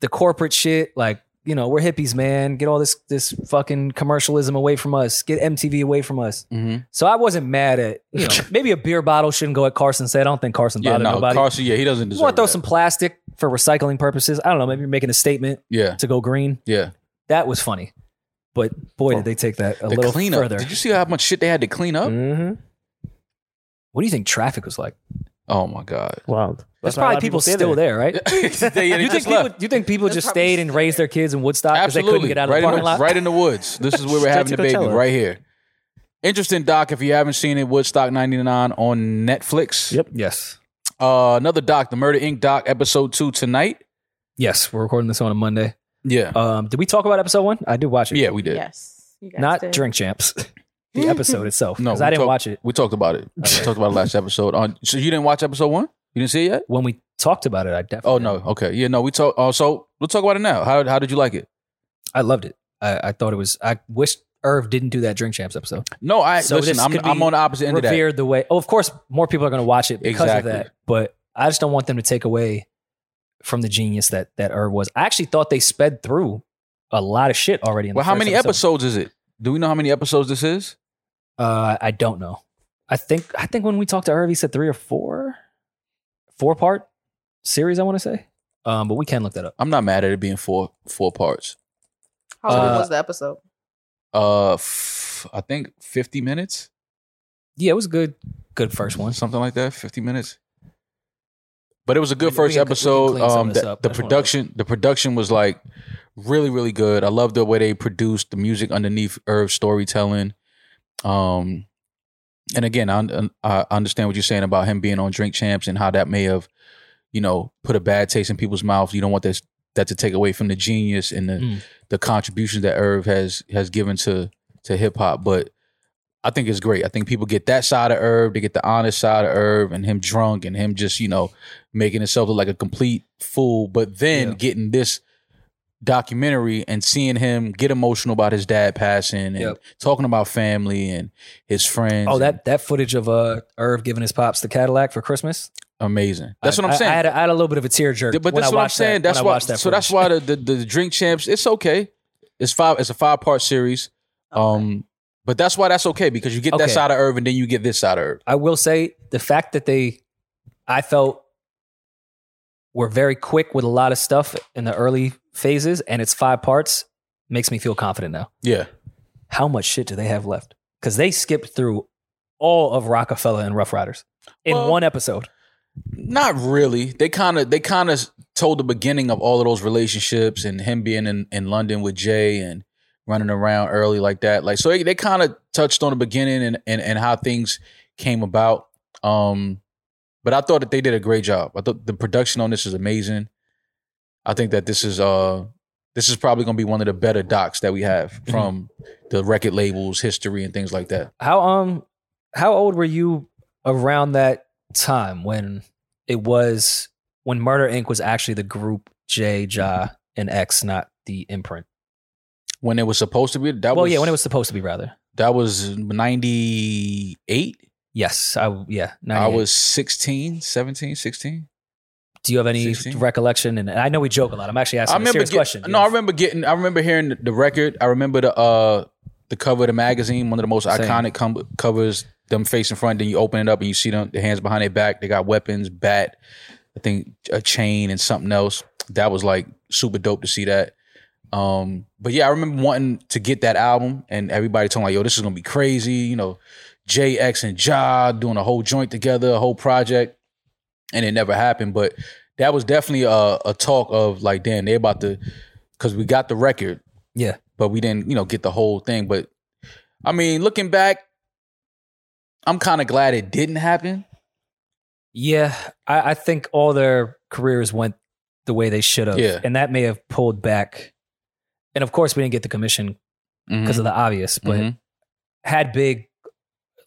the corporate shit. Like, you know, we're hippies, man. Get all this this fucking commercialism away from us. Get MTV away from us.
Mm-hmm.
So I wasn't mad at you know maybe a beer bottle shouldn't go at Carson said. I don't think Carson
Yeah,
bothered
no,
nobody.
Carson. Yeah, he doesn't
you
deserve.
want to throw
that.
some plastic for recycling purposes? I don't know. Maybe you're making a statement
Yeah,
to go green.
yeah.
That was funny. But boy, did they take that a
the
little
cleanup.
further.
Did you see how much shit they had to clean up?
Mm-hmm.
what do you think traffic was like?
Oh my god.
Wild.
There's
That's why a lot
probably
of
people,
stay
still there, right?
They- they
you
just
think people?
left.
You think people
They're
just
probably
stayed and
still
raised
there.
their kids in Woodstock because they
Absolutely.
couldn't get out of
right,
the parking
in the,
lot?
right in the woods. This is where we're
Straight
having the
to
baby
Coachella.
right here. Interesting doc. If you haven't seen it, Woodstock '99 on Netflix.
Yep.
Yes,
Uh, another doc, the Murder Inc. doc, episode two tonight.
yes. We're recording this on a Monday.
Yeah.
Um, did we talk about episode one? I did watch it.
yeah, we did.
Yes. You guys
not
did.
Drink Champs. the episode itself.
No,
because
we
I didn't
talked-
watch it
We talked about it. we talked about it last episode. On so you didn't watch episode one? You didn't see it yet?
when we talked about it. I definitely.
Oh no. Okay. Yeah. No. We talk. Oh, so we'll talk about it now. How how did you like it?
I loved it. I, I thought it was. I wish Irv didn't do that Drink Champs episode.
No. I
So
listen.
this
I'm
could be
I'm on the opposite end of that.
revered the way. Oh, of course, more people are going to watch it because
Exactly.
of that. But I just don't want them to take away from the genius that that Irv was. I actually thought they sped through a lot of shit already. In the
Well, how
first
many
episode.
episodes is it? Do we know how many episodes this is?
Uh, I don't know. I think I think when we talked to Irv, he said three or four, four part series. I want to say, um, but we can look that up.
I'm not mad at it being four four parts.
How long
Uh,
was the episode?
Uh, f- I think 50 minutes,
Yeah, it was a good, good first one.
something like that. 50 minutes. But it was a good
We-
first
we can- we can
episode.
clean some
um,
of this
the,
up.
the
That's one of those.
production, the production was like really, really good. I love the way they produced the music underneath Irv's storytelling. Um, and again, I, un- I understand what you're saying about him being on Drink Champs and how that may have, you know, put a bad taste in people's mouths. You don't want this that to take away from the genius and the
Mm.
the contributions that Irv has has given to to hip hop. But I think it's great. I think people get that side of Irv, they get the honest side of Irv, and him drunk and him just you know making himself look like a complete fool. But then
Yeah.
getting this documentary and seeing him get emotional about his dad passing and
Yep.
talking about family and his friends.
Oh,
and-
that that footage of uh Irv giving his pops the Cadillac for Christmas.
amazing. That's
I-
what I'm saying.
I, I, had a, I had a little bit of a tear jerk.
but that's
I
what I'm
watched
saying.
That,
that's
when I
why.
watched that
so that's
footage.
why the, the the drink champs. It's okay. It's five. It's a five part series. Um, but that's why that's okay because you get that
Okay.
side of Irv and then you get this side of Irv.
I will say the fact that they, I felt, were very quick with a lot of stuff in the early phases, and it's five parts, makes me feel confident now.
Yeah.
How much shit do they have left? Because they skipped through all of Rockefeller and Rough Riders in
Well-
one episode.
Not really. They kind of they kind of told the beginning of all of those relationships and him being in in London with Jay and running around early like that. Like so they, they kind of touched on the beginning and, and and how things came about. Um but I thought that they did a great job. I thought the production on this is amazing. I think that this is uh this is probably going to be one of the better docs that we have
Mm-hmm.
from the record labels history and things like that.
How um, how old were you around that time when it was when Murder Inc. was actually the group J, Ja, and X, not the imprint.
When it was supposed to be, that
well,
was
yeah, when it was supposed to be, rather.
that was 98.
Yes, I yeah.
I
98.
was 16, 17, 16.
Do you have any
16?
recollection? And I know we joke a lot. I'm actually asking a serious
get-
question.
No, I remember getting. I remember hearing the- the record. I remember the uh the cover of the magazine. One of the most
Same.
iconic com- covers. Them face in front. Then you open it up and you see them. The hands behind their back. They got weapons, bat. I think a chain and something else. That was like super dope to see that. Um, but yeah, I remember wanting to get that album, and everybody told me like, "Yo, this is gonna be crazy." You know, JX and Ja doing a whole joint together, a whole project, and it never happened. But that was definitely a, a talk of like, damn, they about to, because we got the record,
Yeah.
but we didn't, you know, get the whole thing. But I mean, looking back, I'm kind of glad it didn't happen.
Yeah, I, I think all their careers went the way they should have,
Yeah.
and that may have pulled back. And of course, we didn't get the commission because of the obvious. But
Mhm.
had Big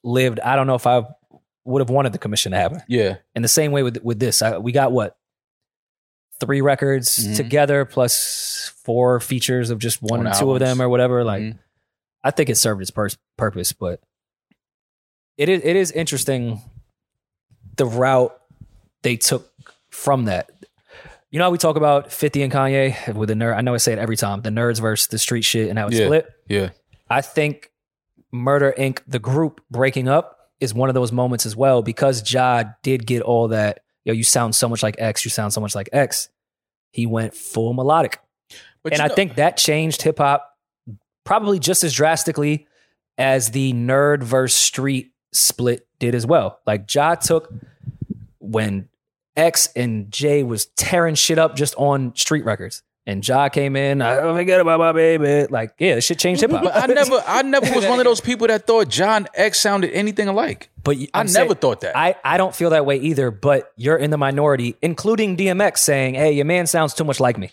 lived, I don't know if I would have wanted the commission to happen.
yeah,
And the same way with with this, I, we got what three records
Mhm.
together plus four features of just one
On
or two of
albums.
them or whatever. Like,
Mhm.
I think it served its pur- purpose, but it is it is interesting the route they took from that. You know how we talk about Fifty and Kanye with the nerd. I know I say it every time: the nerds versus the street shit and how it's
Yeah.
split.
yeah,
I think Murder Inc., the group breaking up, is one of those moments as well because Ja did get all that. Yo, you sound so much like X. You sound so much like X. He went full melodic,
but
and
you
I
know-
think that changed hip hop probably just as drastically as the nerd versus street split did as well. Like Ja took when X and J was tearing shit up just on street records. And Ja came in, I don't forget about my baby. Like, yeah, this shit changed hip hop.
But I never, I never was one of those people that thought John X sounded anything alike.
But y-
I
I'm
never
saying-
thought that.
I, I don't feel that way either, but you're in the minority, including DMX saying, hey, your man sounds too much like me.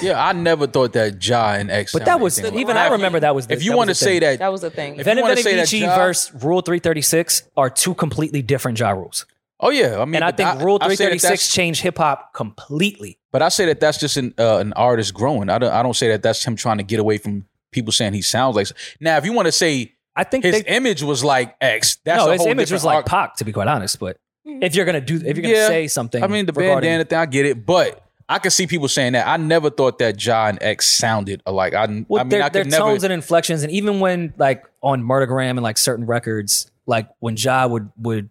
yeah, I never thought that Ja and X.
But that
sounded
was,
anything alike.
even I remember that was the
If you
that was
want
the
to say
thing.
that,
That was the thing.
if
Venom
you want to say that,
Vici
Ja,
versus Rule 336 are two completely different Ja rules.
oh yeah, I mean,
And I
but
think Rule
I say that
336
that's-
changed hip hop completely.
But I say that that's just an uh, an artist growing. I don't I don't say that that's him trying to get away from people saying he sounds like. Now, if you want to say
I think
his
they,
image was like X, that's
no,
a
his
whole
image
different
was like
arc.
Pac, to be quite honest. But if you're gonna do, if you're gonna
Yeah.
say something,
I mean, the
regarding-
bandana thing, I get it, but I can see people saying that. I never thought that John X sounded alike. I,
Well,
I mean,
their,
I
their
could never.
tones and inflections, and even when like on Murdergram and like certain records, like when Ja would would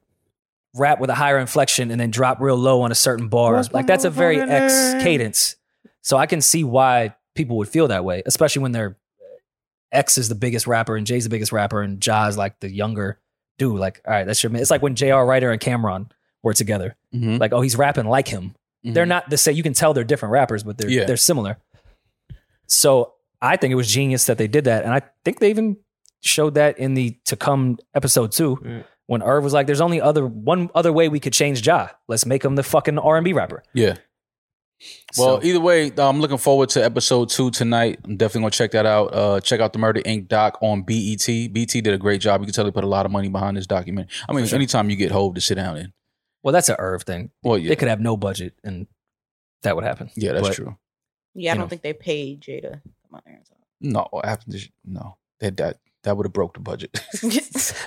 rap with a higher inflection and then drop real low on a certain bar,
What's
like that's a very
going on?
X cadence. So I can see why people would feel that way, especially when they're X is the biggest rapper and Jay's the biggest rapper and Ja is like the younger dude. Like, all right, that's your man. It's like when J.R. Ryder and Cameron were together.
Mhm,
Like, oh, he's rapping like him
mhm.
they're not the same. You can tell they're different rappers, but they're
Yeah.
they're similar. So I think it was genius that they did that, and I think they even showed that in the to come episode two
Mm.
when Irv was like, "There's only other one other way we could change Ja. Let's make him the fucking R and B rapper."
Yeah. Well,
So-
either way, uh, I'm looking forward to episode two tonight. I'm definitely gonna check that out. Uh, check out the Murder Inc. doc on E BET. BET did a great job. You can tell they put a lot of money behind this document. I mean, anytime you get Hove to sit down in,
well, that's an Irv thing.
well, yeah,
They could have no budget, and that would happen.
yeah, that's
But-
true.
Yeah, I
you
don't
know.
think they paid Jada. Come on, Aaron.
No, after this, no, that that that would have broke the budget.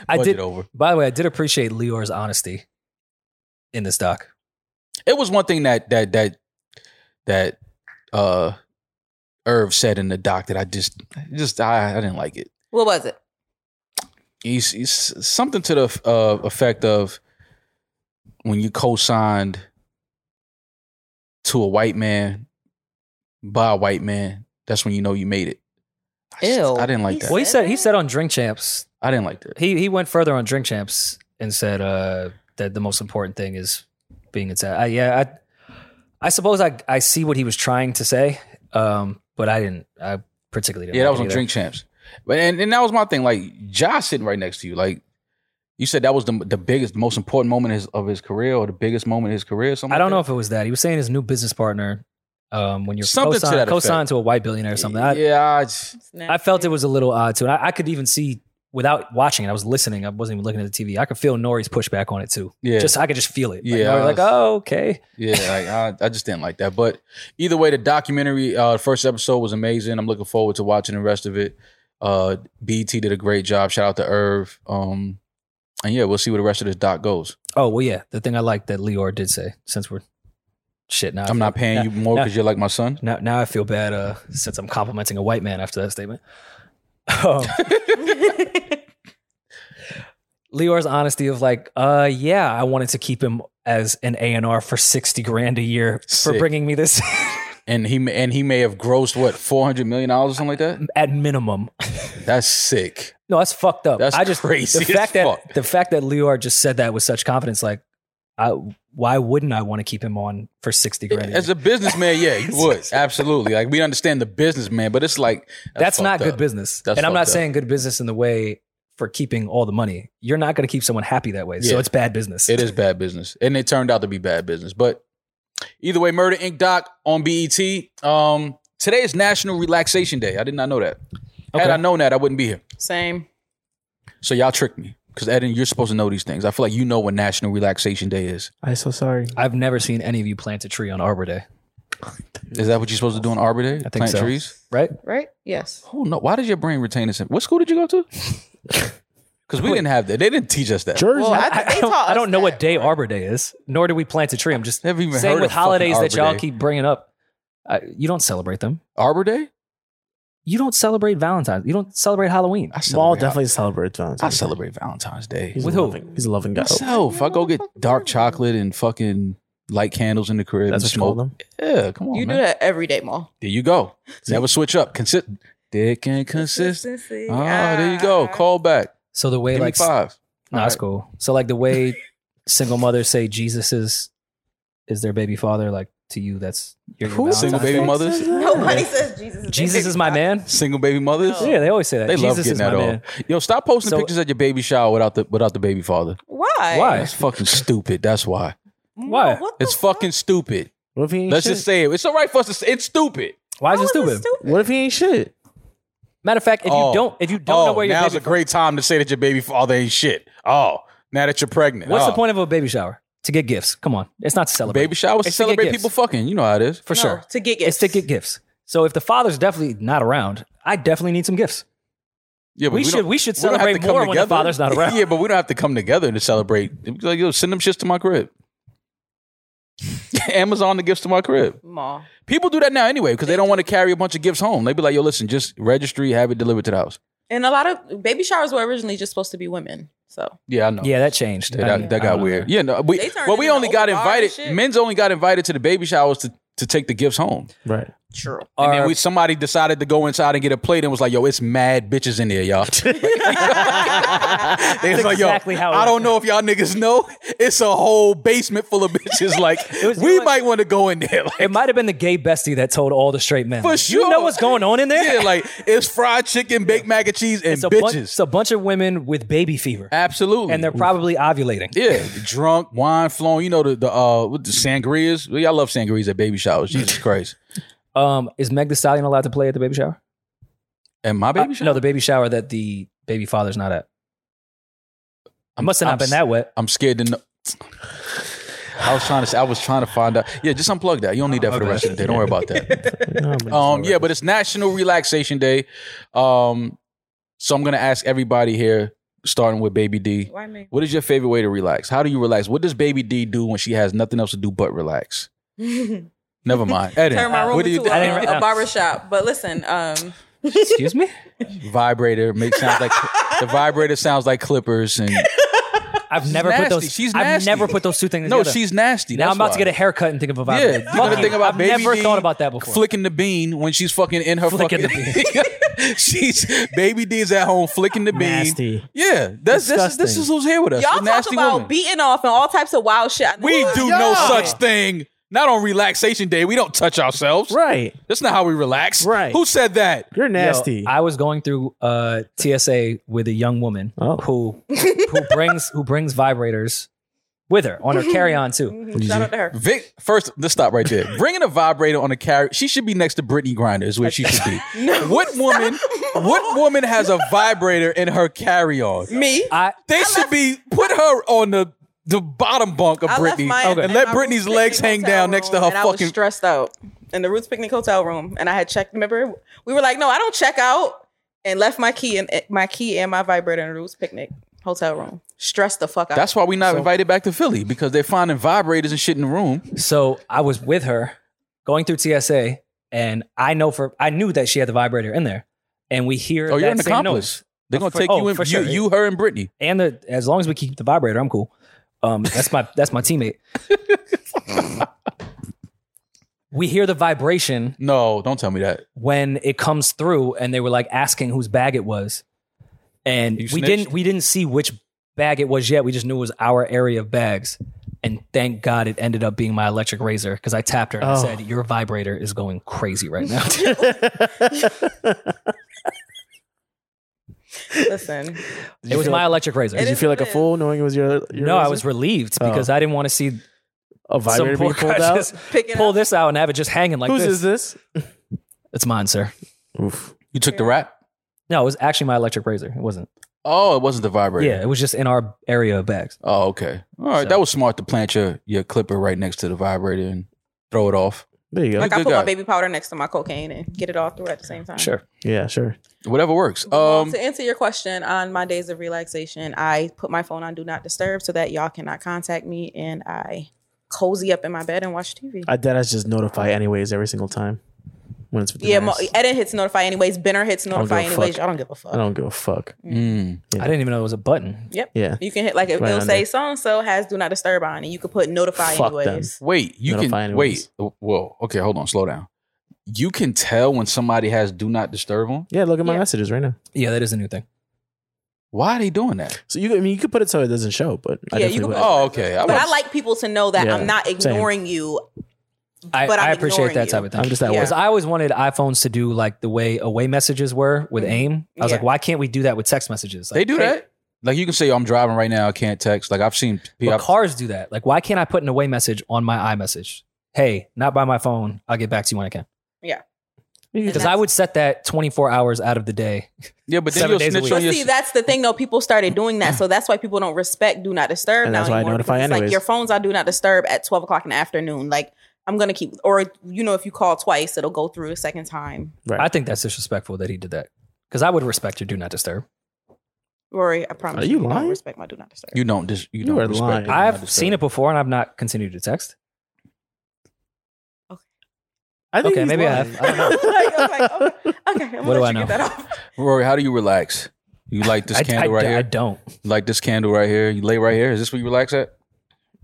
I
Budget
did.
over.
By the way, I did appreciate Leor's honesty in this doc.
It was one thing that that that that uh, Irv said in the doc that I just just I, I didn't like it.
What was it?
he's, he's something to the uh, effect of when you co-signed to a white man by a white man that's when you know you made it I, just-
Ew.
I didn't like
He
that
Well, he
said
said he
that?
said on Drink Champs
i didn't like that
he he went further on Drink Champs and said uh, that the most important thing is being attacked. I, yeah, I I suppose I I see what he was trying to say, um, but I didn't. I particularly didn't
yeah
like
that was
it
on
either.
drink champs but and, and that was my thing like josh sitting right next to you like you said that was the, the biggest the most important moment of his, of his career or the biggest moment of his career or something
I don't know
like
if it was that he was saying his new business partner. Um, when you're
Something to
co-signed,
that effect.
co-signed to a white billionaire or
that.
something, I,
yeah I just-
I felt it was a little odd too, and I, I could even see without watching it, I was listening. I wasn't even looking at the TV. I could feel Nori's pushback on it too.
Yeah.
Just I could just feel it. Like,
Yeah,
Nori
I
was like,
was-
oh, okay.
Yeah, like, I, I just didn't like that. But either way, the documentary, uh, first episode was amazing. I'm looking forward to watching the rest of it. Uh, BT did a great job. Shout out to Irv. Um, and yeah, we'll see where the rest of this doc goes.
Oh well, yeah. The thing I like that Leor did say, since we're shit now, I
I'm not
feel-
paying
now-
you more
now-
because you're like my son.
Now, now I feel bad uh, since I'm complimenting a white man after that statement. Um, Leor's honesty of like, uh, yeah, I wanted to keep him as an A and R for sixty grand a year for
Sick.
bringing me this
And he may- and he may have grossed what 400 million dollars or something like that.
at minimum.
That's sick.
No, that's fucked up.
That's
I just
crazy
The
as
fact that
fuck.
the fact that Leor just said that with such confidence, like, I, why wouldn't I want to keep him on for sixty grand? a year?
As a businessman, yeah, you would absolutely. Like we understand the businessman, but it's like
that's,
fucked
not good
up.
business.
That's
and I'm
fucked
not
up.
saying good business in the way for keeping all the money. You're not going to keep someone happy that way. So
Yeah.
it's bad business.
It is bad business, and it turned out to be bad business. But either way, Murder Inc. Doc on BET. Um, today is National Relaxation Day. I did not know that. Had
Okay.
I known that, I wouldn't be here.
Same.
So y'all tricked me because Eden, you're supposed to know these things. I feel like you know what National Relaxation Day is.
I'm so sorry.
I've never seen any of you plant a tree on Arbor Day,
Is that what you're supposed to do on Arbor Day?
I think
Plant
so.
trees.
right?
Right? Yes.
Oh no! Why does your brain retain this? What school did you go to? Because we didn't have that. They didn't teach us that.
Jersey.
Well, I,
I,
they
don't,
taught
I
us
don't know what
that.
day Arbor Day is, nor do we plant a tree. I'm just
Never even heard
saying
of
with
fucking
holidays that
Arbor
y'all
Day.
keep bringing up, I, you don't celebrate them.
Arbor Day.
You don't celebrate Valentine's. You don't celebrate Halloween.
I
Maul
celebrate.
definitely celebrates Valentine's.
I celebrate Valentine's Day.
He's
With
a
who?
loving, he's a loving guy.
myself. I go get dark chocolate and fucking light candles in the crib.
That's
and
what you call
smoke.
them.
Yeah,
Oh,
come on.
You
man.
do that every day, Ma.
There you go. Never switch up. Consist. Dick and consistent.
Consistency.
Oh, there you go. Call back.
So the way
Give
like
me five.
No, that's cool. So like the way single mothers say Jesus is is their baby father, like to you, that's your, your
Who?
Valentine's
Single
Day?
baby mothers.
Nobody says Jesus. is
Jesus
their
is my
baby
man.
Single baby mothers.
No.
Yeah, they always say that.
They
Jesus
love getting
is
that
my
off.
man.
Yo, stop posting
So-
pictures at your baby shower without the without the baby father.
father. Why?
Why?
That's fucking stupid. That's why.
Ma,
Why?
what the
It's fucking stupid.
What if he ain't
Let's
shit?
just say it. It's all right for us to say it's stupid.
Why is it
How
stupid?
what if he ain't shit?
Matter of fact, if
Oh.
you don't, if you don't
oh,
know where your
now's
baby,
a great time to say that your baby father ain't shit. Oh, now that you're pregnant.
what's the
Oh.
point of a baby shower? To get gifts. Come on, it's not to celebrate.
Baby showers to
It's to get
celebrate
gifts.
people fucking. You know how it is.
for
No,
sure.
To get
It's
gifts.
to get gifts. So if the father's definitely not around, I definitely need some gifts.
Yeah, but
We
don't-
should- we should
don't have
celebrate
to come
more when the
together.
father's not around.
yeah, but we don't have to come together to celebrate. It's Like, yo, send them shits to my crib. Amazon the gifts to my crib.
Ma.
People do that now anyway because they don't want to carry a bunch of gifts home. They be like, yo, listen, just registry, have it delivered to the house.
And a lot of baby showers were originally just supposed to be women. So
Yeah, I know.
Yeah, that changed.
Yeah,
I
that,
mean, uh,
that
I
got
don't know.
weird. Yeah, no, we,
They turned
well, we
it into
only got
open bar and
invited.
shit.
Men's only got invited to the baby showers to, to take the gifts home.
Right.
true.
And then
Our-
we, somebody decided to go inside and get a plate and was like, yo, it's mad bitches in there, y'all. they was like, yo,
exactly how it
I
is.
don't know if y'all niggas know, it's a whole basement full of bitches. Like,
was-
we
you know
might want to go in there. Like,
It might have been the gay bestie that told all the straight men.
For
like,
sure.
You know what's going on in there?
yeah, like, it's fried chicken, baked mac and cheese, and
it's, a bunch,
bitches.
it's a bunch of women with baby fever.
Absolutely.
And they're probably ovulating.
yeah, drunk, wine flowing. You know the the uh what the sangrias. Well, Y'all love sangrias at baby showers. Jesus Christ!
Um, is Meg the Stallion allowed to play at the baby shower?
And my baby
Uh,
shower.
No, the baby shower that the baby father's not at. I must have not
I'm
been that wet.
I'm scared to know. I was trying to. I was trying to find out. Yeah, just unplug that. You don't need that for the rest of the day. Don't worry about that.
No, I'm
Um, yeah, but it's National Relaxation Day. Um, so I'm gonna ask everybody here, starting with Baby D.
Why me?
What is your favorite way to relax? How do you relax? What does Baby D do when she has nothing else to do but relax?
Turn
Never mind. Eden,
my room
what do you
into
do?
I didn't write
a, a
down.
barber shop. But listen, um,
Excuse me?
Vibrator makes sounds like the vibrator sounds like clippers and
I've never
nasty.
put those.
She's
I've
nasty.
never put those two things
no,
together.
she's nasty.
Now I'm
That's
about to
why.
get a haircut and think of a vibrator.
Yeah, you're gonna think about
I've
baby
never
D
thought about that before.
Flicking the bean when she's fucking in her
Flicking the
fucking. she's baby D is at home flicking the bean.
nasty.
Yeah, that's this is, this
Disgusting.
is who's here with us.
y'all
a
talk
nasty
about
woman.
beating off and all types of wild shit. I know
we
y'all-
do no such thing. Not on relaxation day. We don't touch ourselves.
Right.
That's not how we relax.
Right.
Who said that?
You're
Yo,
nasty.
I was going through uh, TSA with a young woman
Oh.
who who brings who brings vibrators with her on her carry on too.
Mhm, Shout out to her.
Vic, first, let's stop right there. Bringing a vibrator on a carrier, she should be next to Brittany Griner, is where she should be. what woman What woman has a vibrator in her carry on?
Me.
I,
They should be put her on the the bottom bunk of
I left
Britney
mine Okay.
and
in
let
my
Britney's
room,
legs
picnic
hang
hotel
down next to
room,
her
and I was
fucking.
stressed out in the Roots Picnic hotel room, and I had checked. Remember, we were like, "No, I don't check out," and left my key and my key and my vibrator in the Roots Picnic hotel room. Stressed the fuck out.
That's why we not invited back to Philly because they're finding vibrators and shit in the room.
So I was with her going through TSA, and I know for I knew that she had the vibrator in there, and we hear.
Oh, you're
that
an
same
accomplice.
noise.
They're gonna
For-
take
oh,
you in.
for sure.
You, you, her, and Britney.
and the, as long as we keep the vibrator, I'm cool. Um, that's my that's my teammate. we hear the vibration
No, don't tell me that.
when it comes through, and they were like asking whose bag it was, and
You
we
snitched?
didn't we didn't see which bag it was yet. We just knew it was our area of bags, and thank God it ended up being my electric razor because I tapped her and
Oh.
said, "Your vibrator is going crazy right now."
Listen,
it was
feel
my
like-
electric razor.
Did you feel like a fool knowing it was your? your
no, I
razor?
was relieved
Oh.
because I didn't want to see
a
some
vibrator
poor
being
guy
pulled out.
just
pick it
pull
up.
this out and have it just hanging like
Whose
this.
is this?
It's mine, sir.
Oof.
You took the rat.
No, it was actually my electric razor. It wasn't.
Oh, it wasn't the vibrator.
Yeah, it was just in our area of bags.
Oh, okay. All right,
So-
that was smart to plant your your clipper right next to the vibrator and throw it off.
There you go.
Like I
Good
put
guy.
my baby powder next to my cocaine and get it all through at the same time.
Sure.
yeah, sure.
Whatever works.
Well,
Um,
to answer your question, on my days of relaxation, I put my phone on do not disturb so that y'all cannot contact me, and I cozy up in my bed and watch TV.
I dead ass just notify anyways every single time when it's with the
yeah, Mo- eh,
nurse.
Eden hits notify anyways. Benner hits
don't give
notify
a
anyways.
fuck.
I don't give a fuck.
I don't give a fuck.
mm,
I didn't even know it was a button.
Yep.
Yeah.
You can hit like it,
Right
it'll
under.
say so and so has do not disturb on, and you could put notify
Fuck them.
anyways.
wait, you
Notify
can
anyways.
wait. Whoa. Okay, hold on. Slow down. You can tell when somebody has do not disturb on.
Yeah, look at my
Yeah.
messages right now.
Yeah, that is a new thing.
Why are they doing that?
So you, I mean, you could put it so it doesn't show, but I
Yeah,
definitely
you could
would.
put
Oh, okay. I
But I
was-
like people to know that
Yeah,
I'm not ignoring you.
I,
But I'm
I appreciate
ignoring
that
you.
type of thing.
I'm just that
Yeah.
Because I always wanted iPhones to do like the way away messages were with AIM. I was
Mm-hmm. Yeah.
like, why can't we do that with text messages? Like,
they do
hey,
that. Like you can say, "Oh, "I'm driving right now. I can't text." Like I've seen.
But
I've-
cars do that. Like, why can't I put an away message on my iMessage? Hey, not by my phone. I'll get back to you when I can.
You could
Because
just-
I would set that 24 hours out of the day.
yeah, but then
seven
you'll
days a
snitch
week.
on
But
your.
see, that's the thing though. People started doing that, so that's why people don't respect do not disturb
And
now
that's why I
anymore.
notify
because it's Like
anyways.
your phones on do not disturb at twelve o'clock in the afternoon. Like I'm gonna keep, or you know, if you call twice, it'll go through a second time.
Right.
I think that's disrespectful that he did that. Because I would respect your do not disturb.
Rory, I promise
Are you
you, I
lying?
don't respect my do not disturb.
you don't. Dis, you,
You
don't.
are
respect
lying.
the do not
I've
disturb.
seen it before and I've not continued to text.
I think
okay,
he's
maybe I
lying.
have. I don't know.
like, I'm like, okay, okay, I'm gonna
What do
let
I
you
know?
get that off.
Rory, how do you relax? You light this
I-
candle
I-
right
I
here.
don't.
You light this candle right here. You lay right here. Is this where you relax at?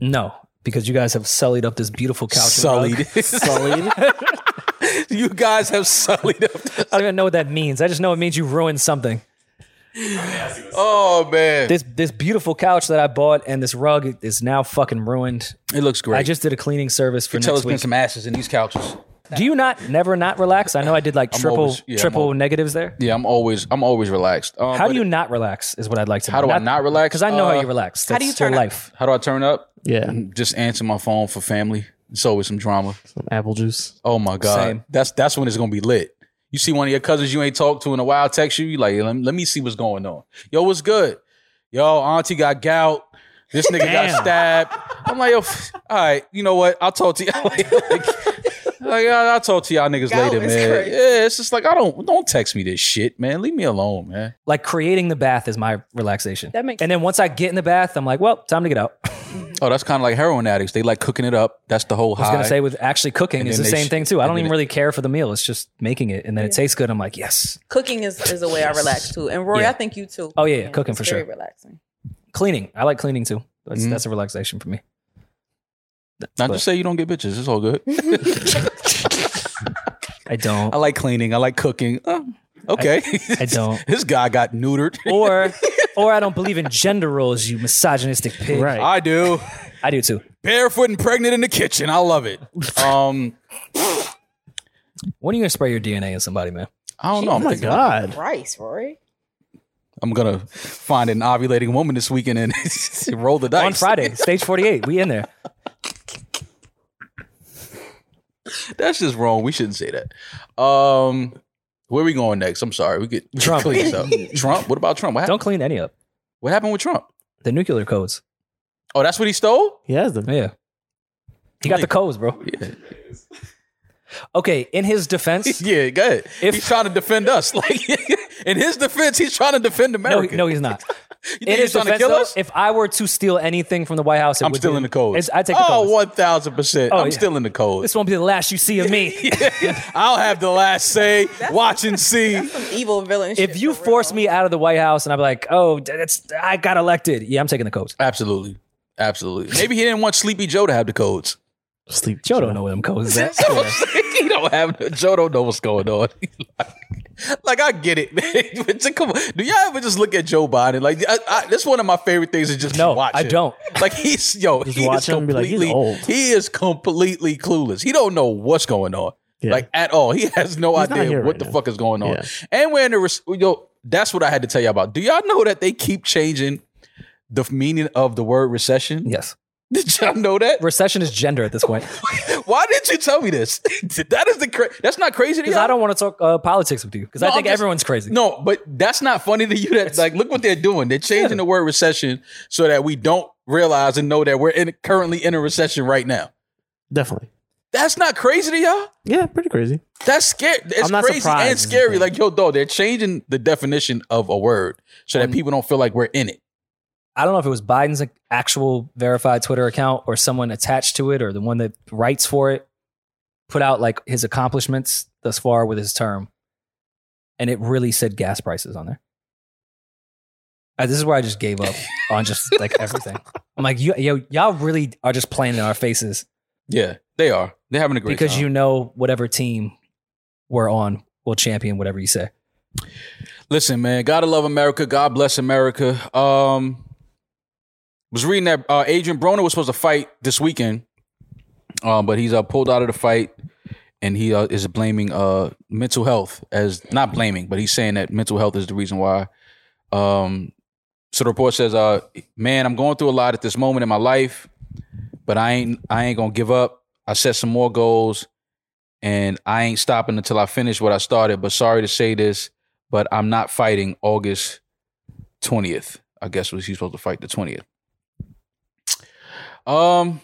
No, because you guys have sullied up this beautiful couch. and rug.
sullied. sullied. you guys have sullied up.
I don't even know what that means. I just know it means you ruined something.
Oh man,
This this beautiful couch that I bought and this rug is now fucking ruined.
it looks great.
I just did a cleaning service for
you can tell
next
there's been
week.
some asses in these couches.
Do you not never not relax? I know I did like
I'm
triple
always- yeah, I'm
triple
always-
negatives there.
Yeah, I'm always I'm always relaxed. Um,
How
but
do you not relax? Is what I'd like to.
How
know.
do I not relax?
Because I know how
Uh,
you relax.
how do you
That's your
turn up?
life?
How do I turn up?
Yeah.
Just answer my phone for family. It's always some drama.
Some apple juice.
Oh my god,
Same.
that's that's when it's gonna be lit. You see one of your cousins you ain't talked to in a while text you, you like let me, let me see what's going on. Yo, what's good? Yo, auntie got gout. This nigga got
Damn.
stabbed. I'm like, yo, f- all right, you know what? I'll talk to you. like, like, I'll I'll talk to y'all niggas
Gout
later, man.
is crazy.
Yeah, it's just like I don't don't text me this shit, man. Leave me alone, man.
Like creating the bath is my relaxation.
That makes
And then once I get in the bath, I'm like, well, time to get out. I
Oh, that's kind of like heroin addicts. They like cooking it up. That's the whole
was
high.
gonna say with actually cooking
And
is the
then they
same
sh-
thing too. I
and
don't
then
even
it-
really care for the meal. It's just making it, and then it tastes good. I'm like, yes.
Cooking is, is a way I relax too, and Rory,
Yeah.
I think you too.
Oh, yeah, cooking
it's
for
very
sure.
relaxing.
Cleaning. I like cleaning too. That's
Mhm.
that's a relaxation for me.
Not to say you don't get bitches. It's all good.
I don't.
I like cleaning. I like cooking. Uh, okay.
I don't.
this guy got neutered.
or or I don't believe in gender roles, you misogynistic pig.
Right.
I do.
I do too.
Barefoot and pregnant in the kitchen. I love it. Um,
When are you gonna spray your DNA in somebody, man?
I don't know. I'm
Oh my
thinking-
god.
Rice, Rory.
I'm gonna find an ovulating woman this weekend and roll the dice
On Friday, stage forty eight. We in there.
That's just wrong. We shouldn't say that. Um, Where we going next? I'm sorry. We get
Trump.
clean this up. Trump. What about Trump? What
Don't
happened?
clean any up.
What happened with Trump?
The nuclear codes.
Oh, that's what he stole.
He has them.
Yeah. He got the codes, bro. Okay, in his defense,
Yeah, go ahead.
If-
he's trying to defend us, like in his defense, he's trying to defend
no,
America.
no, he's not.
you
In
think
his
he's trying to
defense,
kill
though,
us?
if I were to steal anything from the White House, it
I'm
would
still
be-
in the code.
It's- I take the
oh,
codes.
one thousand percent.
Oh,
I'm
yeah.
still in the code.
This won't be the last you see of me.
I'll have the last say. Watch and see.
Some evil villain. shit
if you
for
force
real.
me out of the White House and I'm like, oh, that's I got elected. Yeah, I'm taking the codes.
Absolutely, absolutely. Maybe he didn't want Sleepy Joe to have the codes.
Sleep.
Joe don't know where them codes is at.
he don't have Joe. Don't know what's going on. like I get it, man. But just- come on. Do y'all ever just look at Joe Biden? Like I, I, that's one of my favorite things is just
No,
watch
I
him.
don't.
Like he's yo,
Just
he
watch
is
him and be like, he's
completely
old.
he is completely clueless. He don't know what's going on.
Yeah.
Like at all, he has no
He's not
idea
here
what
right
the
now.
fuck is going on.
Yeah.
And we're in the res- yo. That's what I had to tell you all about. Do y'all know that they keep changing the f- meaning of the word recession?
Yes.
Did y'all know that?
Recession is gender at this point.
Why didn't you tell me this? that is the cra- that's not crazy to
Because
y'all?
I don't want to talk uh, politics with you. Because
No,
I
I'm
think
just-
everyone's crazy.
No, but that's not funny to you. That like, look what they're doing. They're changing
Yeah.
the word recession so that we don't realize and know that we're in currently in a recession right now.
Definitely.
That's not crazy to y'all.
Yeah, pretty crazy.
That's scary. It's
I'm not
crazy
surprised,
and
is the
scary.
thing.
Like, yo, though, they're changing the definition of a word so that
Um,
people don't feel like we're in it.
I don't know if it was Biden's like, actual verified Twitter account or someone attached to it or the one that writes for it put out like his accomplishments thus far with his term. And it really said gas prices on there. Uh, this is where I just gave up on just like everything. I'm like, yo, yo, y'all really are just playing in our faces
Yeah, they are. They're having a great
because
time.
you know whatever team we're on will champion whatever you say.
Listen, man, gotta love America. God bless America. Um, was reading that uh, Adrian Broner was supposed to fight this weekend, um, but he's uh, pulled out of the fight, and he uh, is blaming uh, mental health as not blaming, but he's saying that mental health is the reason why. Um, so the report says, uh, "Man, I'm going through a lot at this moment in my life, but I ain't I ain't gonna give up. I set some more goals, and I ain't stopping until I finish what I started. But sorry to say this." but I'm not fighting August 20th. I guess was he supposed to fight the 20th. Um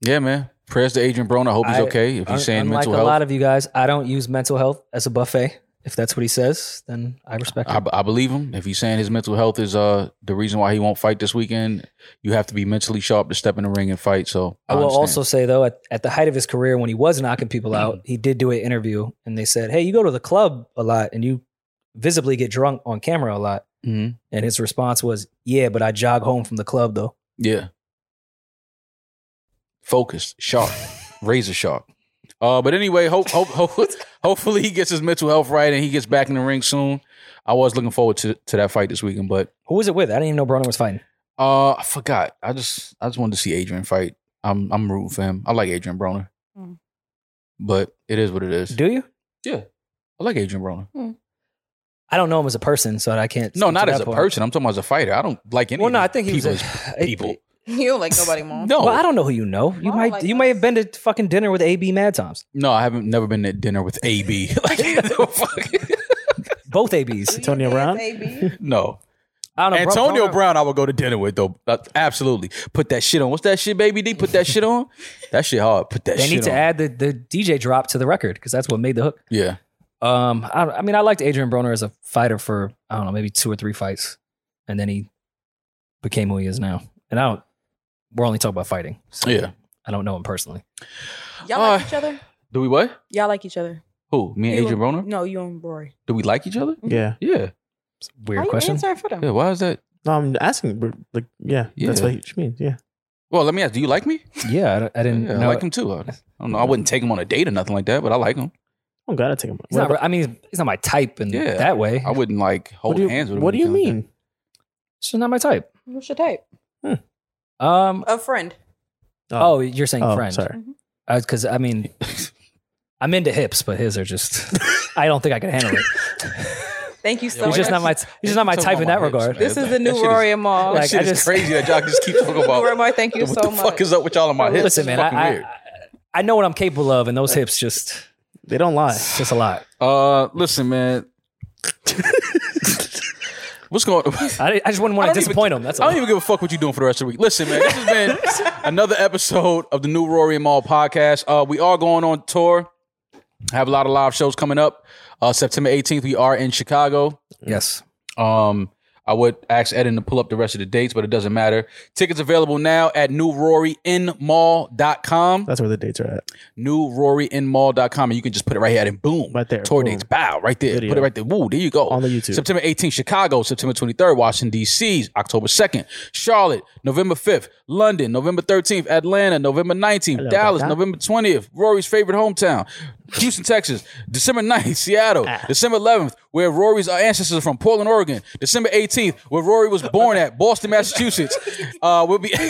Yeah, man. Prayers to Adrian Broner. I hope he's
I-
okay. If he's saying
Unlike
mental
a
health.
lot of you guys, I don't use mental health as a buffet. If that's what he says, then I respect it.
I, I believe him. If he's saying his mental health is uh the reason why he won't fight this weekend, you have to be mentally sharp to step in the ring and fight. So
I will also
understand.
say though, at, at the height of his career, when he was knocking people out, he did do an interview, and they said, "Hey, you go to the club a lot, and you visibly get drunk on camera a lot."
Mhm.
And his response was, "Yeah, but I jog home from the club though."
Yeah. Focused, sharp, razor sharp. Uh, but anyway, hope, hope, hope, hopefully he gets his mental health right and he gets back in the ring soon. I was looking forward to, to that fight this weekend, but
Who was it with? I didn't even know Broner was fighting.
uh, I forgot. I just I just wanted to see Adrian fight. I'm I'm rooting for him. I like Adrian Broner,
Mm.
but it is what it is.
Do you?
I like Adrian Broner.
I don't know him as a person, so I can't.
No,
speak to
not
that
as a
point.
person. I'm talking about as a fighter. I don't like any.
Well, no,
of
I think
these
he was
people
a,
as
it-
people. Oh.
You don't like nobody, mom.
No,
Well, I don't know who you know. You
Mom
might
like
you
us.
may have been to fucking dinner with AB Mad Times.
no, I haven't never been at dinner with AB. like, no, fuck.
Both ABs.
Antonio Brown?
Baby.
no.
I don't know. Bro-
Antonio
Broner-
Brown, I would go to dinner with though. Uh, Absolutely, put that shit on. What's that shit, baby D? Put that shit on. That shit hard. Put that.
They
shit
need to
on.
add the, the DJ drop to the record because that's what made the hook.
Yeah,
Um, I, I mean, I liked Adrian Broner as a fighter for I don't know, maybe two or three fights, and then he became who he is now. And I don't. We're only talking about fighting. So
yeah.
I don't know him personally.
Y'all
Uh,
like each other?
Do we what?
Y'all like each other?
Who? Me and
You
Adrian Broner?
and- No, you and Rory.
Do we like each other?
Mm-hmm.
Yeah.
Yeah.
Weird
How
question.
You answering for them?
Yeah. Why is that?
No, I'm asking. but, Like, yeah, that's
Yeah.
what she means. Yeah.
Well, let me ask. Do you like me?
Yeah, I don't- I, didn't
Yeah, I
know.
like him too. I, I don't know. I wouldn't take him on a date or nothing like that, but I like him.
Oh God, I take him.
He's not, re- I mean, he's not my type in
Yeah,
Mm, that way.
I wouldn't like hold
what do you,
hands with him.
what
or
do you
anything like
mean?
He's just not my type.
What's your type?
Um.
A friend.
Oh, you're saying
oh,
friend?
Sorry.
Mm-hmm.
Because I mean, I'm into hips, but his are just. I don't think I can handle it.
Thank you so
Yeah,
He's
much.
just not my. He's just not my
Talking
type in that
about my hips,
regard.
man.
this is the
That
new
shit is-
Rory and
That
Mom.
Like,
Oh, shit
I
is
just-
crazy that y'all just keep talking
Rory,
about.
Roy, thank you
what
so
the
much.
fuck is up with y'all on my hips?
Listen,
It's
man,
fucking
I,
weird.
I I know what I'm capable of, and those hips just
They don't lie.
It's just a lot.
Uh, listen, man. What's going on?
I, I just wouldn't want
I don't
to disappoint him. That's
I
all.
don't even give a fuck what you're doing for the rest of the week. Listen, man, this has been another episode of the new Rory and Maul podcast. Uh, we are going on tour. Have a lot of live shows coming up. Uh, September 18th, we are in Chicago.
Yes.
Um, I would ask Eden to pull up the rest of the dates, but it doesn't matter. Tickets available now at newroryinmall.com.
That's where the dates are at.
Newroryinmall.com. And you can just put it right here and boom.
Right there.
Tour
Boom.
dates. Bow. Right there. Put it right there. Woo. There you go.
On the YouTube.
September 18th, Chicago. September 23rd, Washington, D.C. October 2nd, Charlotte. November 5th, London. November 13th, Atlanta. November 19th,
Hello,
Dallas.
Baka.
November 20th, Rory's favorite hometown, Houston, Texas. December 9th, Seattle. December 11th, where Rory's ancestors are from, Portland, Oregon. December 18th, where Rory was born at, Boston, Massachusetts. Uh, we'll be.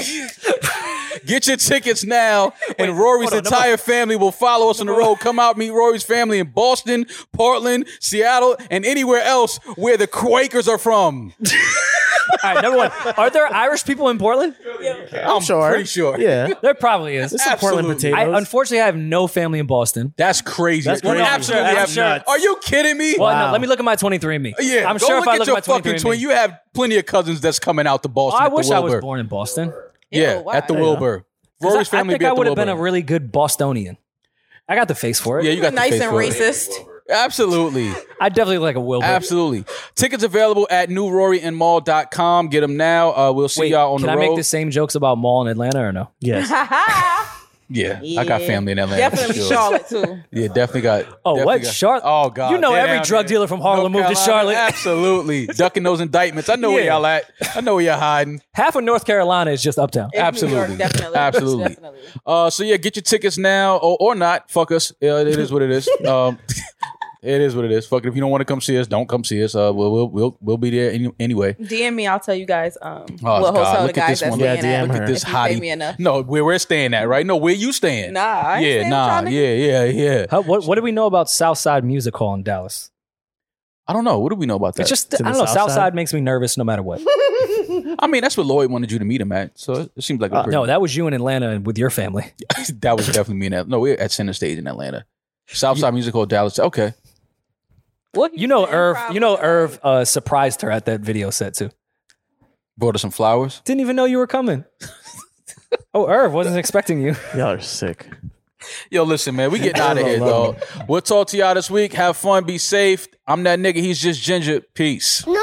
Get your tickets now, and Rory's entire family will follow us on the road. Come out, meet Rory's family in Boston, Portland, Seattle, and anywhere else where the Quakers are from.
All right, number one. Are there Irish people in Portland?
I'm,
sure.
pretty sure.
Yeah.
There probably is.
There's some Portland
Absolutely.
potatoes.
I, unfortunately, I have no family in Boston.
That's crazy.
That's
You
crazy.
absolutely
I'm
have
sure.
not. Are you kidding me?
Well, no,
Wow.
let me look at my 23andMe.
Yeah,
I'm
go
sure
look
if I
at
look
your
at my
fucking
23andMe.
twin. You have plenty of cousins that's coming out to Boston.
Oh, I
at the
wish I was
Wilbur.
born in Boston. 'Cause
Yeah,
Ew,
at the
why?
Wilbur.
I-
Rory's family
I think
be at
I
the
would have been a
Wilbur.
really good Bostonian. I got the face for it.
yeah, you got the
nice
face
and
for it.
racist.
Absolutely.
I definitely look like a Wilbur.
Absolutely. Tickets available at newroryandmall.com. Get them now. Uh, we'll see
Wait,
y'all on
can
the
I
road. Uh,
make the same jokes about Mall in Atlanta or no?
yes.
yeah, I got
Yeah.
family in Atlanta. for
Definitely
sure.
Charlotte too.
Yeah, definitely got.
Oh,
definitely
what?
got-
Charlotte?
Oh, God.
You know
They're
every
down
drug
there.
dealer from Harlem
North
moved to
Carolina,
Charlotte.
Absolutely. Ducking those indictments. I know where
Yeah.
y'all at. I know where y'all hiding.
Half of North Carolina is just uptown.
It's New York,
Absolutely.
definitely.
Absolutely.
Definitely.
Uh, so yeah, get your tickets now or, or not. Fuck us. Uh, it is what it is. Um, it is what it is. Fuck it. If you don't want to come see us, don't come see us. Uh, we'll we'll we'll, we'll be there any, anyway.
DM me. I'll tell you guys um,
Oh, God,
what hotel the
look at
guys
this
that's
one.
Yeah,
staying at.
DM
Look at
her.
this
If you pay me
hottie.
enough.
No, where we're staying at, right? No, where you staying?
Nah, I ain't
yeah,
staying
nah,
with y'all
yeah, yeah, yeah.
How, what, what do we know about Southside Music Hall in Dallas?
I don't know. What do we know about that?
It's just,
It's in
I
the
don't know.
South Side?
Southside makes me nervous no matter what.
I mean, that's what Lloyd wanted you to meet him at. So it seems like
Uh,
a pretty,
No, that was you in Atlanta with your family.
that was definitely me in Atlanta. No, we're at Center Stage in Atlanta. Southside Music Hall, Dallas. Okay.
What
You know,
saying,
Irv.
probably.
You know, Irv uh, surprised her at that video set too.
Brought us some flowers.
Didn't even know you were coming. oh, Irv wasn't expecting you.
Y'all are sick.
Yo, listen, man, we getting out of here, dog. We'll talk to y'all this week. Have fun, be safe. I'm that nigga. He's just ginger. Peace.
No